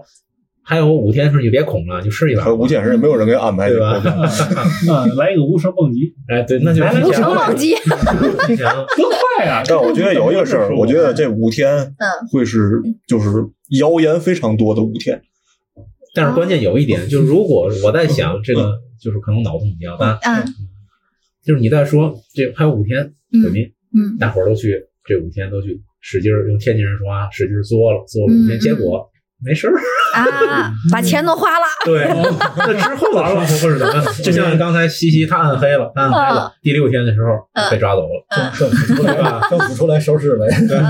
Speaker 3: 还有五天的时候，你就别恐了，你就试一把
Speaker 4: 还有
Speaker 3: 吧
Speaker 4: 吴，建人没有人给安排
Speaker 3: 对
Speaker 4: 这个活
Speaker 3: 吧
Speaker 4: 动，？
Speaker 5: 啊，来一个无声蹦极，
Speaker 3: 哎，对，那就
Speaker 5: 来来
Speaker 1: 无声忘 记，
Speaker 3: 提前了
Speaker 5: 多快啊！
Speaker 4: 但我觉得有一个事儿，我觉得这五天
Speaker 1: 嗯
Speaker 4: 会是就是谣言非常多的五天。
Speaker 3: 但是关键有一点，就是如果我在想这个，就是可能脑洞比较大，
Speaker 1: 嗯
Speaker 3: 就是你在说这还有五天毁灭，
Speaker 1: 嗯
Speaker 3: 大伙儿都去这五天都去使劲儿，用天津人说啊，使劲儿作了，作了五
Speaker 1: 嗯
Speaker 3: 天，结果没事儿。
Speaker 1: 啊，把钱都花了，
Speaker 3: 对， 那之后的生活会是怎么样？就像刚才西西他暗黑了，他暗黑了，第六天的时候
Speaker 1: 嗯
Speaker 3: 被抓走了，
Speaker 6: 政府出
Speaker 3: 对
Speaker 6: 来
Speaker 3: 吧？
Speaker 6: 政府出来收拾呗。
Speaker 1: 嗯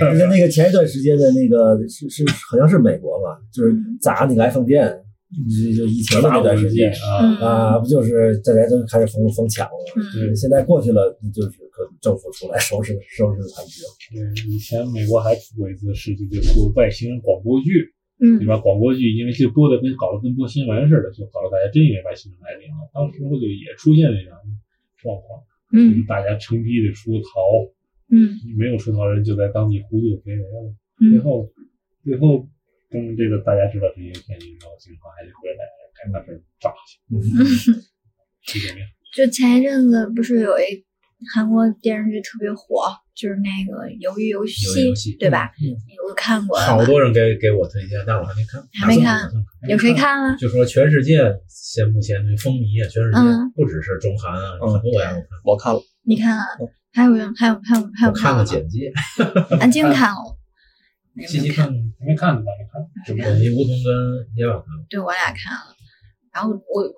Speaker 6: 而且那个前一段时间的那个是是好像是美国吧，就是砸那个 iPhone 店，就就疫情的那段时间
Speaker 5: 啊，
Speaker 6: 啊，不就是大家都开始疯疯抢了吗？
Speaker 1: 嗯
Speaker 6: 现在过去了，就是可政府出来收拾收拾残局了。
Speaker 5: 对，以前美国还出过一次事情，就是播外星人广播剧，里
Speaker 1: 嗯
Speaker 5: 边广播剧因为就播的跟搞得跟播新闻似的，就搞得大家真以为外星人来临了。当时不就也出现这样，什状况，就是
Speaker 1: 嗯
Speaker 5: 大家成批的出逃，
Speaker 1: 嗯
Speaker 5: 没有出逃人就在当地糊涂边缘了。
Speaker 1: 嗯
Speaker 5: 最后，最后
Speaker 6: 嗯
Speaker 5: 等这个大家知道这些骗局之后，警方还得回来赶把事儿抓起嗯来，这种样。
Speaker 1: 就前一阵子不是有一韩国电视剧特别火，就是那个《鱿鱼游戏
Speaker 3: 鱿鱼游》，戏
Speaker 1: 对吧？
Speaker 3: 嗯
Speaker 1: 你有看过了
Speaker 3: 好
Speaker 1: 吗？
Speaker 3: 多人给给我推荐，但我还没看，
Speaker 1: 还没看
Speaker 3: 打算看
Speaker 1: 有谁？看了？
Speaker 3: 就说全世界现目前这风靡啊，全世
Speaker 1: 嗯
Speaker 3: 界不只是中韩啊，
Speaker 4: 嗯
Speaker 3: 很多国家都看。
Speaker 4: 我看了，
Speaker 1: 你看啊？还有人，还有还有还有
Speaker 3: 哦我看
Speaker 1: 了
Speaker 3: 了
Speaker 1: 吗？
Speaker 3: 简介，
Speaker 1: 安静看了，
Speaker 3: 细细看了，
Speaker 5: 还没看呢，还没看，准备
Speaker 3: 我一梧桐跟野马看了，
Speaker 1: 对我俩看了。然后我我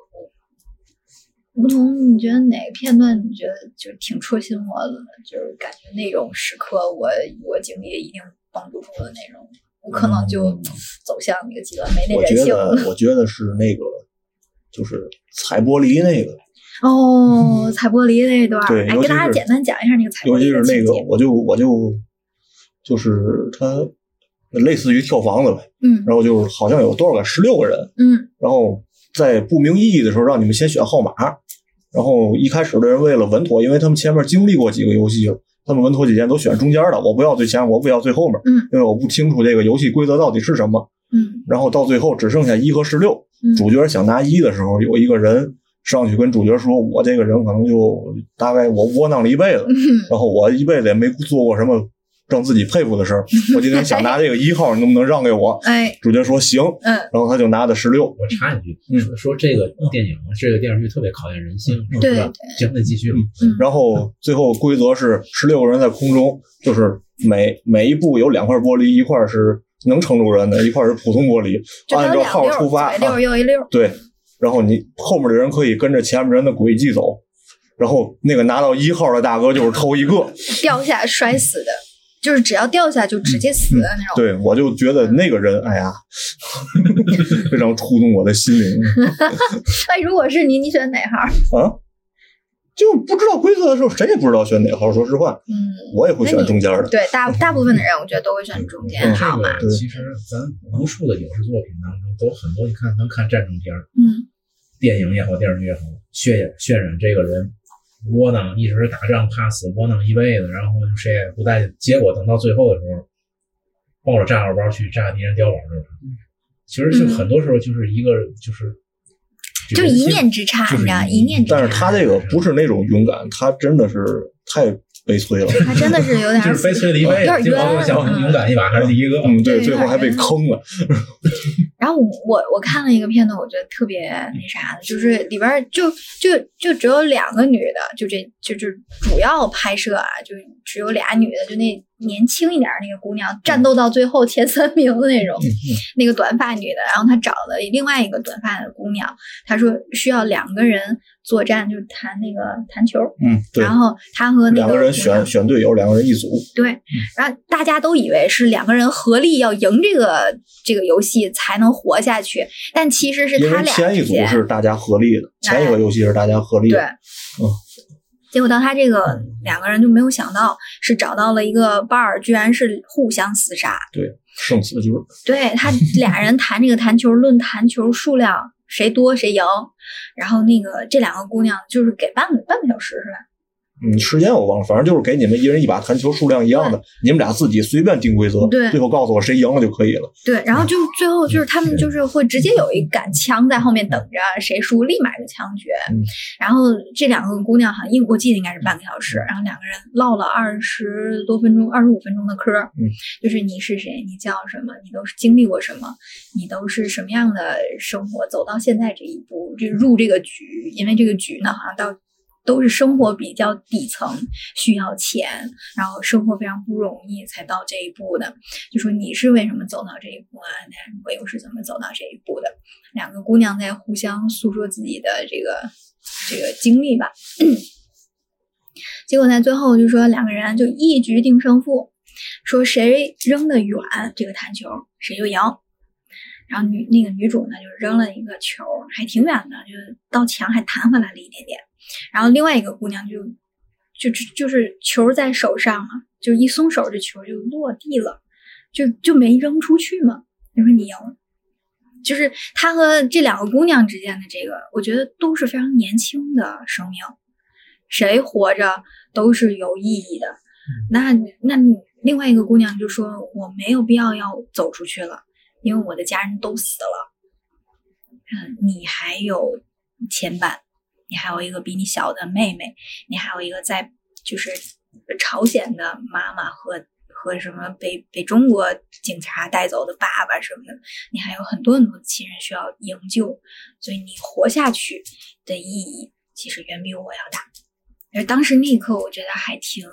Speaker 1: 梧桐，你觉得哪个片段你觉得就挺戳心窝子的？就是感觉那种时刻我，我经历一定绷不住的那种，我可能就
Speaker 4: 嗯
Speaker 1: 走向那个极端，没那
Speaker 4: 我
Speaker 1: 人
Speaker 4: 觉
Speaker 1: 性了。
Speaker 4: 得我觉得是那个，就是踩玻璃那个，
Speaker 1: 哦，踩玻璃那一段儿，
Speaker 4: 对
Speaker 1: 哎，
Speaker 4: 尤
Speaker 1: 给
Speaker 4: 其
Speaker 1: 大家
Speaker 4: 是
Speaker 1: 简单讲一下那个踩玻
Speaker 4: 尤其
Speaker 1: 璃
Speaker 4: 是
Speaker 1: 的
Speaker 4: 那
Speaker 1: 情
Speaker 4: 个
Speaker 1: 节，。
Speaker 4: 我就我就就是他类似于跳房子呗，
Speaker 1: 嗯
Speaker 4: 然后就是好像有多少个十六个人，
Speaker 1: 嗯
Speaker 4: 然后在不明意义的时候让你们先选号码，然后一开始的人为了稳妥，因为他们前面经历过几个游戏了，他们稳妥起见都选中间的，我不要最前，我不要最后面，
Speaker 1: 嗯
Speaker 4: 因为我不清楚这个游戏规则到底是什么。
Speaker 1: 嗯
Speaker 4: 然后到最后只剩下一和十六，
Speaker 1: 嗯，
Speaker 4: 主角想拿一的时候，有一个人上去跟主角说：“我这个人可能就大概我窝囊了一辈子，
Speaker 1: 嗯
Speaker 4: 然后我一辈子也没做过什么让自己佩服的事儿，我今天想拿这个一号，你能不能让给我
Speaker 1: 哎？”
Speaker 4: 主角说：“行。”
Speaker 1: 嗯，
Speaker 4: 然后他就拿的十六，
Speaker 3: 我插一句，
Speaker 4: 嗯
Speaker 3: 说说这个电影、这个电视剧特别考验人性，是
Speaker 1: 嗯对
Speaker 3: 吧？行，那继续吧。
Speaker 4: 然后最后规则是十六个人在空中，就是每每一步有两块玻璃，一块是能撑住人的，一块是普通玻璃，
Speaker 1: 就它
Speaker 4: 按
Speaker 1: 有
Speaker 4: 照
Speaker 1: 两
Speaker 4: 号
Speaker 1: 溜
Speaker 4: 出发
Speaker 1: 儿，左一溜
Speaker 4: 啊
Speaker 1: 儿右一溜儿，
Speaker 4: 对，然后你后面的人可以跟着前面人的轨迹走，然后那个拿到一号的大哥就是 头一个，
Speaker 1: 掉下摔死的，就是只要掉下就
Speaker 4: 嗯
Speaker 1: 直接死的那种。
Speaker 4: 对我就觉得那个人，哎呀， 非常触动我的心灵
Speaker 1: 哎，如果是你，你选哪行？
Speaker 4: 啊！就不知道规则的时候，谁也不知道选哪号。说实话，
Speaker 1: 嗯，
Speaker 4: 我也会选中间的。
Speaker 1: 对，大大部分的人我觉得都会选中间
Speaker 4: 嗯
Speaker 3: 这
Speaker 1: 号码。
Speaker 3: 个其实咱无数的影视作品当中都很多，你看咱看战争片儿、
Speaker 1: 嗯
Speaker 3: 电影也好、电视剧也好，渲染渲染这个人窝囊，一直打仗怕死，窝囊一辈子，然后谁也不待见，结果等到最后的时候，抱着炸药包去炸敌人碉堡这种。其实就
Speaker 1: 嗯
Speaker 3: 很多时候就是一个就是，
Speaker 1: 就一念之差，
Speaker 3: 就是
Speaker 1: 你知道，
Speaker 3: 一
Speaker 1: 一念之
Speaker 4: 但是
Speaker 1: 差，
Speaker 4: 他这个不是那种勇敢，他真的是太悲催 了。
Speaker 1: 他真的是有点
Speaker 3: 就是悲催了一
Speaker 1: 有
Speaker 3: 辈
Speaker 1: 点
Speaker 3: 子，结果我想
Speaker 1: 冤啊嗯
Speaker 3: 勇敢一把还是第一个。
Speaker 4: 嗯，对，
Speaker 1: 对
Speaker 4: 最后还被坑了。
Speaker 1: 然后我我我看了一个片段，我觉得特别
Speaker 4: 嗯
Speaker 1: 那啥的，就是里边儿就就就只有两个女的，就这就就主要拍摄啊，就只有俩女的，就那年轻一点儿那个姑娘
Speaker 4: 嗯
Speaker 1: 战斗到最后前三名的那种，那个短发女的，然后她找了另外一个短发的姑娘，她说需要两个人作战，就弹那个弹球，
Speaker 4: 嗯，对
Speaker 1: 然，后她和那
Speaker 4: 两
Speaker 1: 个嗯
Speaker 4: 个人
Speaker 1: 姑娘
Speaker 4: 选选队友，两个人一组。
Speaker 1: 对，然后大家都以为是两个人合力要赢这个这个游戏才能活下去，但其实是
Speaker 4: 因
Speaker 1: 他
Speaker 4: 为
Speaker 1: 俩
Speaker 4: 前一
Speaker 1: 之
Speaker 4: 组
Speaker 1: 间
Speaker 4: 是大家合力的，
Speaker 1: 哎
Speaker 4: 前一个游戏是大家合力
Speaker 1: 对
Speaker 4: 的。，嗯
Speaker 1: 结果到他这个两个人就没有想到是找到了一个伴儿，居然是互相厮杀。
Speaker 4: 对，胜死就是
Speaker 1: 对 他俩人弹这个弹球，论弹球数量谁多谁赢。然后那个这两个姑娘就是给半个半个小时是吧？
Speaker 4: 嗯，时间我忘了，反正就是给你们一人一把弹球，数量一样的，你们俩自己随便定规则，
Speaker 1: 对
Speaker 4: 最后告诉我谁赢了就可以了。
Speaker 1: 对，然后就最后
Speaker 4: 嗯
Speaker 1: 就是他们就是会直接有一杆枪在后面等着，谁输立马就枪决。
Speaker 4: 嗯
Speaker 1: 然后这两个姑娘好像一我记得应该是半个小
Speaker 4: 嗯
Speaker 1: 时，然后两个人唠了二十多分钟、二十五分钟的嗑，
Speaker 4: 嗯，
Speaker 1: 就是你是谁，你叫什么，你都是经历过什么，你都是什么样的生活，走到现在这一步，就入这个局，因为这个局呢，好像到。都是生活比较底层，需要钱，然后生活非常不容易才到这一步的。就说你是为什么走到这一步啊？那我又是怎么走到这一步的？两个姑娘在互相诉说自己的这个这个经历吧。结果在最后就说两个人就一局定胜负，说谁扔的远这个弹球谁就赢。然后女那个女主呢，就扔了一个球，还挺远的，就是到墙还弹回来了一点点。然后另外一个姑娘就就就就是球在手上嘛，就一松手，这球就落地了，就就没扔出去嘛。就说你赢了，就是他和这两个姑娘之间的这个，我觉得都是非常年轻的生命，谁活着都是有意义的。那那你另外一个姑娘就说我没有必要要走出去了，因为我的家人都死了。嗯，你还有牵绊，你还有一个比你小的妹妹，你还有一个在就是朝鲜的妈妈和和什么被被中国警察带走的爸爸什么的，你还有很多很多亲人需要营救，所以你活下去的意义其实远比我要大。而当时那一刻，我觉得还挺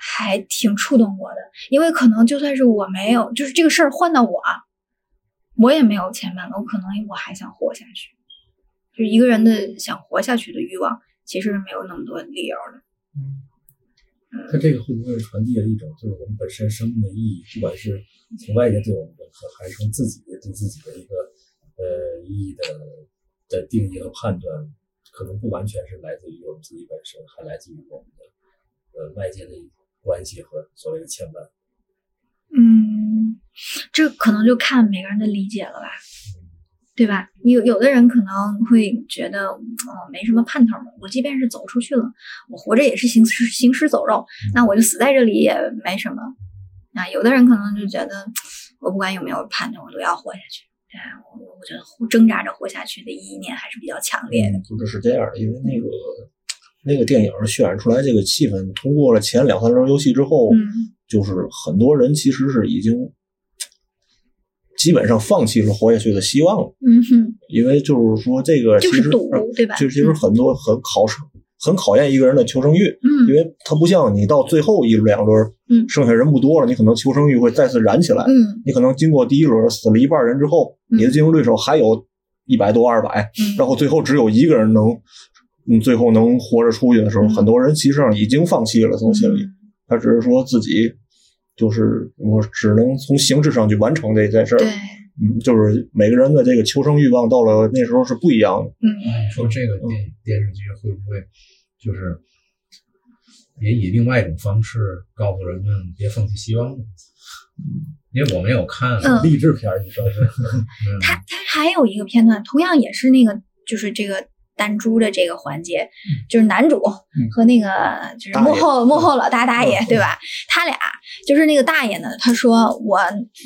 Speaker 1: 还挺触动我的，因为可能就算是我没有，就是这个事儿换到我，我也没有牵绊了，我可能我还想活下去。就是一个人的想活下去的欲望，其实是没有那么多理由的。
Speaker 6: 它这个会不会传递了一种，就是我们本身生命的意义，不管是从外界对我们的，还是从自己对自己的一个呃意义的的定义和判断，可能不完全是来自于我们自己本身，还来自于我们的呃外界的关系和所谓的牵绊。
Speaker 1: 嗯，这可能就看每个人的理解了吧，对吧？有有的人可能会觉得，哦，没什么盼头儿，我即便是走出去了，我活着也是行尸行尸走肉，那我就死在这里也没什么。啊，有的人可能就觉得，我不管有没有盼头，我都要活下去。对，啊我我觉得挣扎着活下去的意念还是比较强烈的。
Speaker 4: 嗯，就是这样的，因为那个那个电影渲染出来这个气氛，通过了前两三轮游戏之后，
Speaker 1: 嗯
Speaker 4: 就是很多人其实是已经基本上放弃了活下去的希望了，
Speaker 1: 嗯哼，
Speaker 4: 因为就是说这个
Speaker 1: 就
Speaker 4: 其
Speaker 1: 是
Speaker 4: 实呃
Speaker 1: 赌，对吧？
Speaker 4: 就其实很多很考试。很考验一个人的求生欲，
Speaker 1: 嗯
Speaker 4: 因为它不像你到最后一两轮，
Speaker 1: 嗯
Speaker 4: 剩下人不多了，你可能求生欲会再次燃起来，
Speaker 1: 嗯
Speaker 4: 你可能经过第一轮死了一半人之后，
Speaker 1: 嗯
Speaker 4: 你的竞争对手还有一百多、二百，
Speaker 1: 嗯，
Speaker 4: 然后最后只有一个人能，嗯，最后能活着出去的时候，
Speaker 1: 嗯
Speaker 4: 很多人其实上已经放弃了，从心里，他只是说自己就是我只能从形式上去完成这件事儿。
Speaker 1: 对，
Speaker 4: 嗯，就是每个人的这个求生欲望到了那时候是不一样的。
Speaker 1: 嗯
Speaker 7: 哎，说这个
Speaker 6: 嗯
Speaker 7: 电电视剧会不会就是也以另外一种方式告诉人们别放弃希望呢？因为我没有看，啊
Speaker 1: 嗯
Speaker 6: 励志片儿，你说是？
Speaker 7: 嗯
Speaker 1: 它它还有一个片段，同样也是那个，就是这个弹珠的这个环节，就是男主和那个就是
Speaker 4: 大爷
Speaker 1: 幕后幕后老大大爷，对吧？他俩就是那个大爷呢，他说我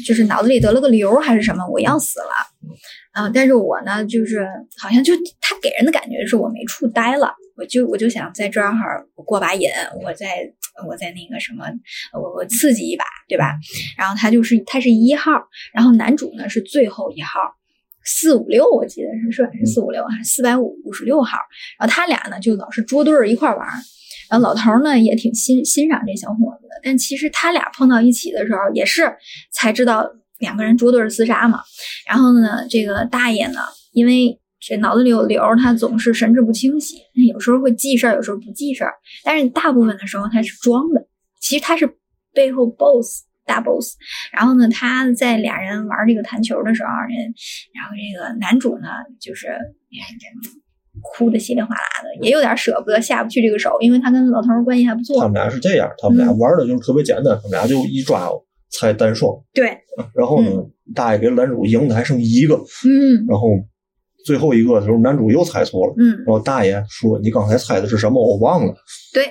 Speaker 1: 就是脑子里得了个瘤还是什么，我要死了。嗯、但是我呢，就是好像就他给人的感觉是我没处待了，我就我就想在这儿我过把瘾，我再我再那个什么，我我刺激一把，对吧？然后他就是他是一号，然后男主呢是最后一号，四五六我记得是是吧是四五六还啊是四百五五十六号，然后他俩呢就老是捉对儿一块儿玩儿。然后老头儿呢也挺欣欣赏这小伙子的，但其实他俩碰到一起的时候，也是才知道两个人捉对儿厮杀嘛。然后呢，这个大爷呢，因为这脑子里有瘤儿，他总是神志不清晰，有时候会记事儿，有时候不记事儿。但是大部分的时候他是装的，其实他是背后 boss 大 boss。然后呢，他在俩人玩这个弹球的时候，人然后这个男主呢，就是哎呀这哭的稀里哗啦的，也有点舍不得下不去这个手，因为他跟老头儿关系还不
Speaker 4: 他
Speaker 1: 错
Speaker 4: 们。俩是这样，他们俩
Speaker 1: 嗯
Speaker 4: 玩的就是特别简单，他们俩就一抓猜单双，
Speaker 1: 对，
Speaker 4: 然后呢，大爷给男主赢的还剩一个，
Speaker 1: 嗯
Speaker 4: 然后最后一个的时候，男主又猜错了。
Speaker 1: 嗯
Speaker 4: 然后大爷说：“你刚才猜的是什么？我忘了。”
Speaker 1: 对，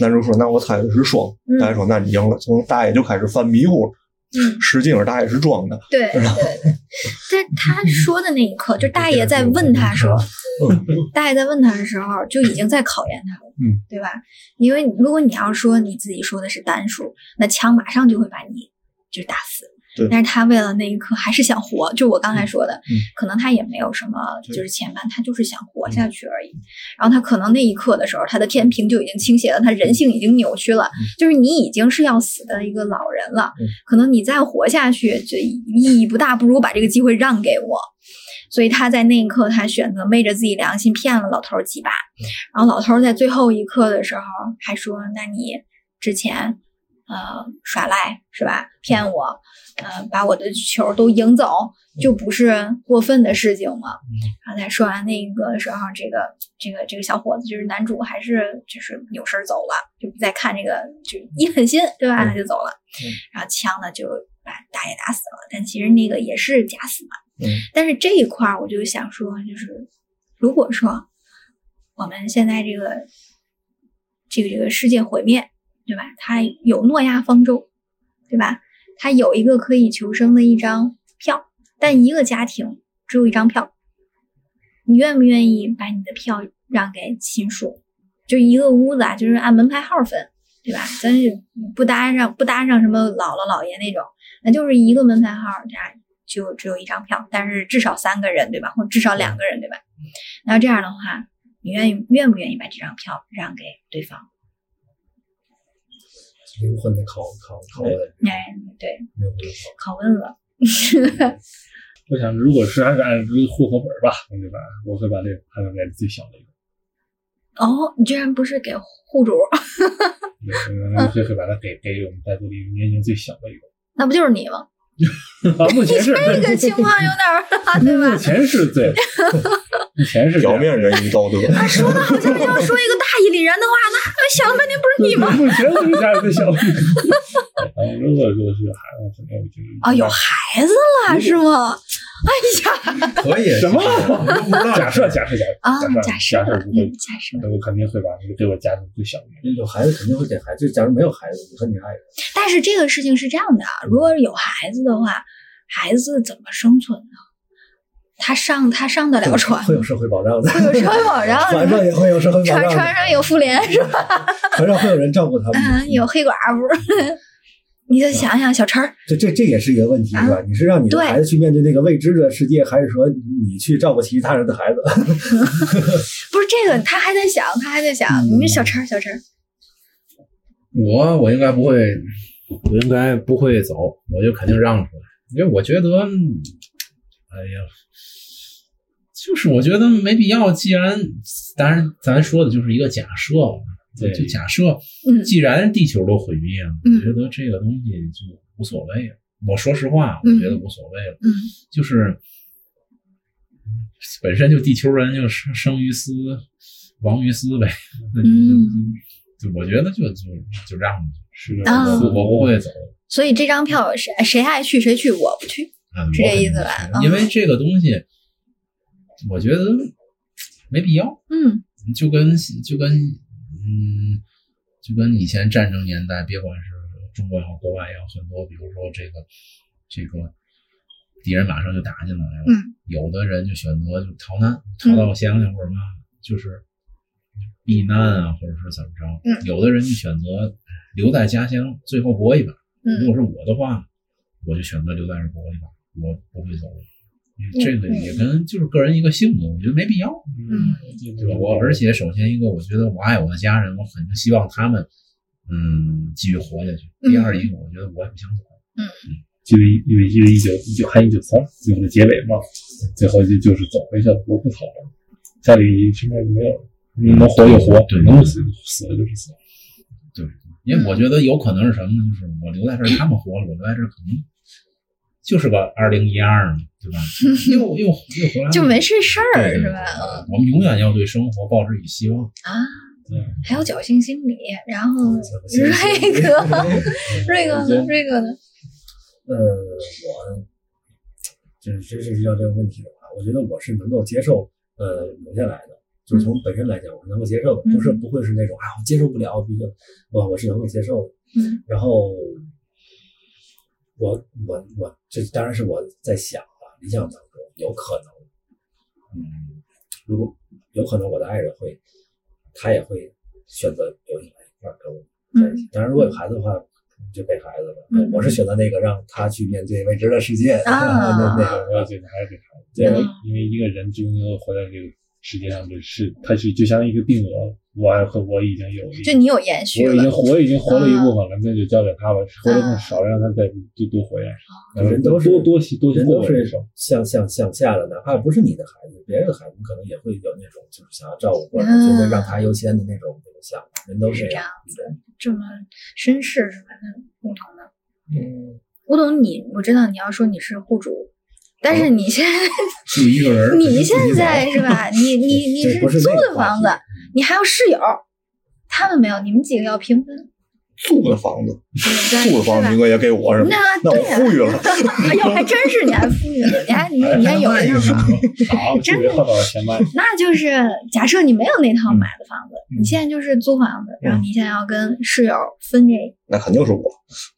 Speaker 4: 男主说：“那我猜的是双。”
Speaker 1: 嗯
Speaker 4: 大爷说：“那你赢了。”从大爷就开始犯迷糊了，
Speaker 1: 嗯，
Speaker 4: 实际上大爷是装的。
Speaker 1: 对对对。但他说的那一刻，就大爷在问他说， 大爷在问他的时候，就已经在考验他了，
Speaker 4: 嗯，
Speaker 1: 对吧？因为如果你要说你自己说的是单数，那枪马上就会把你就打死。
Speaker 4: 对嗯
Speaker 1: 但是他为了那一刻还是想活，就我刚才说的，可能他也没有什么
Speaker 4: 对嗯
Speaker 1: 就是牵绊，他就是想活下去而已。然后他可能那一刻的时候，他的天平就已经倾斜了，他人性已经扭曲了，就是你已经是要死的一个老人了，
Speaker 4: 嗯
Speaker 1: 可能你再活下去就意义不大，不如把这个机会让给我。所以他在那一刻，他选择昧着自己良心骗了老头儿几把，然后老头儿在最后一刻的时候还说：“那你之前呃耍赖是吧？骗我，呃把我的球儿都赢走，就不是过分的事情嘛。”然后在说完那个时候，这个这个这个小伙子就是男主，还是就是扭身儿走了，就不再看这个，就一狠心对吧？他就走了，然后枪呢就把大爷打死了，但其实那个也是假死嘛。但是这一块儿，我就想说，就是如果说我们现在这个这个这个世界毁灭，对吧？它有诺亚方舟，对吧？它有一个可以求生的一张票，但一个家庭只有一张票，你愿不愿意把你的票让给亲属？就一个屋子啊，就是按门牌号分，对吧？咱是不搭上不搭上什么姥姥姥爷那种，那就是一个门牌号，这样就只有一张票，但是至少三个人对吧，或者至少两个人对吧？那这样的话，你愿意愿不愿意把这张票让给对方？
Speaker 6: 灵魂的拷拷拷问，
Speaker 1: 哎，对，
Speaker 6: 灵魂的拷
Speaker 1: 拷问了，
Speaker 5: 我想，如果是按按户口本儿吧，我就把我会把这个排在最小的一个，
Speaker 1: 哦，你居然不是给户主，
Speaker 5: 对，会会把它给给我们在座的一个年龄最小的一个。
Speaker 1: 那不就是你吗？
Speaker 5: 啊，目前是
Speaker 1: 这个情况有点儿， 对
Speaker 5: 目
Speaker 1: 吧？
Speaker 5: 前是 对，目前是这
Speaker 4: 表
Speaker 5: 样
Speaker 4: 面人一道德，
Speaker 1: 啊，说的好像要说一个大义凛然的话，那我想了半天不是你吗？
Speaker 5: 目前我是家里的小 哎然后如果说是孩子，肯定我觉得
Speaker 1: 啊，有孩子了是吗？哎呀，
Speaker 3: 可以
Speaker 5: 什么
Speaker 3: 我都不知道
Speaker 5: 假设假设假设
Speaker 1: 啊，
Speaker 5: 假
Speaker 1: 假设
Speaker 5: 设
Speaker 1: 了，
Speaker 5: 不会
Speaker 1: 嗯，，假设了。
Speaker 5: 那我肯定会把这个给我家里最小的那个。
Speaker 6: 问。有孩子肯定会给孩子，就假如没有孩子，你和你爱人，
Speaker 1: 但是这个事情是这样的，啊，如果有孩子的话，孩子怎么生存呢？他上他上得了 船，
Speaker 6: 会有社会保障的，
Speaker 1: 会有社 会保障的
Speaker 6: 船上也会有社会保障
Speaker 1: 船
Speaker 6: 的，
Speaker 1: 船上有妇联是吧？
Speaker 6: 船上会有人照顾他们。
Speaker 1: 嗯，有黑寡妇。 你就想想小陈儿，
Speaker 6: 这这这也是一个问题，是
Speaker 1: 嗯
Speaker 6: 吧？你是让你的
Speaker 1: 对
Speaker 6: 孩子去面对那个未知的世界，还是说你去照顾其他人的孩子？
Speaker 1: 不是这个，他还在想，他还在想，你小陈儿，小陈儿，
Speaker 3: 我我应该不会，我应该不会走，我就肯定让出来，因为我觉得，嗯哎呀，就是我觉得没必要。既然，当然咱说的就是一个假设，
Speaker 5: 对
Speaker 3: 就假设，
Speaker 1: 嗯
Speaker 3: 既然地球都毁灭了，
Speaker 1: 嗯
Speaker 3: 我觉得这个东西就无所谓了。我说实话，我
Speaker 1: 嗯
Speaker 3: 觉得无所谓了，
Speaker 1: 嗯
Speaker 3: 就是本身就地球人就生生于斯，亡于斯呗。
Speaker 1: 嗯，
Speaker 3: 就我觉得就就就让着。
Speaker 5: 是的，
Speaker 1: 啊
Speaker 3: 我我不会走，
Speaker 1: 所以这张票谁谁爱去谁去，我不去。
Speaker 3: 嗯，
Speaker 1: 是这
Speaker 3: 我肯
Speaker 1: 意思
Speaker 3: 定
Speaker 1: 吧
Speaker 3: 是
Speaker 1: 嗯
Speaker 3: 因为这个东西，我觉得没必要，
Speaker 1: 嗯
Speaker 3: 就跟就跟嗯，就跟以前战争年代，别管是中国也好，国外也好，很多比如说这个这个敌人马上就打进来了，
Speaker 1: 嗯
Speaker 3: 有的人就选择就逃难，逃到乡下或者嘛，就是避难啊，或者是怎么着，
Speaker 1: 嗯
Speaker 3: 有的人就选择留在家乡，最后搏一把。如
Speaker 1: 嗯
Speaker 3: 果是我的话，我就选择留在这国里吧，我不会走。
Speaker 1: 嗯
Speaker 3: 这个也跟就是个人一个性格，我觉得没必要，
Speaker 1: 嗯，
Speaker 3: 对吧？我而且首先一个，我觉得我爱我的家人，我肯定希望他们嗯继续活下去。第二一个，我觉得我也不想走。
Speaker 5: 就因为因为一九一九还一九三最后的结尾嘛，最后就就是走回去了，我不跑了，家里身边没有，能活就活，
Speaker 3: 对
Speaker 5: 能死死了就是死了。
Speaker 3: 因
Speaker 1: 嗯
Speaker 3: 为我觉得有可能是什么呢？就是我留在这儿，他们活了，我留在这儿可能就是个二零一二，对吧？又又又回来了
Speaker 1: 就没这事儿
Speaker 3: 对对
Speaker 1: 是
Speaker 3: 对
Speaker 1: 吧？嗯
Speaker 3: 我们永远要对生活抱之以希望。
Speaker 1: 啊
Speaker 5: 对，
Speaker 1: 还有侥幸心理，然后
Speaker 6: 嗯侥幸心理
Speaker 1: 瑞哥，瑞哥
Speaker 6: 我觉得
Speaker 1: 呢？瑞哥呢？
Speaker 6: 呃，我就是真是遇到这个问题的话，我觉得我是能够接受呃留下来的，就是从本身来讲，我是能够接受的，
Speaker 1: 嗯
Speaker 6: 就是不会是那种啊我接受不了，毕竟啊我我是能够接受的。
Speaker 1: 嗯
Speaker 6: 然后我我我这当然是我在想啊，理想当中有可能，嗯，如果有可能我的爱人会，他也会选择留下来一块儿跟我在一起。当然，如果有孩子的话，就给孩子了。
Speaker 1: 嗯
Speaker 6: 我是选择那个让他去面对未知的世界，
Speaker 1: 啊
Speaker 6: 那那
Speaker 5: 我
Speaker 6: 个
Speaker 5: 要觉得还是得看，
Speaker 6: 对
Speaker 5: 因为因为一个人终究活在这个世界上，就是他是就像一个定额，我爱和我已经有了一
Speaker 1: 就你有延续
Speaker 5: 我已经
Speaker 1: 了，
Speaker 5: 活已经活了一部分了，那就交给他吧，活得更少，让他再多多活一点，然后
Speaker 6: 人都是
Speaker 5: 多多吸多
Speaker 6: 人
Speaker 5: 过
Speaker 6: 都
Speaker 5: 我
Speaker 6: 是
Speaker 5: 人生。
Speaker 6: 向向向下的，哪怕不是你的孩子，别人的孩子可能也会有那种就是想要照顾
Speaker 1: 啊
Speaker 6: 或者觉得让他优先的那种那种想法，人都
Speaker 1: 是
Speaker 6: 这
Speaker 1: 这
Speaker 6: 样
Speaker 1: 样。子，这么绅士是吧？那梧桐呢？
Speaker 3: 嗯，
Speaker 1: 梧桐，你我知道你要说你是户主，但
Speaker 6: 哦
Speaker 1: 是你现 在
Speaker 3: 就一个人儿，
Speaker 1: 你现在是吧？你你你
Speaker 6: 这不是
Speaker 1: 租
Speaker 6: 那个
Speaker 1: 的
Speaker 6: 话
Speaker 1: 房
Speaker 6: 题
Speaker 1: 子，你还有室友，他们没有，你们几个要平分。
Speaker 4: 租的房子，
Speaker 1: 对
Speaker 4: 租的房子应该也给我是吧？
Speaker 1: 那
Speaker 4: 那我
Speaker 1: 对啊呀、
Speaker 4: 富裕了，
Speaker 1: 哎呦，还真是你还 富裕了，你还你你还有
Speaker 5: 那
Speaker 1: 是
Speaker 5: 是什
Speaker 1: 吗？
Speaker 5: 么？好，
Speaker 1: 真
Speaker 5: 特别厚道的钱脉。
Speaker 1: 那就是
Speaker 7: 嗯
Speaker 1: 假设你没有那套买的房子，你现在就是租房子，
Speaker 7: 嗯
Speaker 1: 然后你现在要跟室友分这
Speaker 4: 那肯定是我。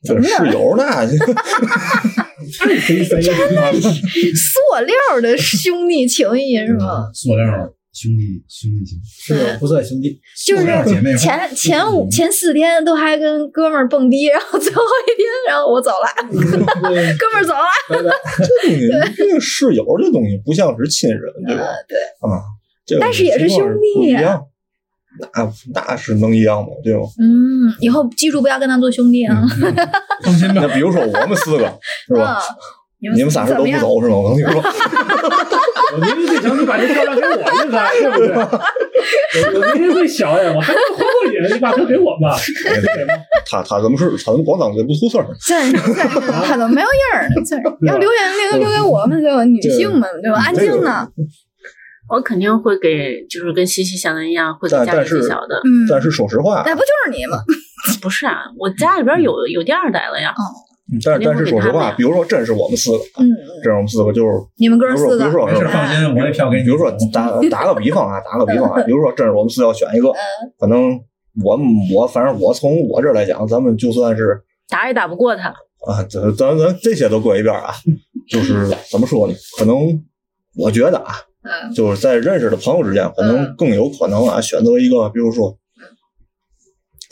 Speaker 1: 怎么
Speaker 4: 这
Speaker 1: 了
Speaker 4: 室友那
Speaker 1: 塑料的兄弟情谊是吗？
Speaker 7: 塑料兄弟兄弟情，
Speaker 6: 室友不算兄弟，
Speaker 1: 就是
Speaker 7: 塑料姐妹花嗯
Speaker 1: 前前五前四天都还跟哥们儿蹦迪，然后最后一天，然后我走了，
Speaker 7: 嗯
Speaker 1: 哥们儿走了，
Speaker 4: 这 东西，这个室友这东西不像是亲人，对吧？
Speaker 1: 对，
Speaker 4: 啊，这个
Speaker 1: 但是也是
Speaker 4: 情况
Speaker 1: 兄
Speaker 4: 不
Speaker 1: 弟
Speaker 4: 一
Speaker 1: 呀
Speaker 4: 样。那那是能一样吗？对 吧？
Speaker 1: 嗯，以后记住不要跟他做兄弟啊，
Speaker 7: 嗯放心吧
Speaker 4: 那，比如说我们四 个是吧？
Speaker 1: 嗯
Speaker 4: 你们仨是
Speaker 1: 怎么
Speaker 4: 都不
Speaker 1: 样？
Speaker 4: 走是吗？我跟你 说，
Speaker 5: 我明明最强，你把这漂亮给我一个，对不对？我我明明最小呀，我还能忽悠你，你把它给我吧。
Speaker 4: 哎他他怎么是他怎么光当这不出声儿？
Speaker 1: 算是 算是，他都没有音儿呢，算是
Speaker 7: 啊
Speaker 1: 要留言留留给我们这个女性们，对吧？
Speaker 7: 嗯
Speaker 1: 安
Speaker 4: 这
Speaker 1: 静
Speaker 4: 个
Speaker 1: 呢，嗯
Speaker 2: 我肯定会给，就是跟西西想的一样，会
Speaker 4: 但
Speaker 2: 给家
Speaker 4: 但
Speaker 2: 里最
Speaker 4: 是
Speaker 2: 小的。
Speaker 1: 嗯，
Speaker 4: 但是说实话，
Speaker 1: 那不就是你吗？
Speaker 2: 不是啊，我家里边
Speaker 4: 嗯
Speaker 2: 有有第二代了呀。
Speaker 4: 但是但是说实
Speaker 2: 肯定会给他们
Speaker 4: 话，
Speaker 2: 呀
Speaker 4: 比如说真是我们四个，
Speaker 1: 嗯，
Speaker 4: 真是我们四个就是
Speaker 1: 你们
Speaker 4: 比
Speaker 1: 哥
Speaker 4: 如
Speaker 1: 四
Speaker 4: 说比
Speaker 1: 个嗯
Speaker 4: 如，说
Speaker 7: 没事，放心，我那票给你。
Speaker 4: 比如说打打个比方啊，打个比 方啊，比如说真是我们四个要选一个，
Speaker 1: 嗯
Speaker 4: 可能我们我反正我从我这儿来讲，咱们就算是
Speaker 2: 打也打不过他，
Speaker 4: 啊，咱咱咱这些都搁一边儿啊， 就是怎么说呢？可能我觉得啊，
Speaker 1: 嗯
Speaker 4: 就是在认识的朋友之间，可能更有可能啊，选择一个，比如说，
Speaker 1: 嗯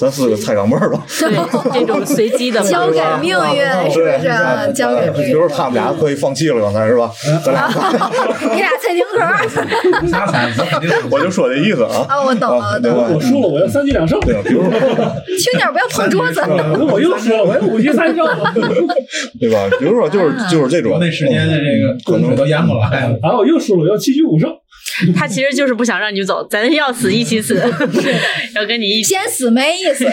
Speaker 4: 咱四个菜岗妹儿吧，
Speaker 2: 对 这种随机的嘛，
Speaker 1: 交给命运是不是啊？
Speaker 4: 对，
Speaker 1: 交给
Speaker 4: 比
Speaker 1: 命
Speaker 4: 如
Speaker 1: 运
Speaker 4: 说，他们俩可以放弃了，刚才 是吧？咱俩，
Speaker 1: 你俩蔡丁壳 儿
Speaker 7: 仨三个，肯定
Speaker 4: 我就说这意 思啊，
Speaker 1: 啊，我懂了，
Speaker 4: 啊
Speaker 1: 我
Speaker 4: 对
Speaker 1: 懂了，
Speaker 4: 吧
Speaker 5: 我输了，我要三局两胜。
Speaker 4: 对啊，比如说，
Speaker 1: 轻点儿不要碰桌子。
Speaker 5: 那我又输了，我要五局三胜。
Speaker 4: 对吧？比如说，就是就是这种
Speaker 1: 啊
Speaker 4: 嗯
Speaker 7: 国，内时间的这个
Speaker 4: 可
Speaker 7: 供水
Speaker 4: 能
Speaker 7: 都淹不来了。
Speaker 5: 然后我又输了，我要七局五胜。
Speaker 2: 他其实就是不想让你走，咱要死一 起死，要跟你一起。
Speaker 1: 先死没意 思，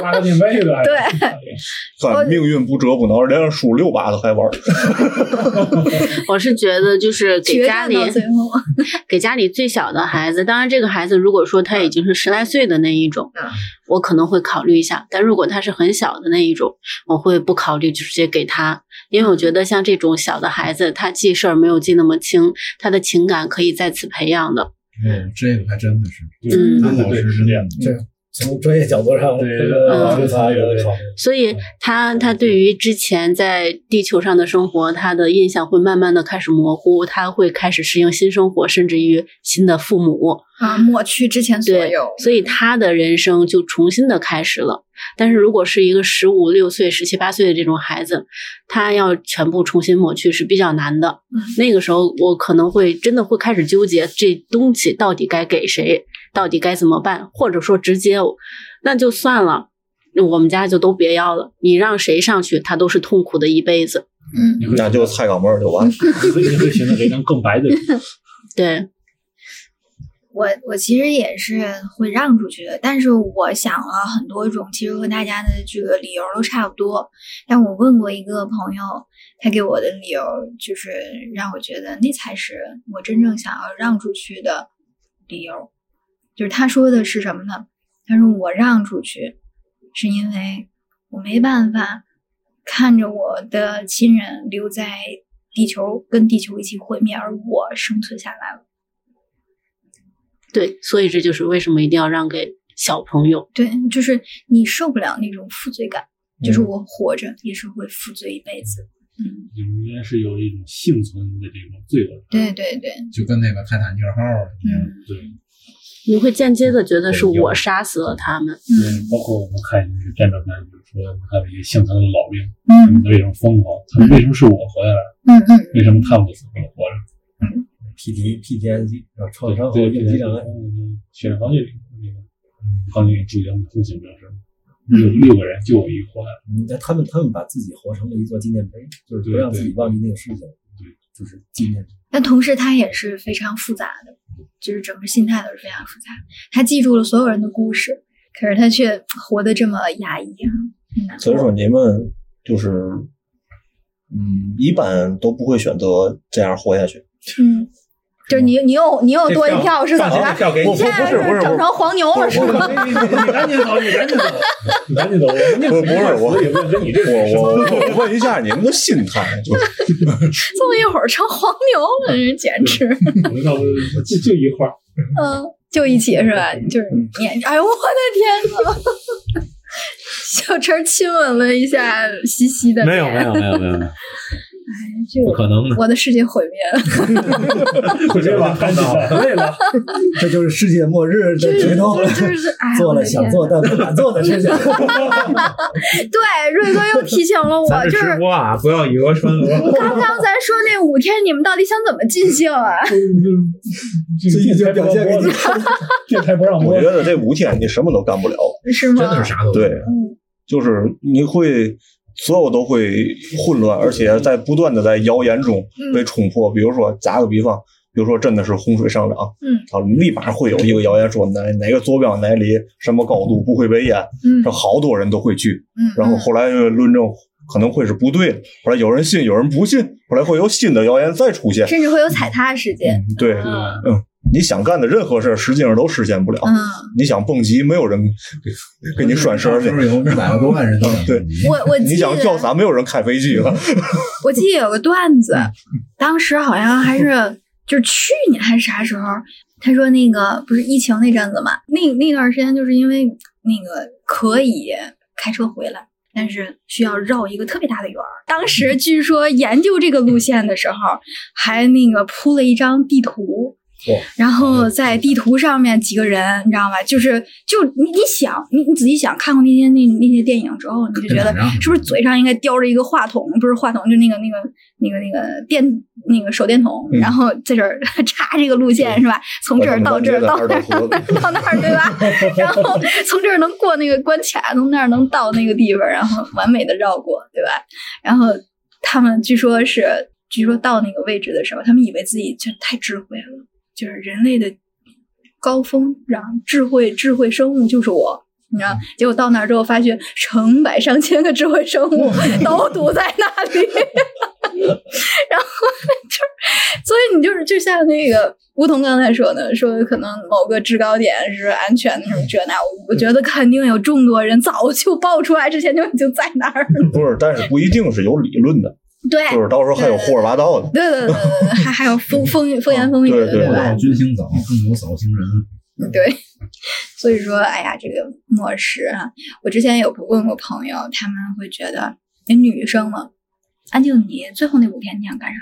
Speaker 5: 拉个定位的，
Speaker 1: 对，呃
Speaker 4: 看命运不折不挠，连着输六把都还玩儿，
Speaker 2: 我是觉得就是给
Speaker 1: 决
Speaker 2: 家
Speaker 1: 战
Speaker 2: 里
Speaker 1: 到最后。
Speaker 2: 给家里最小的孩子，当然这个孩子如果说他已经是十来岁的那一种，
Speaker 1: 嗯
Speaker 2: 我可能会考虑一下；但如果他是很小的那一种，我会不考虑，就直接给他，因为我觉得像这种小的孩子，他记事儿没有记那么清，他的情感可以在此培养的。
Speaker 7: 哦，这个还真的是，
Speaker 2: 嗯
Speaker 5: 真的对，是这样的。
Speaker 6: 从专业角度上，
Speaker 5: 对
Speaker 6: 这
Speaker 1: 啊
Speaker 6: 个出发有的考虑。
Speaker 2: 所以他他对于之前在地球上的生活，他的印象会慢慢的开始模糊，他会开始适应新生活，甚至于新的父母。
Speaker 1: 啊，抹去之前所
Speaker 2: 对
Speaker 1: 有，
Speaker 2: 所以他的人生就重新的开始了。但是如果是一个十五六岁、十七八岁的这种孩子，他要全部重新抹去是比较难的。
Speaker 1: 嗯
Speaker 2: 那个时候，我可能会真的会开始纠结这东西到底该给谁，到底该怎么办，或者说直接那就算了，我们家就都别要了。你让谁上去，他都是痛苦的一辈子。
Speaker 1: 嗯，
Speaker 5: 你会
Speaker 4: 那就菜岗妹儿就完了。
Speaker 5: 你会你会选择一张更白的
Speaker 2: 对，
Speaker 1: 我我其实也是会让出去的，但是我想了很多种，其实和大家的这个理由都差不多。但我问过一个朋友，他给我的理由就是让我觉得那才是我真正想要让出去的理由。就是他说的是什么呢？他说我让出去是因为我没办法看着我的亲人留在地球，跟地球一起毁灭，而我生存下来了。
Speaker 2: 对，所以这就是为什么一定要让给小朋友。
Speaker 1: 对，就是你受不了那种负罪感，
Speaker 4: 嗯
Speaker 1: 就是我活着也是会负罪一辈子。嗯，
Speaker 5: 你们应该是有一种幸存的这种罪恶
Speaker 4: 嗯
Speaker 5: 感。
Speaker 1: 对对对，
Speaker 7: 就跟那个泰坦尼克号一样，
Speaker 1: 嗯
Speaker 5: 对，
Speaker 2: 你会间接的觉得是
Speaker 7: 对有
Speaker 2: 我杀死了他们。
Speaker 1: 嗯
Speaker 5: 对，包括我们看那个战争片，比如说我们看那些幸存的老兵，他们
Speaker 1: 嗯
Speaker 5: 都有一种疯狂，他们为什么是我活下来了？
Speaker 1: 嗯嗯
Speaker 5: 为什么他们不死我活着？
Speaker 6: PTSD、PTSD，然后创伤后
Speaker 5: 对
Speaker 6: 应激障碍，
Speaker 5: 嗯，血染防御里那个，钢铁主角父亲表示，六六个人就我一个活下来。
Speaker 6: 嗯，但他们他们把自己活成了一座纪念碑，就是不
Speaker 5: 对
Speaker 6: 让
Speaker 5: 对
Speaker 6: 自己忘记那个事情，
Speaker 5: 对，
Speaker 6: 就是纪念。
Speaker 1: 但同时他也是非常复杂的，就是整个心态都是非常复杂。他记住了所有人的故事，可是他却活得这么压抑啊。很难
Speaker 4: 所以
Speaker 1: 过
Speaker 4: 说你们就是，嗯，一般都不会选择这样活下去，
Speaker 1: 嗯，就是你你又你又多一票是怎么
Speaker 7: 放
Speaker 1: 着？
Speaker 7: 票给
Speaker 4: 不
Speaker 7: 你
Speaker 1: 你。现在
Speaker 4: 不是不是
Speaker 1: 整成黄牛了 是吗？
Speaker 7: 你你赶紧走，你赶紧走。
Speaker 5: 你赶紧走，人家
Speaker 4: 不不是我
Speaker 5: 所以问问你这
Speaker 4: 我我我问一下你们的心态，就是
Speaker 1: 这么一会儿成黄牛了，
Speaker 4: 嗯
Speaker 1: 这简直。
Speaker 5: 我们要不就就一块儿，
Speaker 1: 嗯，就一起是吧？就是你，哎呦我的天呐！ 小陈亲吻了一下西西的脸，
Speaker 3: 没有没有没有没有，没有
Speaker 1: 这
Speaker 3: 不
Speaker 1: 个
Speaker 3: 可能的。
Speaker 1: 我的世界毁灭了。
Speaker 5: 我这把赶紧的，累了，
Speaker 6: 这就是世界末日的决斗。
Speaker 1: 就是哎，
Speaker 6: 做
Speaker 1: 我
Speaker 6: 了
Speaker 1: 的天
Speaker 6: 想做但不敢做的事情，
Speaker 1: 对，瑞哥又提醒了我，
Speaker 7: 咱
Speaker 1: 就
Speaker 7: 这直
Speaker 1: 是
Speaker 7: 播啊，不要以讹传讹。
Speaker 1: 刚刚咱说那五天，你们到底想怎么尽兴啊？
Speaker 5: 这
Speaker 6: 所以就表现给你。
Speaker 5: 电台不让播
Speaker 4: 我觉，得这五天你什么都干不了，
Speaker 1: 是吗？
Speaker 7: 真的是啥都
Speaker 4: 对
Speaker 1: 嗯，
Speaker 4: 就是你会所有都会混乱，而且在不断的在谣言中
Speaker 1: 嗯
Speaker 4: 被冲破。比如说，打个比方，比如说真的是洪水上涨，
Speaker 1: 嗯，
Speaker 4: 啊，立马会有一个谣言说哪哪个坐标哪里什么高度不会被淹，
Speaker 1: 嗯
Speaker 4: 这好多人都会去，
Speaker 1: 嗯，
Speaker 4: 然后后来论证可能会是不对的，后来有人信，有人不信，后来会有新的谣言再出现
Speaker 1: 嗯。甚至会有踩踏事件。
Speaker 4: 对，
Speaker 2: 嗯
Speaker 4: 你想干的任何事儿，实际上都实现不了。
Speaker 1: 嗯，
Speaker 4: 你想蹦极，没有人给你拴绳儿去
Speaker 1: 嗯
Speaker 7: 是有百万多万人都
Speaker 4: 对
Speaker 1: 我我记得
Speaker 4: 你想跳伞，没有人开飞机
Speaker 1: 嗯
Speaker 4: 了。
Speaker 1: 我记得有个段子， 当时好像还是就是去年还是啥时候，他说那个不是疫情那阵子嘛，那那段时间就是因为那个可以开车回来，但是需要绕一个特别大的圆儿。当时据说研究这个路线的时候，还那个铺了一张地图。然后在地图上面几个人，你知道吗？就是就你你想你你仔细想，看过那些那那些电影之后，你就觉 得
Speaker 7: 跟哪儿啊
Speaker 1: 是不是嘴上应该叼着一个话筒？不是话筒，就那个那个那个那个电那个手电筒，
Speaker 4: 嗯
Speaker 1: 然后在这儿 插这个路线是吧？从这 儿到这儿到 那儿到那儿对吧？然后从这儿能过那个关卡，从那儿能到那个地方，然后完美的绕过，对吧？然后他们据说是，据说到那个位置的时候，他们以为自己就太智慧了，就是人类的高峰，然后智慧智慧生物就是我。你知道，结果到那儿之后，发现成百上千个智慧生物 都堵在那里，然后就是，所以你就是就像那个吴桐刚才说的，说可能某个制高点是安全的什么这那，我觉得肯定有众多人早就爆出来之前就已经在那儿 了。
Speaker 4: 不是，但是不一定是有理论的，
Speaker 1: 对，
Speaker 4: 就是到时候还有胡说八道的。
Speaker 1: 对对对对对，还还有风
Speaker 2: 嗯
Speaker 1: 风风言风
Speaker 2: 哦
Speaker 1: 语，
Speaker 4: 对对
Speaker 7: 不
Speaker 1: 吧
Speaker 7: 到？君行早，更有早行人。
Speaker 1: 对，所以说，哎呀，这个漠视啊，我之前有问过朋友，他们会觉得，那女生嘛，安静，你最后那五天你想干啥？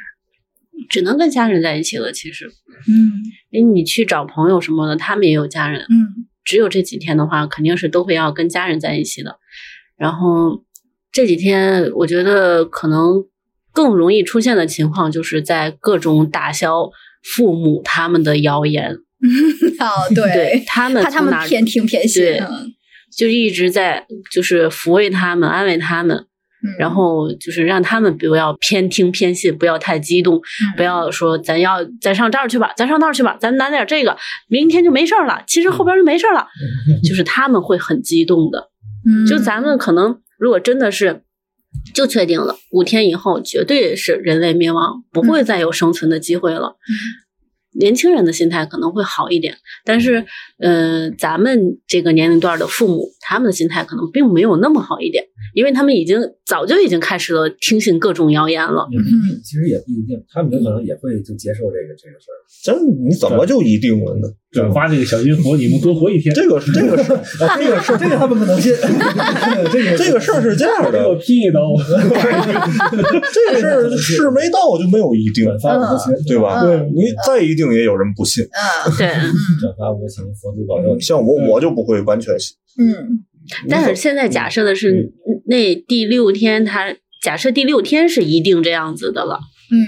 Speaker 2: 只能跟家人在一起了。其实，
Speaker 1: 嗯
Speaker 2: 哎，你去找朋友什么的，他们也有家人。
Speaker 1: 嗯
Speaker 2: 只有这几天的话，肯定是都会要跟家人在一起的。然后这几天，我觉得可能更容易出现的情况，就是在各种打消父母他们的谣言，，
Speaker 1: 哦，对，
Speaker 2: 他们
Speaker 1: 怕他
Speaker 2: 从
Speaker 1: 们
Speaker 2: 哪
Speaker 1: 偏听偏信，
Speaker 2: 对
Speaker 1: 嗯，
Speaker 2: 就一直在就是抚慰他们、安慰他们，
Speaker 1: 嗯
Speaker 2: 然后就是让他们不要偏听偏信，不要太激动，不要说咱要咱上这儿去吧，咱上那儿去吧，咱拿点这个，明天就没事儿了，其实后边就没事儿了，就是他们会很激动的。
Speaker 1: 嗯
Speaker 2: 就咱们可能如果真的是就确定了五天以后绝对是人类灭亡，不
Speaker 1: 嗯
Speaker 2: 会再有生存的机会了。年轻人的心态可能会好一点，但是，呃，咱们这个年龄段的父母，他们的心态可能并没有那么好一点，因为他们已经早就已经开始了听信各种谣言了。
Speaker 1: 嗯
Speaker 6: 其实也不一定，他们有可能也会就接受这个这个事儿。
Speaker 4: 这你怎么就一定了呢？
Speaker 5: 转发这个小金佛，你能多活一 天。
Speaker 4: 这个这个事 儿，
Speaker 6: 啊，这个事儿，这个他们 不能信。这个
Speaker 4: 这个事儿是这样
Speaker 5: 给我
Speaker 4: 的，
Speaker 5: 屁都，
Speaker 4: 这个事儿是没到就没有一定，
Speaker 6: 转发
Speaker 1: 嗯
Speaker 6: 无
Speaker 2: 嗯
Speaker 6: 情，
Speaker 4: 对吧？
Speaker 1: 对
Speaker 4: 你再一定也有人不信。嗯
Speaker 1: 嗯
Speaker 2: 对，
Speaker 6: 转发无情，佛祖保佑你。
Speaker 4: 像我，我就不会完全信。
Speaker 1: 嗯
Speaker 2: 但是现在假设的是，那第六天他假设第六天是一定这样子的了。
Speaker 1: 嗯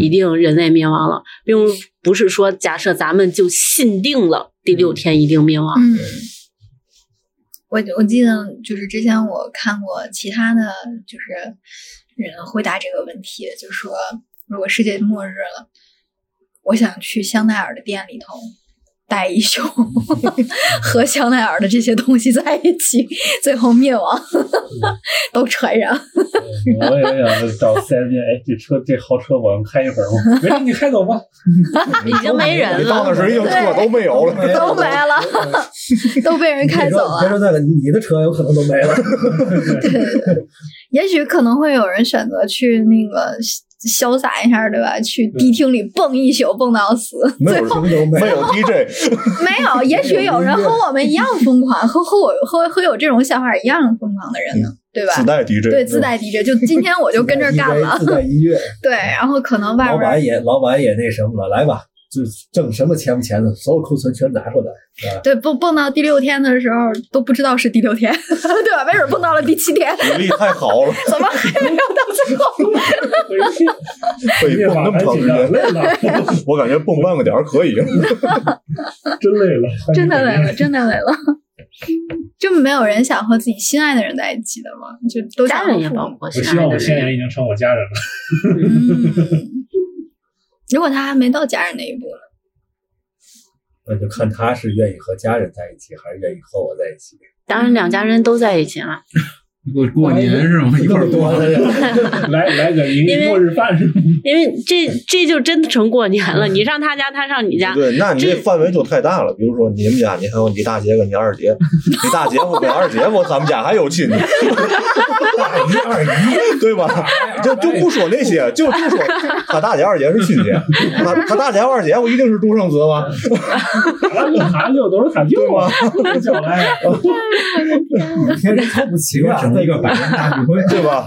Speaker 2: 一定人类灭亡了，并不是说假设咱们就信定了第六天一定灭亡。
Speaker 1: 嗯，我我记得就是之前我看过其他的就是人回答这个问题，就说如果世界末日了，我想去香奈儿的店里头待一宿， 和香奈儿的这些东西在一起，最后灭亡， 都传染。
Speaker 5: 我也想到四 S 店，哎，这车这豪车我要开一会儿吗？没事，你开走吧。
Speaker 2: 已经没人
Speaker 4: 你到那
Speaker 2: 了。
Speaker 4: 时候已经车都没有了。
Speaker 1: 都没了， 都被人开走啊
Speaker 6: 别
Speaker 1: 了。
Speaker 6: 说那个，你的车有可能都没了。
Speaker 1: 对，对对也许可能会有人选择去那个潇潇洒一下，对吧？去迪厅里蹦一宿，蹦到 死。
Speaker 6: 没有什么都没
Speaker 4: 没
Speaker 6: 有
Speaker 4: 有 DJ，
Speaker 1: 没有，也许有人和我们一样疯狂，和和我和和有这种想法一样疯狂嗯的人呢，对吧？
Speaker 4: 自带 DJ，
Speaker 1: 对，自带 DJ，就今天我就跟这儿干了
Speaker 6: 自。带音乐，
Speaker 1: 对，然后可能外
Speaker 6: 老
Speaker 1: 边
Speaker 6: 板也老板也那什么了，来吧，就挣什么钱不钱的，所有库存全拿出来。
Speaker 1: 对蹦蹦到第六天的时候都不知道是第六天， 对吧？没准蹦到了第七天，
Speaker 4: 体嗯力太好了，
Speaker 1: 怎么还没有到最后？
Speaker 4: 被
Speaker 5: 夜
Speaker 4: 蹦
Speaker 5: 晚
Speaker 4: 那么
Speaker 5: 还
Speaker 4: 长
Speaker 5: 紧
Speaker 4: 时
Speaker 5: 张，
Speaker 4: 间，
Speaker 5: 累了，
Speaker 4: 我感觉蹦半个点儿可以。
Speaker 5: 真累了，
Speaker 1: 真
Speaker 2: 嗯
Speaker 1: 的累了，真的累了。就没有人想和自己心爱的人在一起的吗？就都想
Speaker 2: 家
Speaker 1: 和
Speaker 2: 人也
Speaker 1: 父母
Speaker 2: 包括
Speaker 5: 我
Speaker 2: 心
Speaker 5: 希
Speaker 2: 爱
Speaker 5: 望
Speaker 2: 的
Speaker 5: 我现在
Speaker 2: 人，
Speaker 5: 人已经成我家人了。
Speaker 1: 嗯，如果他还没到家人那一步呢？
Speaker 6: 那就看他是愿意和家人在一起，还是愿意和我在一起。
Speaker 2: 当然两家人都在一起了。
Speaker 7: 过过年是吗？一块儿过。
Speaker 5: 来来个迎
Speaker 2: 因为
Speaker 5: 末日饭是吗？
Speaker 2: 因为这这就真成过年了，你上他家，他上你家，
Speaker 4: 对，那你
Speaker 2: 这
Speaker 4: 这范围就太大了。比如说你们家，你还有你大姐跟你二姐，你大姐夫跟二姐夫，咱们家还有亲戚，
Speaker 6: 大姨二姨，
Speaker 4: 对吧？ 就就不说那些，就就说他大姐二姐是亲戚，他他大姐二姐夫一定是独生子吗？
Speaker 5: 塔哎六塔六都是塔
Speaker 4: 对
Speaker 5: 六
Speaker 4: 吗
Speaker 5: 啊，？叫来
Speaker 6: 你天天瞧不起我，
Speaker 7: 整一个 百年大聚会，
Speaker 4: 对吧？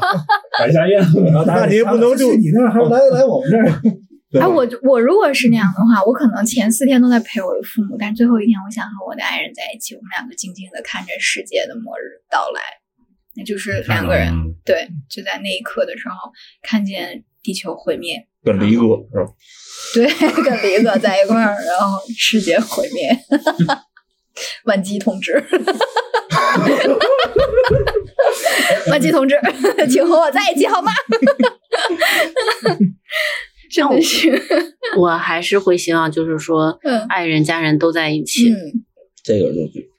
Speaker 5: 白家宴。
Speaker 6: 然后大家
Speaker 4: 那你也不能就哦
Speaker 6: 去你那儿，还是来来我们这儿。
Speaker 4: 对
Speaker 1: 哎，
Speaker 4: 吧？
Speaker 1: 我我如果是那样的话，我可能前四天都在陪我的父母，但最后一天我想和我的爱人在一起，我们两个静静的看着世界的末日到来，那就是两个人对，就在那一刻的时候看见地球毁灭，
Speaker 4: 跟黎哥是吧？
Speaker 1: 对，跟李哥在一块儿，然后世界毁灭，万基同志，万基同志，请和我在一起好吗？ 真的是，
Speaker 2: 我还是会希望就是说，
Speaker 1: 嗯
Speaker 2: 爱人家人都在一起，
Speaker 1: 嗯。
Speaker 4: 这个就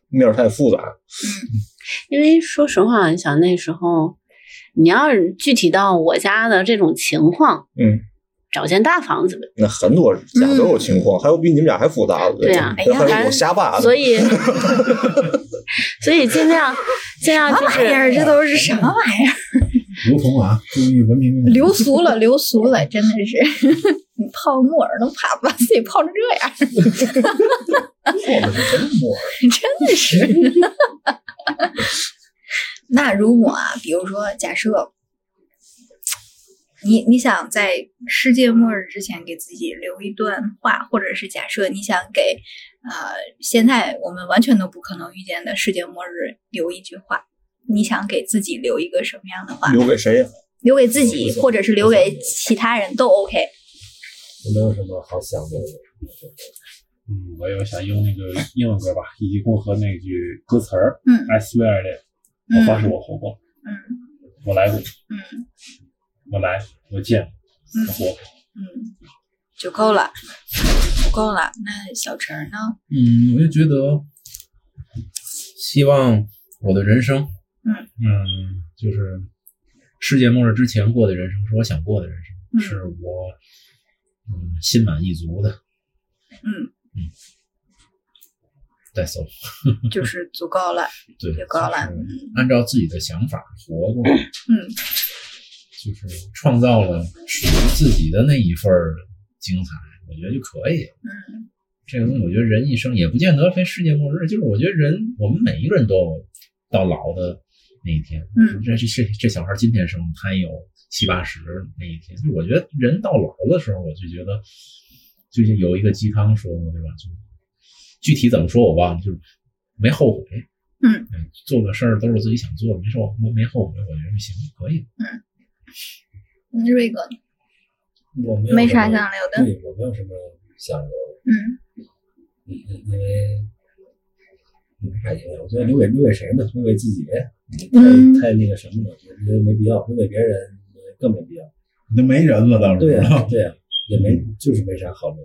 Speaker 4: 面儿太复杂，
Speaker 2: 因为说实话，你想那时候，你要是具体到我家的这种情况，
Speaker 4: 嗯，
Speaker 2: 找间大房子呗。
Speaker 4: 那很多家都有情况，还有比你们家还复杂的，
Speaker 2: 对啊
Speaker 4: 这
Speaker 1: 哎呀
Speaker 4: 还有瞎巴的，
Speaker 2: 所以，所以尽量尽量就
Speaker 1: 玩意
Speaker 2: 是
Speaker 1: 儿，啊这都是什么玩意儿？
Speaker 7: 如同啊，注意文明。
Speaker 1: 流俗了，流俗了，真的是。 你泡沫儿能把把自己泡成这样，
Speaker 6: 我们是真摸。
Speaker 1: 真的是。 那如果啊，比如说，假设你你想在世界末日之前给自己留一段话，或者是假设你想给呃现在我们完全都不可能遇见的世界末日留一句话，你想给自己留一个什么样的话？
Speaker 4: 留给谁呀？
Speaker 1: 留给自己，或者是留给其他人都 OK。
Speaker 6: 我没有什么好想的，
Speaker 5: 嗯，我又想用那个英文歌吧，《以及共和》那句歌词儿
Speaker 1: 嗯
Speaker 5: ，I swear it，我发誓我活过，
Speaker 1: 嗯
Speaker 5: 我来过，
Speaker 1: 嗯
Speaker 5: 我来，我见，我活。
Speaker 1: 嗯，就够了，不够了。那小陈儿呢？
Speaker 7: 嗯，我就觉得，希望我的人生，
Speaker 1: 嗯
Speaker 7: 嗯就是世界末日之前过的人生，是我想过的人生，
Speaker 1: 嗯
Speaker 7: 是我嗯心满意足的。
Speaker 1: 嗯
Speaker 7: 嗯，再走，
Speaker 1: 就是足够了，
Speaker 7: 对，
Speaker 1: 就够了。
Speaker 7: 就是
Speaker 1: 嗯
Speaker 7: 按照自己的想法活过，
Speaker 1: 嗯
Speaker 7: 就是创造了属于自己的那一份儿精彩，我觉得就可以了。
Speaker 1: 嗯
Speaker 7: 这个东西，我觉得人一生也不见得非世界末日，就是我觉得人，我们每一个人都有到老的那一天。
Speaker 1: 嗯
Speaker 7: 这这这这小孩今天生，他也有七八十那一天。就是我觉得人到老的时候，我就觉得，最近有一个鸡汤说过，对吧？就具体怎么说我忘了，就是没后悔。哎
Speaker 1: 嗯
Speaker 7: 做的事儿都是自己想做的，没说没没后悔，我觉得就行，可以。
Speaker 1: 嗯，瑞哥呢
Speaker 6: 我没有
Speaker 1: 没
Speaker 6: 什
Speaker 1: 啥
Speaker 6: 么
Speaker 1: 想留的。
Speaker 6: 对我没有什么想留的。
Speaker 1: 嗯
Speaker 6: 因因为没啥影响。我觉得留给留给谁呢？留给自己，
Speaker 1: 嗯
Speaker 6: 太太那个什么了，我觉得没必要。留给别人呃更没必要。啊
Speaker 7: 那没人了，到
Speaker 6: 对呀、对呀、也没就是没啥好留。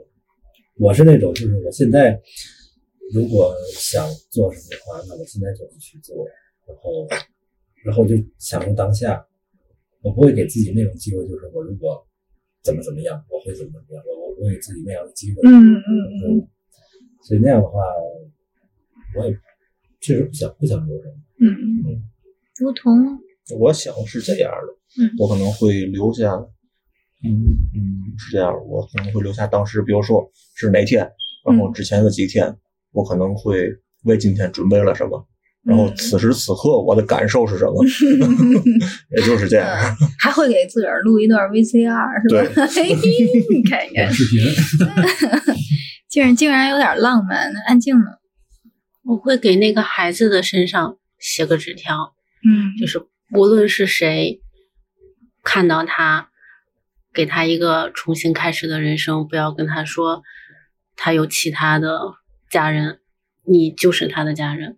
Speaker 6: 我是那种就是我现在如果想做什么的话，那我现在就去做，然后，然后就享受当下。我不会给自己那种机会，就是我如果怎么怎么样，我会怎么怎么样，我我不会给自己那样的机会。
Speaker 1: 嗯
Speaker 6: 嗯嗯。所以那样的话，我也确实不想不想做什么。
Speaker 1: 嗯，如同
Speaker 4: 我想是这样的，
Speaker 1: 嗯
Speaker 4: 我可能会留下，嗯嗯，是这样，我可能会留下当时，比如说是哪天，
Speaker 1: 嗯
Speaker 4: 然后之前的几天，我可能会为今天准备了什么，
Speaker 1: 嗯
Speaker 4: 然后此时此刻我的感受是什么， 也就是这样。
Speaker 1: 还会给自个儿录一段 VCR 是吧？ 嘿，你看一看，
Speaker 8: 视频，
Speaker 1: 竟然竟然有点浪漫。那安静呢？
Speaker 2: 我会给那个孩子的身上写个纸条，
Speaker 1: 嗯
Speaker 2: 就是无论是谁看到他，给他一个重新开始的人生，不要跟他说他有其他的家人，你就是他的家人。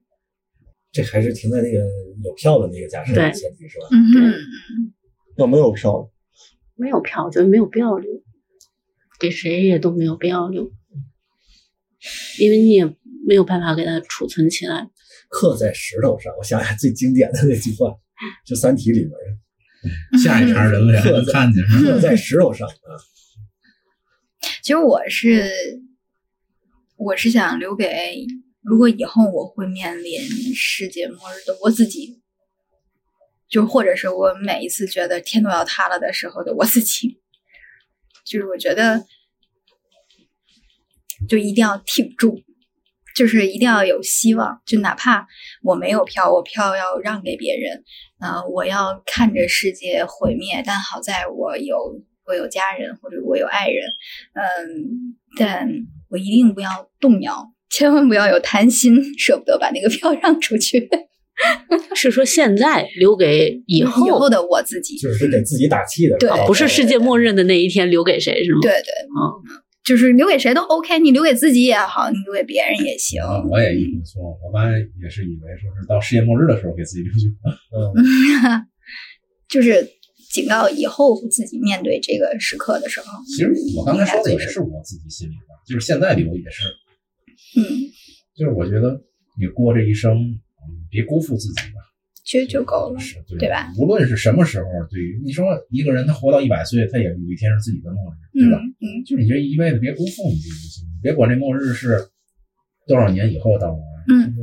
Speaker 6: 这还是停在那个有票的那个假设
Speaker 2: 对
Speaker 6: 前提是吧？
Speaker 1: 嗯哼，
Speaker 4: 要没有票呢，
Speaker 2: 没有票，我觉得没有必要留，给谁也都没有必要留，因为你也没有办法给他储存起来。
Speaker 6: 刻在石头上。我想想最经典的那句话，就《三体》里边儿
Speaker 5: 下一茬人 类啊还能看见。
Speaker 6: “刻在石头上”啊，
Speaker 1: 其实我是我是想留给，如果以后我会面临世界末日的我自己，就或者是我每一次觉得天都要塌了的时候的我自己，就是我觉得就一定要挺住。就是一定要有希望，就哪怕我没有票，我票要让给别人，啊、我要看着世界毁灭，但好在我有我有家人或者我有爱人，嗯，但我一定不要动摇，千万不要有贪心，舍不得把那个 票让出去。
Speaker 2: 是说现在留给嗯以后，
Speaker 1: 以后的我自己，
Speaker 6: 就是给自己打气的。
Speaker 1: 对
Speaker 2: 啊不是世界末
Speaker 6: 日。
Speaker 2: 日的那一天留给谁是吗？
Speaker 1: 对，对，
Speaker 2: 嗯，
Speaker 1: 就是留给谁都 OK，你留给自己也好，你留给别人也行。
Speaker 5: 啊，我也一直说，我妈也是以为说是到世界末日的时候给自己留句话。
Speaker 1: 就是警告以后自己面对这个时刻的时候，
Speaker 5: 其实我刚才说的也是我自己心里话，就是现在留也是，
Speaker 1: 嗯，
Speaker 5: 就是我觉得你过这一生，嗯别辜负自己吧。
Speaker 1: 其实就够了。
Speaker 5: 是对
Speaker 1: 对吧？
Speaker 5: 无论是什么时候，对于你说一个人他活到一百岁，他也有一天是自己的末日，对
Speaker 1: 嗯
Speaker 5: 吧？
Speaker 1: 嗯
Speaker 5: 就是你这一辈子别辜负你自己就行，别管这末日是多少年以后到来，
Speaker 1: 嗯，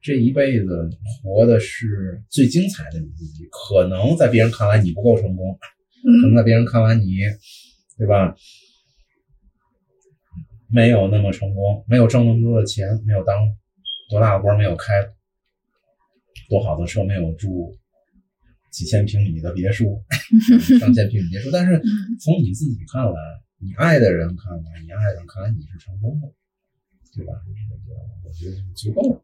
Speaker 5: 这一辈子活的是最精彩的你自己。可能在别人看来你不够成功，可能
Speaker 1: 嗯
Speaker 5: 在别人看来你，对吧？没有那么成功，没有挣那么多的钱，没有当多大的官，没有开多好的车，没有住几千平米的 别墅，上千平米别墅。但是
Speaker 1: 嗯
Speaker 5: 从你自己看来，你爱的人看来，你爱的人看来你是成功的，对吧？我觉得足够了。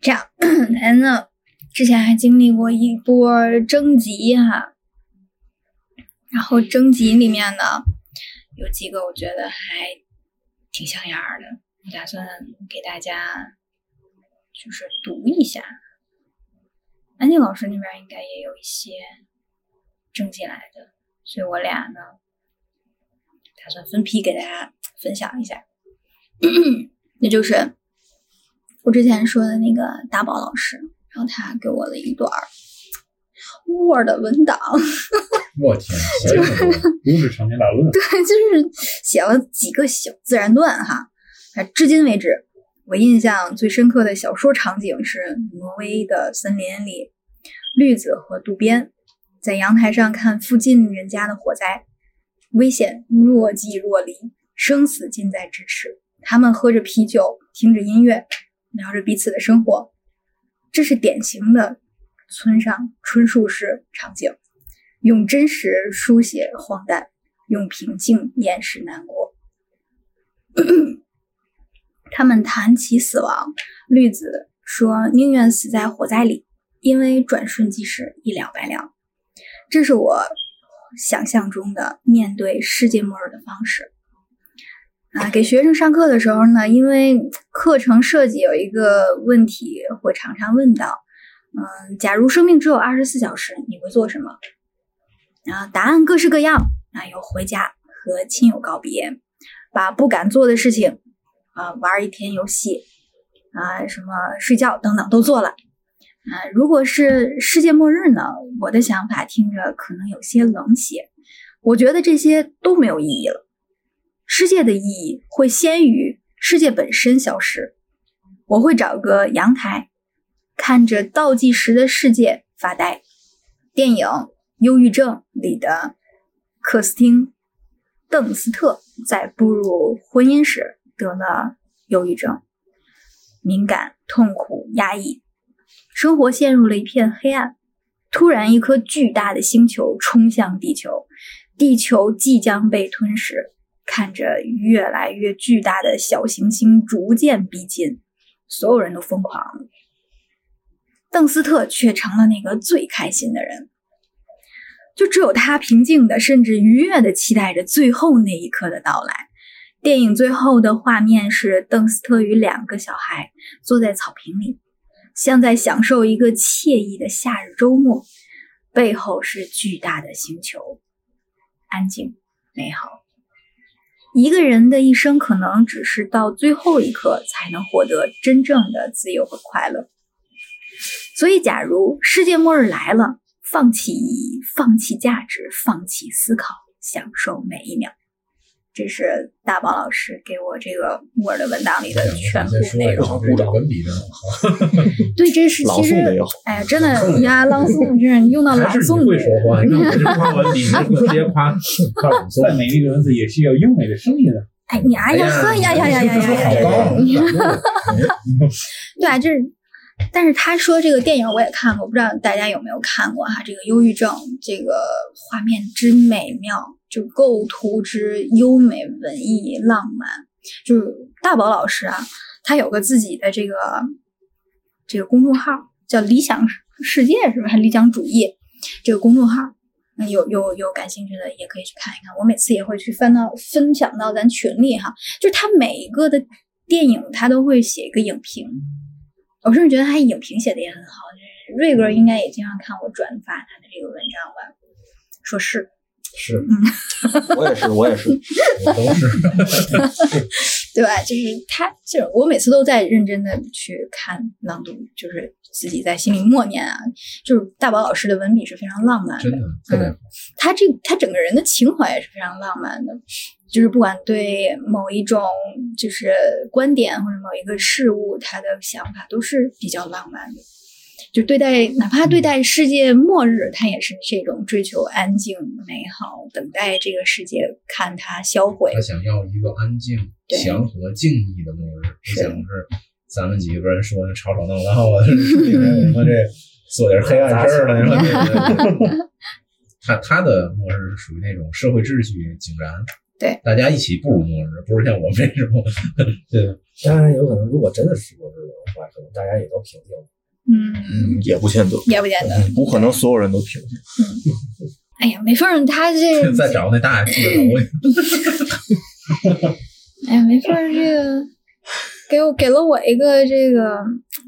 Speaker 1: 这样， 咱呢之前还经历过一波征集哈、然后征集里面呢有几个我觉得还挺像样儿的，我打算给大家就是读一下。安静老师那边应该也有一些征集来的，所以我俩呢打算分批给大家分享一下， 那就是。我之前说的那个大宝老师，然后他给我了一段儿 Word 文档，
Speaker 5: 我天，这么 多，都是长篇大论。
Speaker 1: 就是写了几个小自然段哈。啊至今为止，我印象最深刻的小说场景是挪威的森林里，绿子和渡边在阳台上看附近人家的火灾，危险若即若离，生死近在咫尺。他们喝着啤酒，听着音乐，聊着彼此的生活，这是典型的村上春树式场景，用真实书写荒诞。用平静掩饰难过。 他们谈起死亡，绿子说宁愿死在火灾里，因为转瞬即逝，一了百了。这是我想象中的面对世界末日的方式。啊，给学生上课的时候呢，因为课程设计有一个问题会常常问到，嗯，假如生命只有二十四小时，你会做什么？然后答案各式各样，那有回家和亲友告别，把不敢做的事情啊、玩一天游戏，啊、什么睡觉等等都做了。啊、如果是世界末日呢？我的想法听着可能有些冷血，我觉得这些都没有意义了。世界的意义会先于世界本身消失。我会找个阳台，看着倒计时的世界发呆。电影《忧郁症》里的克斯汀·邓斯特在步入婚姻时得了忧郁症，敏感、痛苦、压抑，生活陷入了一片黑暗。突然，一颗巨大的星球冲向地球，地球即将被吞噬。看着越来越巨大的小行星逐渐逼近，所有人都疯狂了。邓斯特却成了那个最开心的人，就只有他平静的，甚至愉悦的期待着最后那一刻的到来。电影最后的画面是邓斯特与两个小孩坐在草坪里，像在享受一个惬意的夏日周末，背后是巨大的星球，安静美好。一个人的一生可能只是到最后一刻才能获得真正的自由和快乐。所以，假如世界末日来了，放弃意义，放弃价值，放弃思考，享受每一秒。这是大宝老师给我这个 Word 文档
Speaker 5: 哎
Speaker 1: 里的全部内容。
Speaker 7: 鼓掌，文笔真好，
Speaker 1: 对，这是
Speaker 4: 老
Speaker 1: 其
Speaker 4: 宋没
Speaker 1: 实，
Speaker 4: 有，
Speaker 1: 哎呀，真的呀，朗诵，真是你用到啊朗
Speaker 7: 还是
Speaker 1: 诵
Speaker 7: 你会说
Speaker 1: 里，
Speaker 7: 话，你看我这夸文 笔，你直接夸夸朗诵。
Speaker 5: 赞美这个文字也是要优美的声音啊。
Speaker 1: 哎呀呀呵 呀哎呀呀呀呀呀哎
Speaker 7: 好
Speaker 1: 呀！
Speaker 7: 高啊！
Speaker 1: 对啊，就是，但是他说这个电影我也看过，不知道大家有没有看过哈、这个忧郁症，这个画面之美妙，就构图之优美、文艺、浪漫，就是大宝老师啊，他有个自己的这个这个公众号，叫理想世界，是不是？还理想主义这个公众号。嗯有有有感兴趣的也可以去看一看，我每次也会去翻到分享到咱群里哈，就是他每一个的电影他都会写一个影评，我甚至觉得他影评写的也很好。就是瑞哥应该也经常看我转发他的这个文章吧，说是
Speaker 7: 是，
Speaker 4: 我也是，我也是，
Speaker 7: 我都是。
Speaker 1: 对吧？就是他，就是我每次都在认真的去看朗读，就是自己在心里默念啊，就是大宝老师的文笔是非常浪漫
Speaker 7: 真的特别好。
Speaker 1: 他这他整个人的情怀也是非常浪漫的，就是不管对某一种就是观点或者某一个事物，他的想法都是比较浪漫的。就对待哪怕对待世界末日，他也是这种追求安静、美好，等待这个世界看它销毁
Speaker 7: 他。想要一个安静、
Speaker 1: 对
Speaker 7: 祥和、静谧的末日，不
Speaker 1: 是
Speaker 7: 想是咱们几个人说的吵吵闹闹啊，你看我们这做点黑暗事儿了， 你说这个。 他他的末日是属于那种社会秩序井然，
Speaker 1: 对，
Speaker 7: 大家一起步入末日，不是像我们这种， 对，
Speaker 6: 当然有可能，如果真的是过这种的话，可能大家也都平静了。
Speaker 1: 嗯，
Speaker 4: 嗯也不见得，
Speaker 1: 也不见得。
Speaker 4: 不可能所有人都平静。
Speaker 1: 哎呀，没法儿，他 这
Speaker 7: 再找那大爷记我
Speaker 1: 哎，没事儿，这个给我给了我一个这个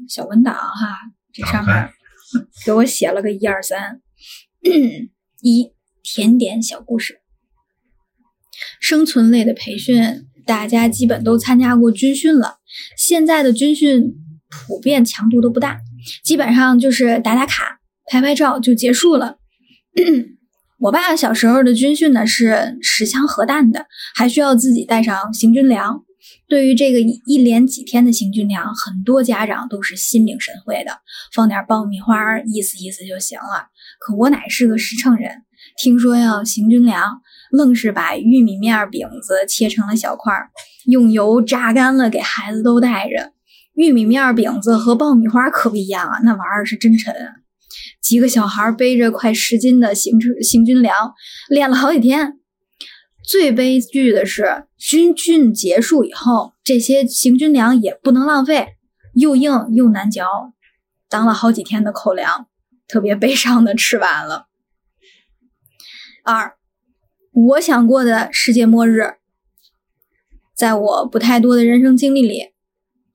Speaker 1: 小文档哈，这上面儿给我写了个一二三，一甜点小故事，生存类的培训，大家基本都参加过军训了，现在的军训普遍强度都不大，基本上就是打打卡、拍拍照就结束了。 我爸小时候的军训呢是十枪核弹的，还需要自己带上行军粮。对于这个一一连几天的行军粮，很多家长都是心领神会的，放点爆米花儿意思意思就行了。可我乃是个实诚人，听说要行军粮，愣是把玉米面儿饼子切成了小块儿，用油榨干了给孩子都带着。玉米面儿饼子和爆米花可不一样啊，那玩意儿是真沉啊。几个小孩儿背着快十斤的行行军粮，练了好几天。最悲剧的是，军训结束以后，这些行军粮也不能浪费，又硬又难嚼，当了好几天的口粮，特别悲伤的吃完了。二，我想过的世界末日，在我不太多的人生经历里，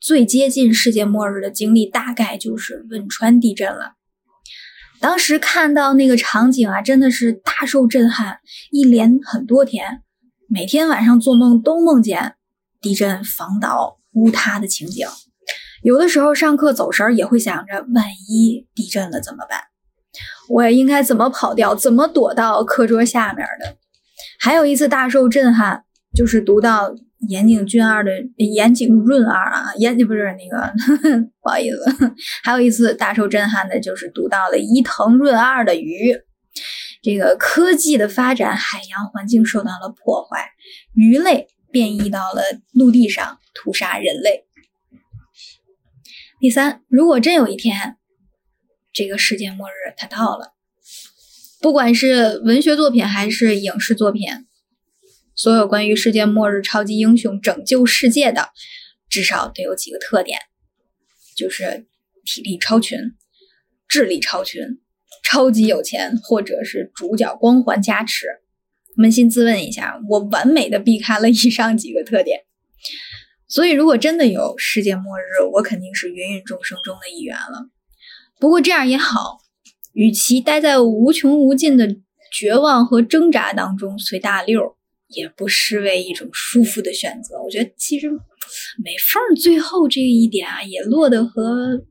Speaker 1: 最接近世界末日的经历大概就是汶川地震了。当时看到那个场景啊，真的是大受震撼，一连很多天，每天晚上做梦都梦见地震、房倒、乌塌的情景。有的时候上课走神儿也会想着，万一地震了怎么办？我应该怎么跑掉？怎么躲到课桌下面的？还有一次大受震撼，就是读到岩井俊二的岩井润二啊，岩不是那个 呵呵，不好意思。还有一次大受震撼的就是读到了伊藤润二的《鱼》。这个科技的发展，海洋环境受到了破坏，鱼类变异到了陆地上，屠杀人类。第三，如果真有一天，这个世界末日它到了，不管是文学作品还是影视作品，所有关于世界末日超级英雄拯救世界的，至少得有几个特点，就是体力超群、智力超群、超级有钱，或者是主角光环加持。扪心自问一下，我完美的避开了以上几个特点。所以，如果真的有世界末日，我肯定是芸芸众生中的一员了。不过这样也好，与其待在无穷无尽的绝望和挣扎当中随大溜儿，也不失为一种舒服的选择。我觉得其实美凤儿最后这一点啊，也落得和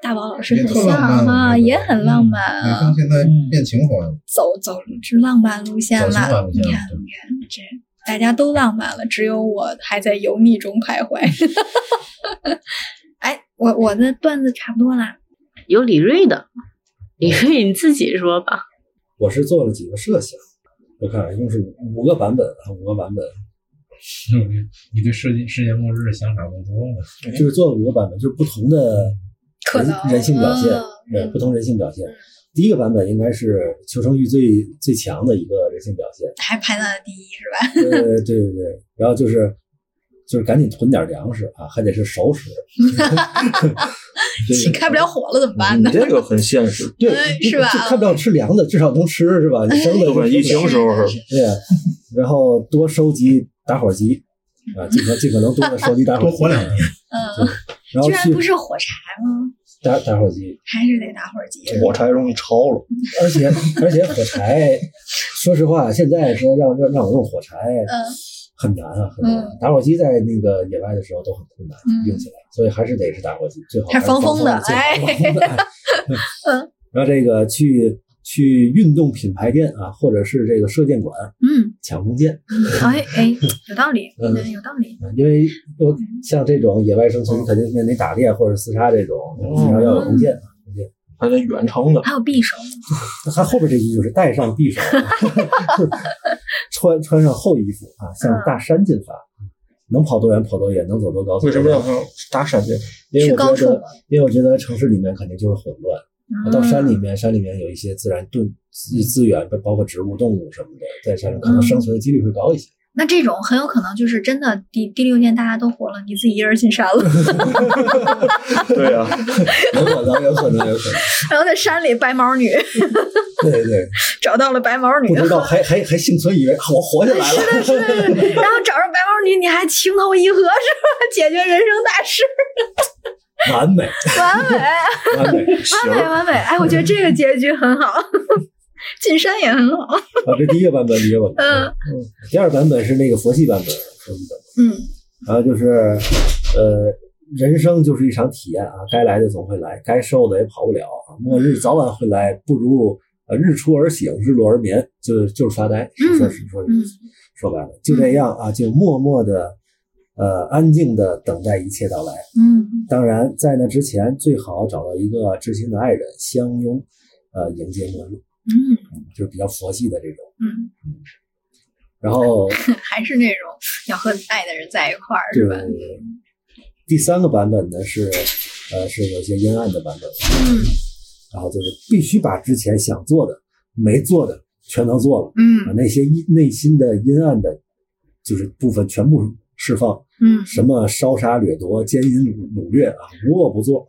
Speaker 1: 大宝老师
Speaker 9: 也
Speaker 1: 很
Speaker 9: 特
Speaker 1: 像
Speaker 9: 浪漫
Speaker 1: 啊，
Speaker 9: 了
Speaker 1: 也很浪
Speaker 7: 嗯
Speaker 1: 漫
Speaker 9: 美
Speaker 1: 啊。
Speaker 9: 凤现在变情怀了，
Speaker 1: 走走是浪漫路线
Speaker 7: 走
Speaker 1: 了，
Speaker 7: 情感路线
Speaker 1: 你
Speaker 7: 了
Speaker 1: 看，你看这大家都浪漫了，只有我还在油腻中徘徊。 哎，我我的段子差不多啦，
Speaker 2: 有李锐的，李锐你自己说吧。
Speaker 6: 我是做了几个设想，我看啊一共是五个版本啊，五个版本，
Speaker 7: 你对世界世界末日想法更多了。
Speaker 6: 就是做了五个版本，就是不同的
Speaker 1: 可能
Speaker 6: 人人性表现
Speaker 1: 嗯，
Speaker 6: 对，
Speaker 1: 嗯
Speaker 6: 不同人性表现。第一个版本应该是求生欲最最强的一个人性表现，
Speaker 1: 还排到了第一是吧？
Speaker 6: 对对对对对，然后就是就是赶紧囤点粮食啊，还得是熟食，
Speaker 1: 起开不了火了怎么办
Speaker 4: 你
Speaker 1: 呢？
Speaker 4: 这个很现 实。
Speaker 6: 对
Speaker 1: 嗯，
Speaker 6: 就是
Speaker 1: 吧
Speaker 6: 就看不了吃凉的，至少能吃是吧？你生的
Speaker 4: 要不然疫情时候是
Speaker 6: 对，然后多收集打火机啊，尽可尽可能多的收集打火机，
Speaker 9: 多活两年，
Speaker 1: 嗯，
Speaker 6: 然 后
Speaker 1: 居然不
Speaker 6: 去
Speaker 1: 是火柴吗？
Speaker 6: 打打火机，
Speaker 1: 还是得打火机。
Speaker 4: 火柴容易超了，
Speaker 6: 而且而且火柴，说实话，现在说让让让我用火柴
Speaker 1: 嗯，
Speaker 6: 很难啊，很难
Speaker 1: 嗯。
Speaker 6: 打火机在那个野外的时候都很困难
Speaker 1: 嗯
Speaker 6: 用起来，所以还是得是打火机最好
Speaker 1: 还是防
Speaker 6: 风
Speaker 1: 风的
Speaker 6: 最好
Speaker 1: 哎
Speaker 6: 防风 的。哎
Speaker 1: 嗯
Speaker 6: 然后这个去去运动品牌店啊，或者是这个射箭馆
Speaker 1: 嗯，
Speaker 6: 抢弓箭，
Speaker 1: 哎哎，有道理，
Speaker 6: 嗯
Speaker 1: 嗯，有道理。
Speaker 6: 啊因为我像这种野外生存，肯定面临打猎或者厮杀这种，
Speaker 1: 嗯
Speaker 6: 至少要有弓箭。
Speaker 4: 还得远程的。
Speaker 1: 还有匕首，
Speaker 6: 他后边这句就是带上匕首，穿穿上厚衣服啊，像大山进发，能跑多远跑多远，能走多高走
Speaker 4: 为
Speaker 6: 多
Speaker 4: 什
Speaker 6: 高。
Speaker 4: 么要搭山去？
Speaker 6: 因为
Speaker 1: 去
Speaker 6: 我
Speaker 1: 高
Speaker 6: 觉
Speaker 1: 处
Speaker 6: 得，因为我觉得城市里面肯定就会混乱。到山里
Speaker 1: 嗯
Speaker 6: 面，山里面有一些自然盾资资源，包括植物、动物什么的，在山上可能生存的几率会高一些。
Speaker 1: 嗯那这种很有可能就是真的第第六天大家都活了，你自己一人进山 了，
Speaker 4: 对啊 呀、
Speaker 6: 有可能，有可能，有可能。
Speaker 1: 然后在山里白毛女
Speaker 6: 对对，
Speaker 1: 找到了白毛女，
Speaker 6: 不知道还还还幸存，以为啊我活下来了。
Speaker 1: 是的，是的， 然后找着白毛女，你还情投意合是吧？解决人生大事，
Speaker 6: 完美，
Speaker 1: 完美，
Speaker 6: 完美。
Speaker 1: 完美，完美。哎，我觉得这个结局很好， 进山也很好。
Speaker 6: 啊，这第一个版本，第一个版本。
Speaker 1: 嗯
Speaker 6: 嗯。第二版本是那个佛系版本，佛系版
Speaker 1: 嗯
Speaker 6: 本。然后就是，呃，人生就是一场体验啊，该来的总会来，该受的也跑不了啊，末日早晚会来，不如呃日出而醒，日落而眠，就就是发呆。
Speaker 1: 嗯
Speaker 6: 说说说
Speaker 1: 嗯
Speaker 6: 说白了，就这样啊，就默默的，呃，安静的等待一切到来。
Speaker 1: 嗯
Speaker 6: 当然，在那之前，最好找到一个知心的爱人相拥，呃，迎接末日，
Speaker 1: 嗯
Speaker 6: 就是比较佛系的这种。
Speaker 1: 嗯，
Speaker 6: 然后
Speaker 1: 还是那种要和爱的人在一块儿
Speaker 6: 这
Speaker 1: 是
Speaker 6: 个
Speaker 1: 吧？
Speaker 6: 第三个版本呢是，呃，是有些阴暗的版本，
Speaker 1: 嗯
Speaker 6: 然后就是必须把之前想做的、没做的全都做了，把
Speaker 1: 嗯
Speaker 6: 那些阴内心的阴暗的，就是部分全部释放，
Speaker 1: 嗯
Speaker 6: 什么烧杀掠夺、奸淫掳掠啊，无恶不作。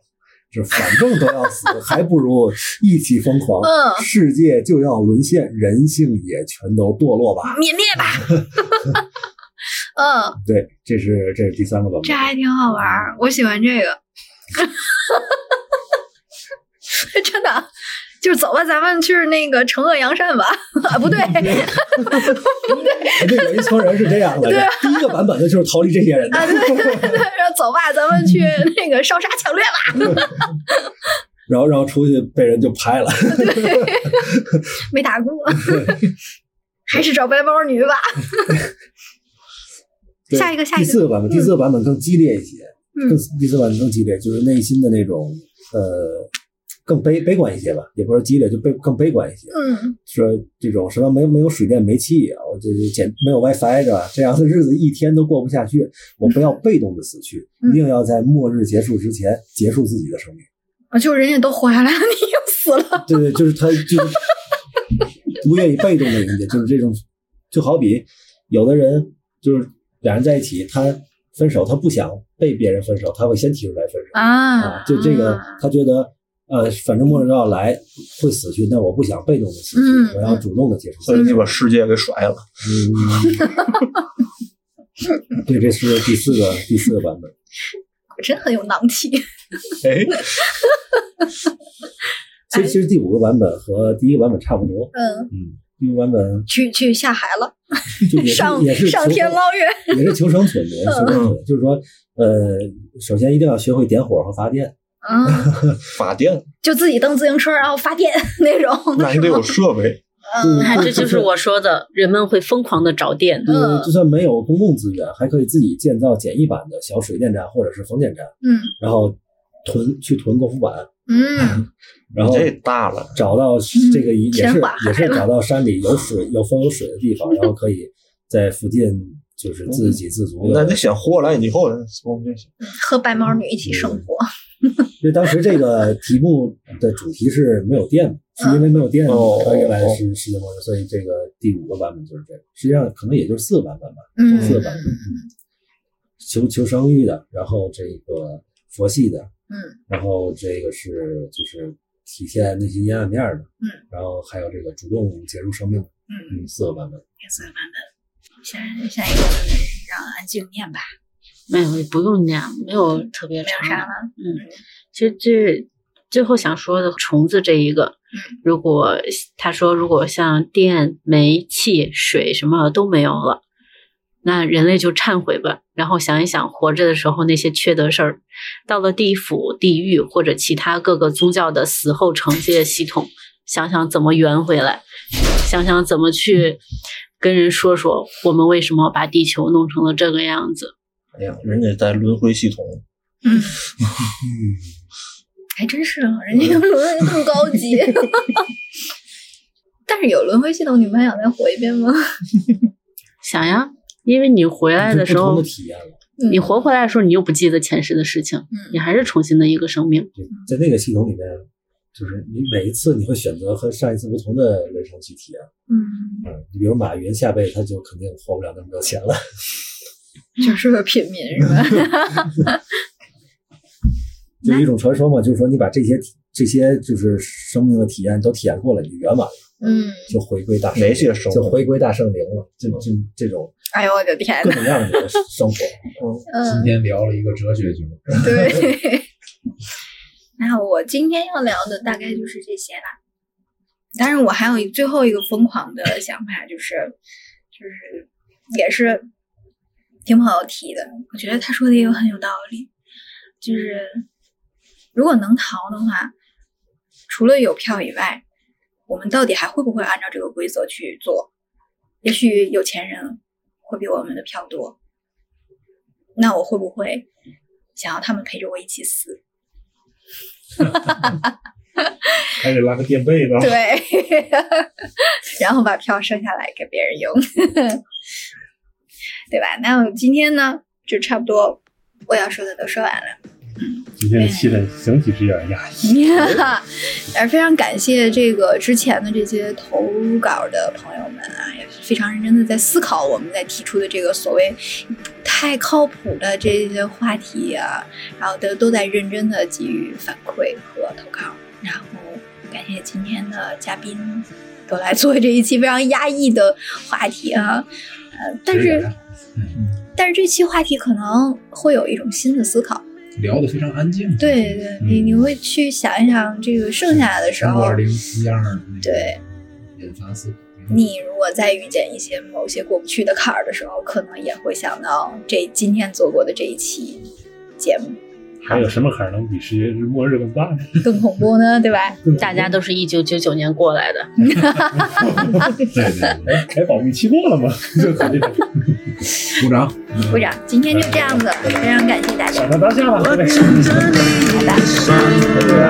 Speaker 6: 这反正都要死， 还不如一起疯狂。
Speaker 1: 嗯
Speaker 6: 世界就要沦陷，人性也全都堕落吧。
Speaker 1: 泯灭吧。 嗯，
Speaker 6: 对，这是这是第三个版
Speaker 1: 这
Speaker 6: 本。
Speaker 1: 还挺好玩 儿，我喜欢这个。真的，啊就是走吧，咱们去那个惩恶扬善吧。啊，不对，
Speaker 6: 肯定有一撮人是这样的。
Speaker 1: 对啊
Speaker 6: 第一个版本的就是逃离这些人的。
Speaker 1: 啊，对对对，说走吧，咱们去那个烧杀抢掠吧。
Speaker 6: 然后然后出去被人就拍了，
Speaker 1: 没打过，还是找白毛女吧。
Speaker 6: 对
Speaker 1: 下一个，下嗯
Speaker 6: 第
Speaker 1: 一
Speaker 6: 四
Speaker 1: 个，
Speaker 6: 个版本，第四个版本更激烈一些，
Speaker 1: 嗯
Speaker 6: 更第四个版本更激烈，就是内心的那种呃更悲悲观一些吧，也不是激烈，就悲更悲观一些。
Speaker 1: 嗯，
Speaker 6: 说这种什么没有没有水电煤气啊，我这这简没有 WiFi 是吧？这样的日子一天都过不下去。我不要被动的死去，
Speaker 1: 嗯
Speaker 6: 一定要在末日结束之前结束自己的生命。
Speaker 1: 啊，就是人家都活下来了， 你又死了。
Speaker 6: 对对，就是他就是不愿意被动的迎接，就是这种，就好比有的人就是俩人在一起，他分手，他不想被别人分手，他会先提出来分手
Speaker 1: 啊
Speaker 6: 就这个，他觉得呃，反正末日要来，会死去，那我不想被动的死
Speaker 1: 嗯
Speaker 6: 去，我要主动的结束。
Speaker 4: 所以你把世界给甩了。
Speaker 6: 嗯，对，这是第四个第四个版本。
Speaker 1: 我真很有囊气。嗯
Speaker 4: 哎，
Speaker 1: 哎
Speaker 6: 其实其实第五个版本和第一个版本差不多，
Speaker 1: 嗯，
Speaker 6: 第一个版本
Speaker 1: 去去下海了，
Speaker 6: 就也是
Speaker 1: 上
Speaker 6: 也是
Speaker 1: 上
Speaker 6: 求
Speaker 1: 天
Speaker 6: 生
Speaker 1: 捞月。嗯
Speaker 6: 也是求生存的，也是求生存的。就是说，呃，首先一定要学会点火和发电，
Speaker 1: 啊，
Speaker 4: 发电，
Speaker 1: 就自己蹬自行车，然后发电 那种，
Speaker 4: 那你
Speaker 1: 是
Speaker 4: 得有
Speaker 1: 吗？
Speaker 4: 设备。
Speaker 6: 嗯
Speaker 1: 嗯
Speaker 2: 你看，这就是我说的，人们会疯狂的找电。
Speaker 6: 呃，
Speaker 1: 嗯
Speaker 6: 就算没有公共资源，还可以自己建造简易版的小水电站或者是风电站，
Speaker 1: 嗯
Speaker 6: 然后囤去囤国服板，
Speaker 1: 嗯
Speaker 6: 然后
Speaker 4: 你这大了，
Speaker 6: 找到
Speaker 2: 嗯
Speaker 6: 这个也
Speaker 1: 全
Speaker 6: 是
Speaker 1: 划
Speaker 6: 也是找到山里有水有风有水的地方，然后可以在附近就是自给自足
Speaker 4: 嗯那
Speaker 6: 的
Speaker 4: 你想活来以后，从这
Speaker 1: 和白毛女一起生活。
Speaker 6: 因为当时这个题目的主题是没有电嘛，是因为没有电
Speaker 4: 哦
Speaker 6: 穿越来的世世界末日，所以这个第五个版本就是这个。实际上可能也就是四个版本吧，
Speaker 1: 嗯
Speaker 6: 四个版本，嗯求求生欲的，然后这个佛系的，
Speaker 1: 嗯，
Speaker 6: 然后这个是就是体现内心阴暗面的，
Speaker 1: 嗯，
Speaker 6: 然后还有这个主动结束生命，
Speaker 1: 嗯，
Speaker 6: 嗯，四个版本。
Speaker 1: 下下一个让安静念吧，
Speaker 2: 没有，不用那样，没有特别
Speaker 1: 没有
Speaker 2: 长
Speaker 1: 啥
Speaker 2: 的。
Speaker 1: 了。
Speaker 2: 其实这最后想说的虫子这一个，如果他说如果像电、煤、气、水什么的都没有了，那人类就忏悔吧，然后想一想活着的时候那些缺德事儿。到了地府、地狱或者其他各个宗教的死后惩戒系统，想想怎么圆回来，想想怎么去跟人说说我们为什么把地球弄成了这个样子。
Speaker 4: 哎呀，人家在轮回系统，
Speaker 1: 嗯，还真是啊，人家轮回更高级。 但是有轮回系统，你们还想再活一遍吗？
Speaker 2: 想呀，因为你回来的时
Speaker 6: 不同
Speaker 2: 候
Speaker 6: 的。体验了，
Speaker 1: 嗯
Speaker 2: 你活回来的时候，你又不记得前世的事情，你还是重新的一个生命。
Speaker 6: 对，在那个系统里面，就是你每一次你会选择和上一次不同的人生去体验。
Speaker 1: 嗯，
Speaker 6: 嗯，你比如马云下辈子他就肯定花不了那么多钱了。
Speaker 1: 就是个平民是吧？
Speaker 6: 就有一种传说嘛，就是说你把这些体这些就是生命的体验都体验过了，你就圆满了，
Speaker 1: 嗯，
Speaker 6: 就回归大圣灵
Speaker 4: 哪些生活
Speaker 6: 就回归大圣灵了，就就这种
Speaker 1: 哎呦我的天
Speaker 6: 各
Speaker 1: 呐，
Speaker 6: 种各样的生活。
Speaker 1: 嗯
Speaker 7: 今。天聊了一个哲学就
Speaker 1: 对。 那我今天要聊的大概就是这些啦。但是我还有一最后一个疯狂的想法，就是，就是也是听朋友提的，我觉得他说的也有很有道理，就是如果能逃的话，除了邮票以外，我们到底还会不会按照这个规则去做？也许有钱人会比我们的票多，那我会不会想要他们陪着我一起死？
Speaker 7: 开始拉个垫背吧。
Speaker 1: 对， 然后把票剩下来给别人用，对吧？那我今天呢，就差不多我要说的都说完了。
Speaker 5: 今天的气氛整体是有点 压抑。
Speaker 1: 但是非常感谢这个之前的这些投稿的朋友们啊，也是非常认真的在思考我们在提出的这个所谓不太靠谱的这些话题啊，然后都都在认真的给予反馈和投稿，然后感谢今天的嘉宾都来做这一期非常压抑的话题啊，呃，但是但是这期话题可能会有一种新的思考。
Speaker 7: 聊得非常安静。
Speaker 1: 对对，你你会去想一想这个剩下的时
Speaker 7: 通过
Speaker 1: 候
Speaker 7: 二，零一二那个
Speaker 1: 对
Speaker 7: 研发思考，
Speaker 1: 你如果再遇见一些某些过不去的坎儿的时候，可能也会想到这今天做过的这一期节目
Speaker 5: 还有什么坎儿能比世界日末日更大呢？
Speaker 1: 更恐怖呢，对吧？
Speaker 2: 大家都是一九九九年过来的，
Speaker 7: 对对对对，
Speaker 5: 哎，保密期过了吗？ 就可以
Speaker 7: 鼓掌。
Speaker 1: 部长，今天就这样子，非常感谢大家
Speaker 5: 想。到当下吧，各位。
Speaker 1: 好的。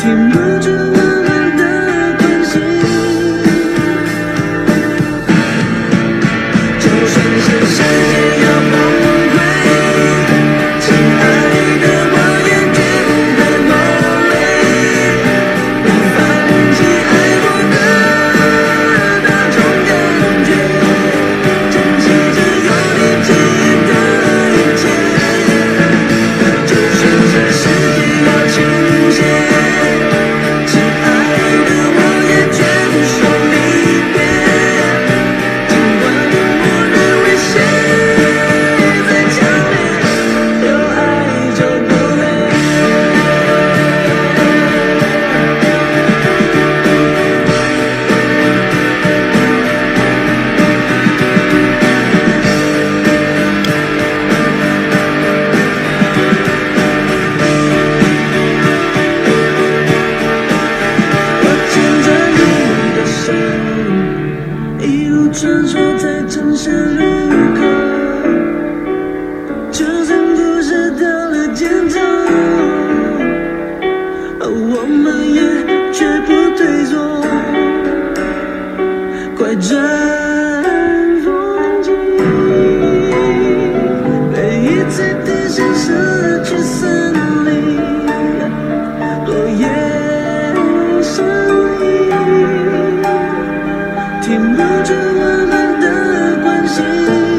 Speaker 9: 听不出我们的关系，就算是世界要崩溃，亲爱的，我也绝不会落泪，无法忘记爱过的那种感觉，珍惜着有你记的一切。就算是世界要倾斜，亲爱的，我也绝不说离别。尽管我的威胁再强烈，有爱就不累。我牵着你的手，一路穿梭在城市路口，就算故事掉了节奏，我们也绝不退缩。快绽放记忆，每一次的现实去森林。落叶声音，听不出我们的关系。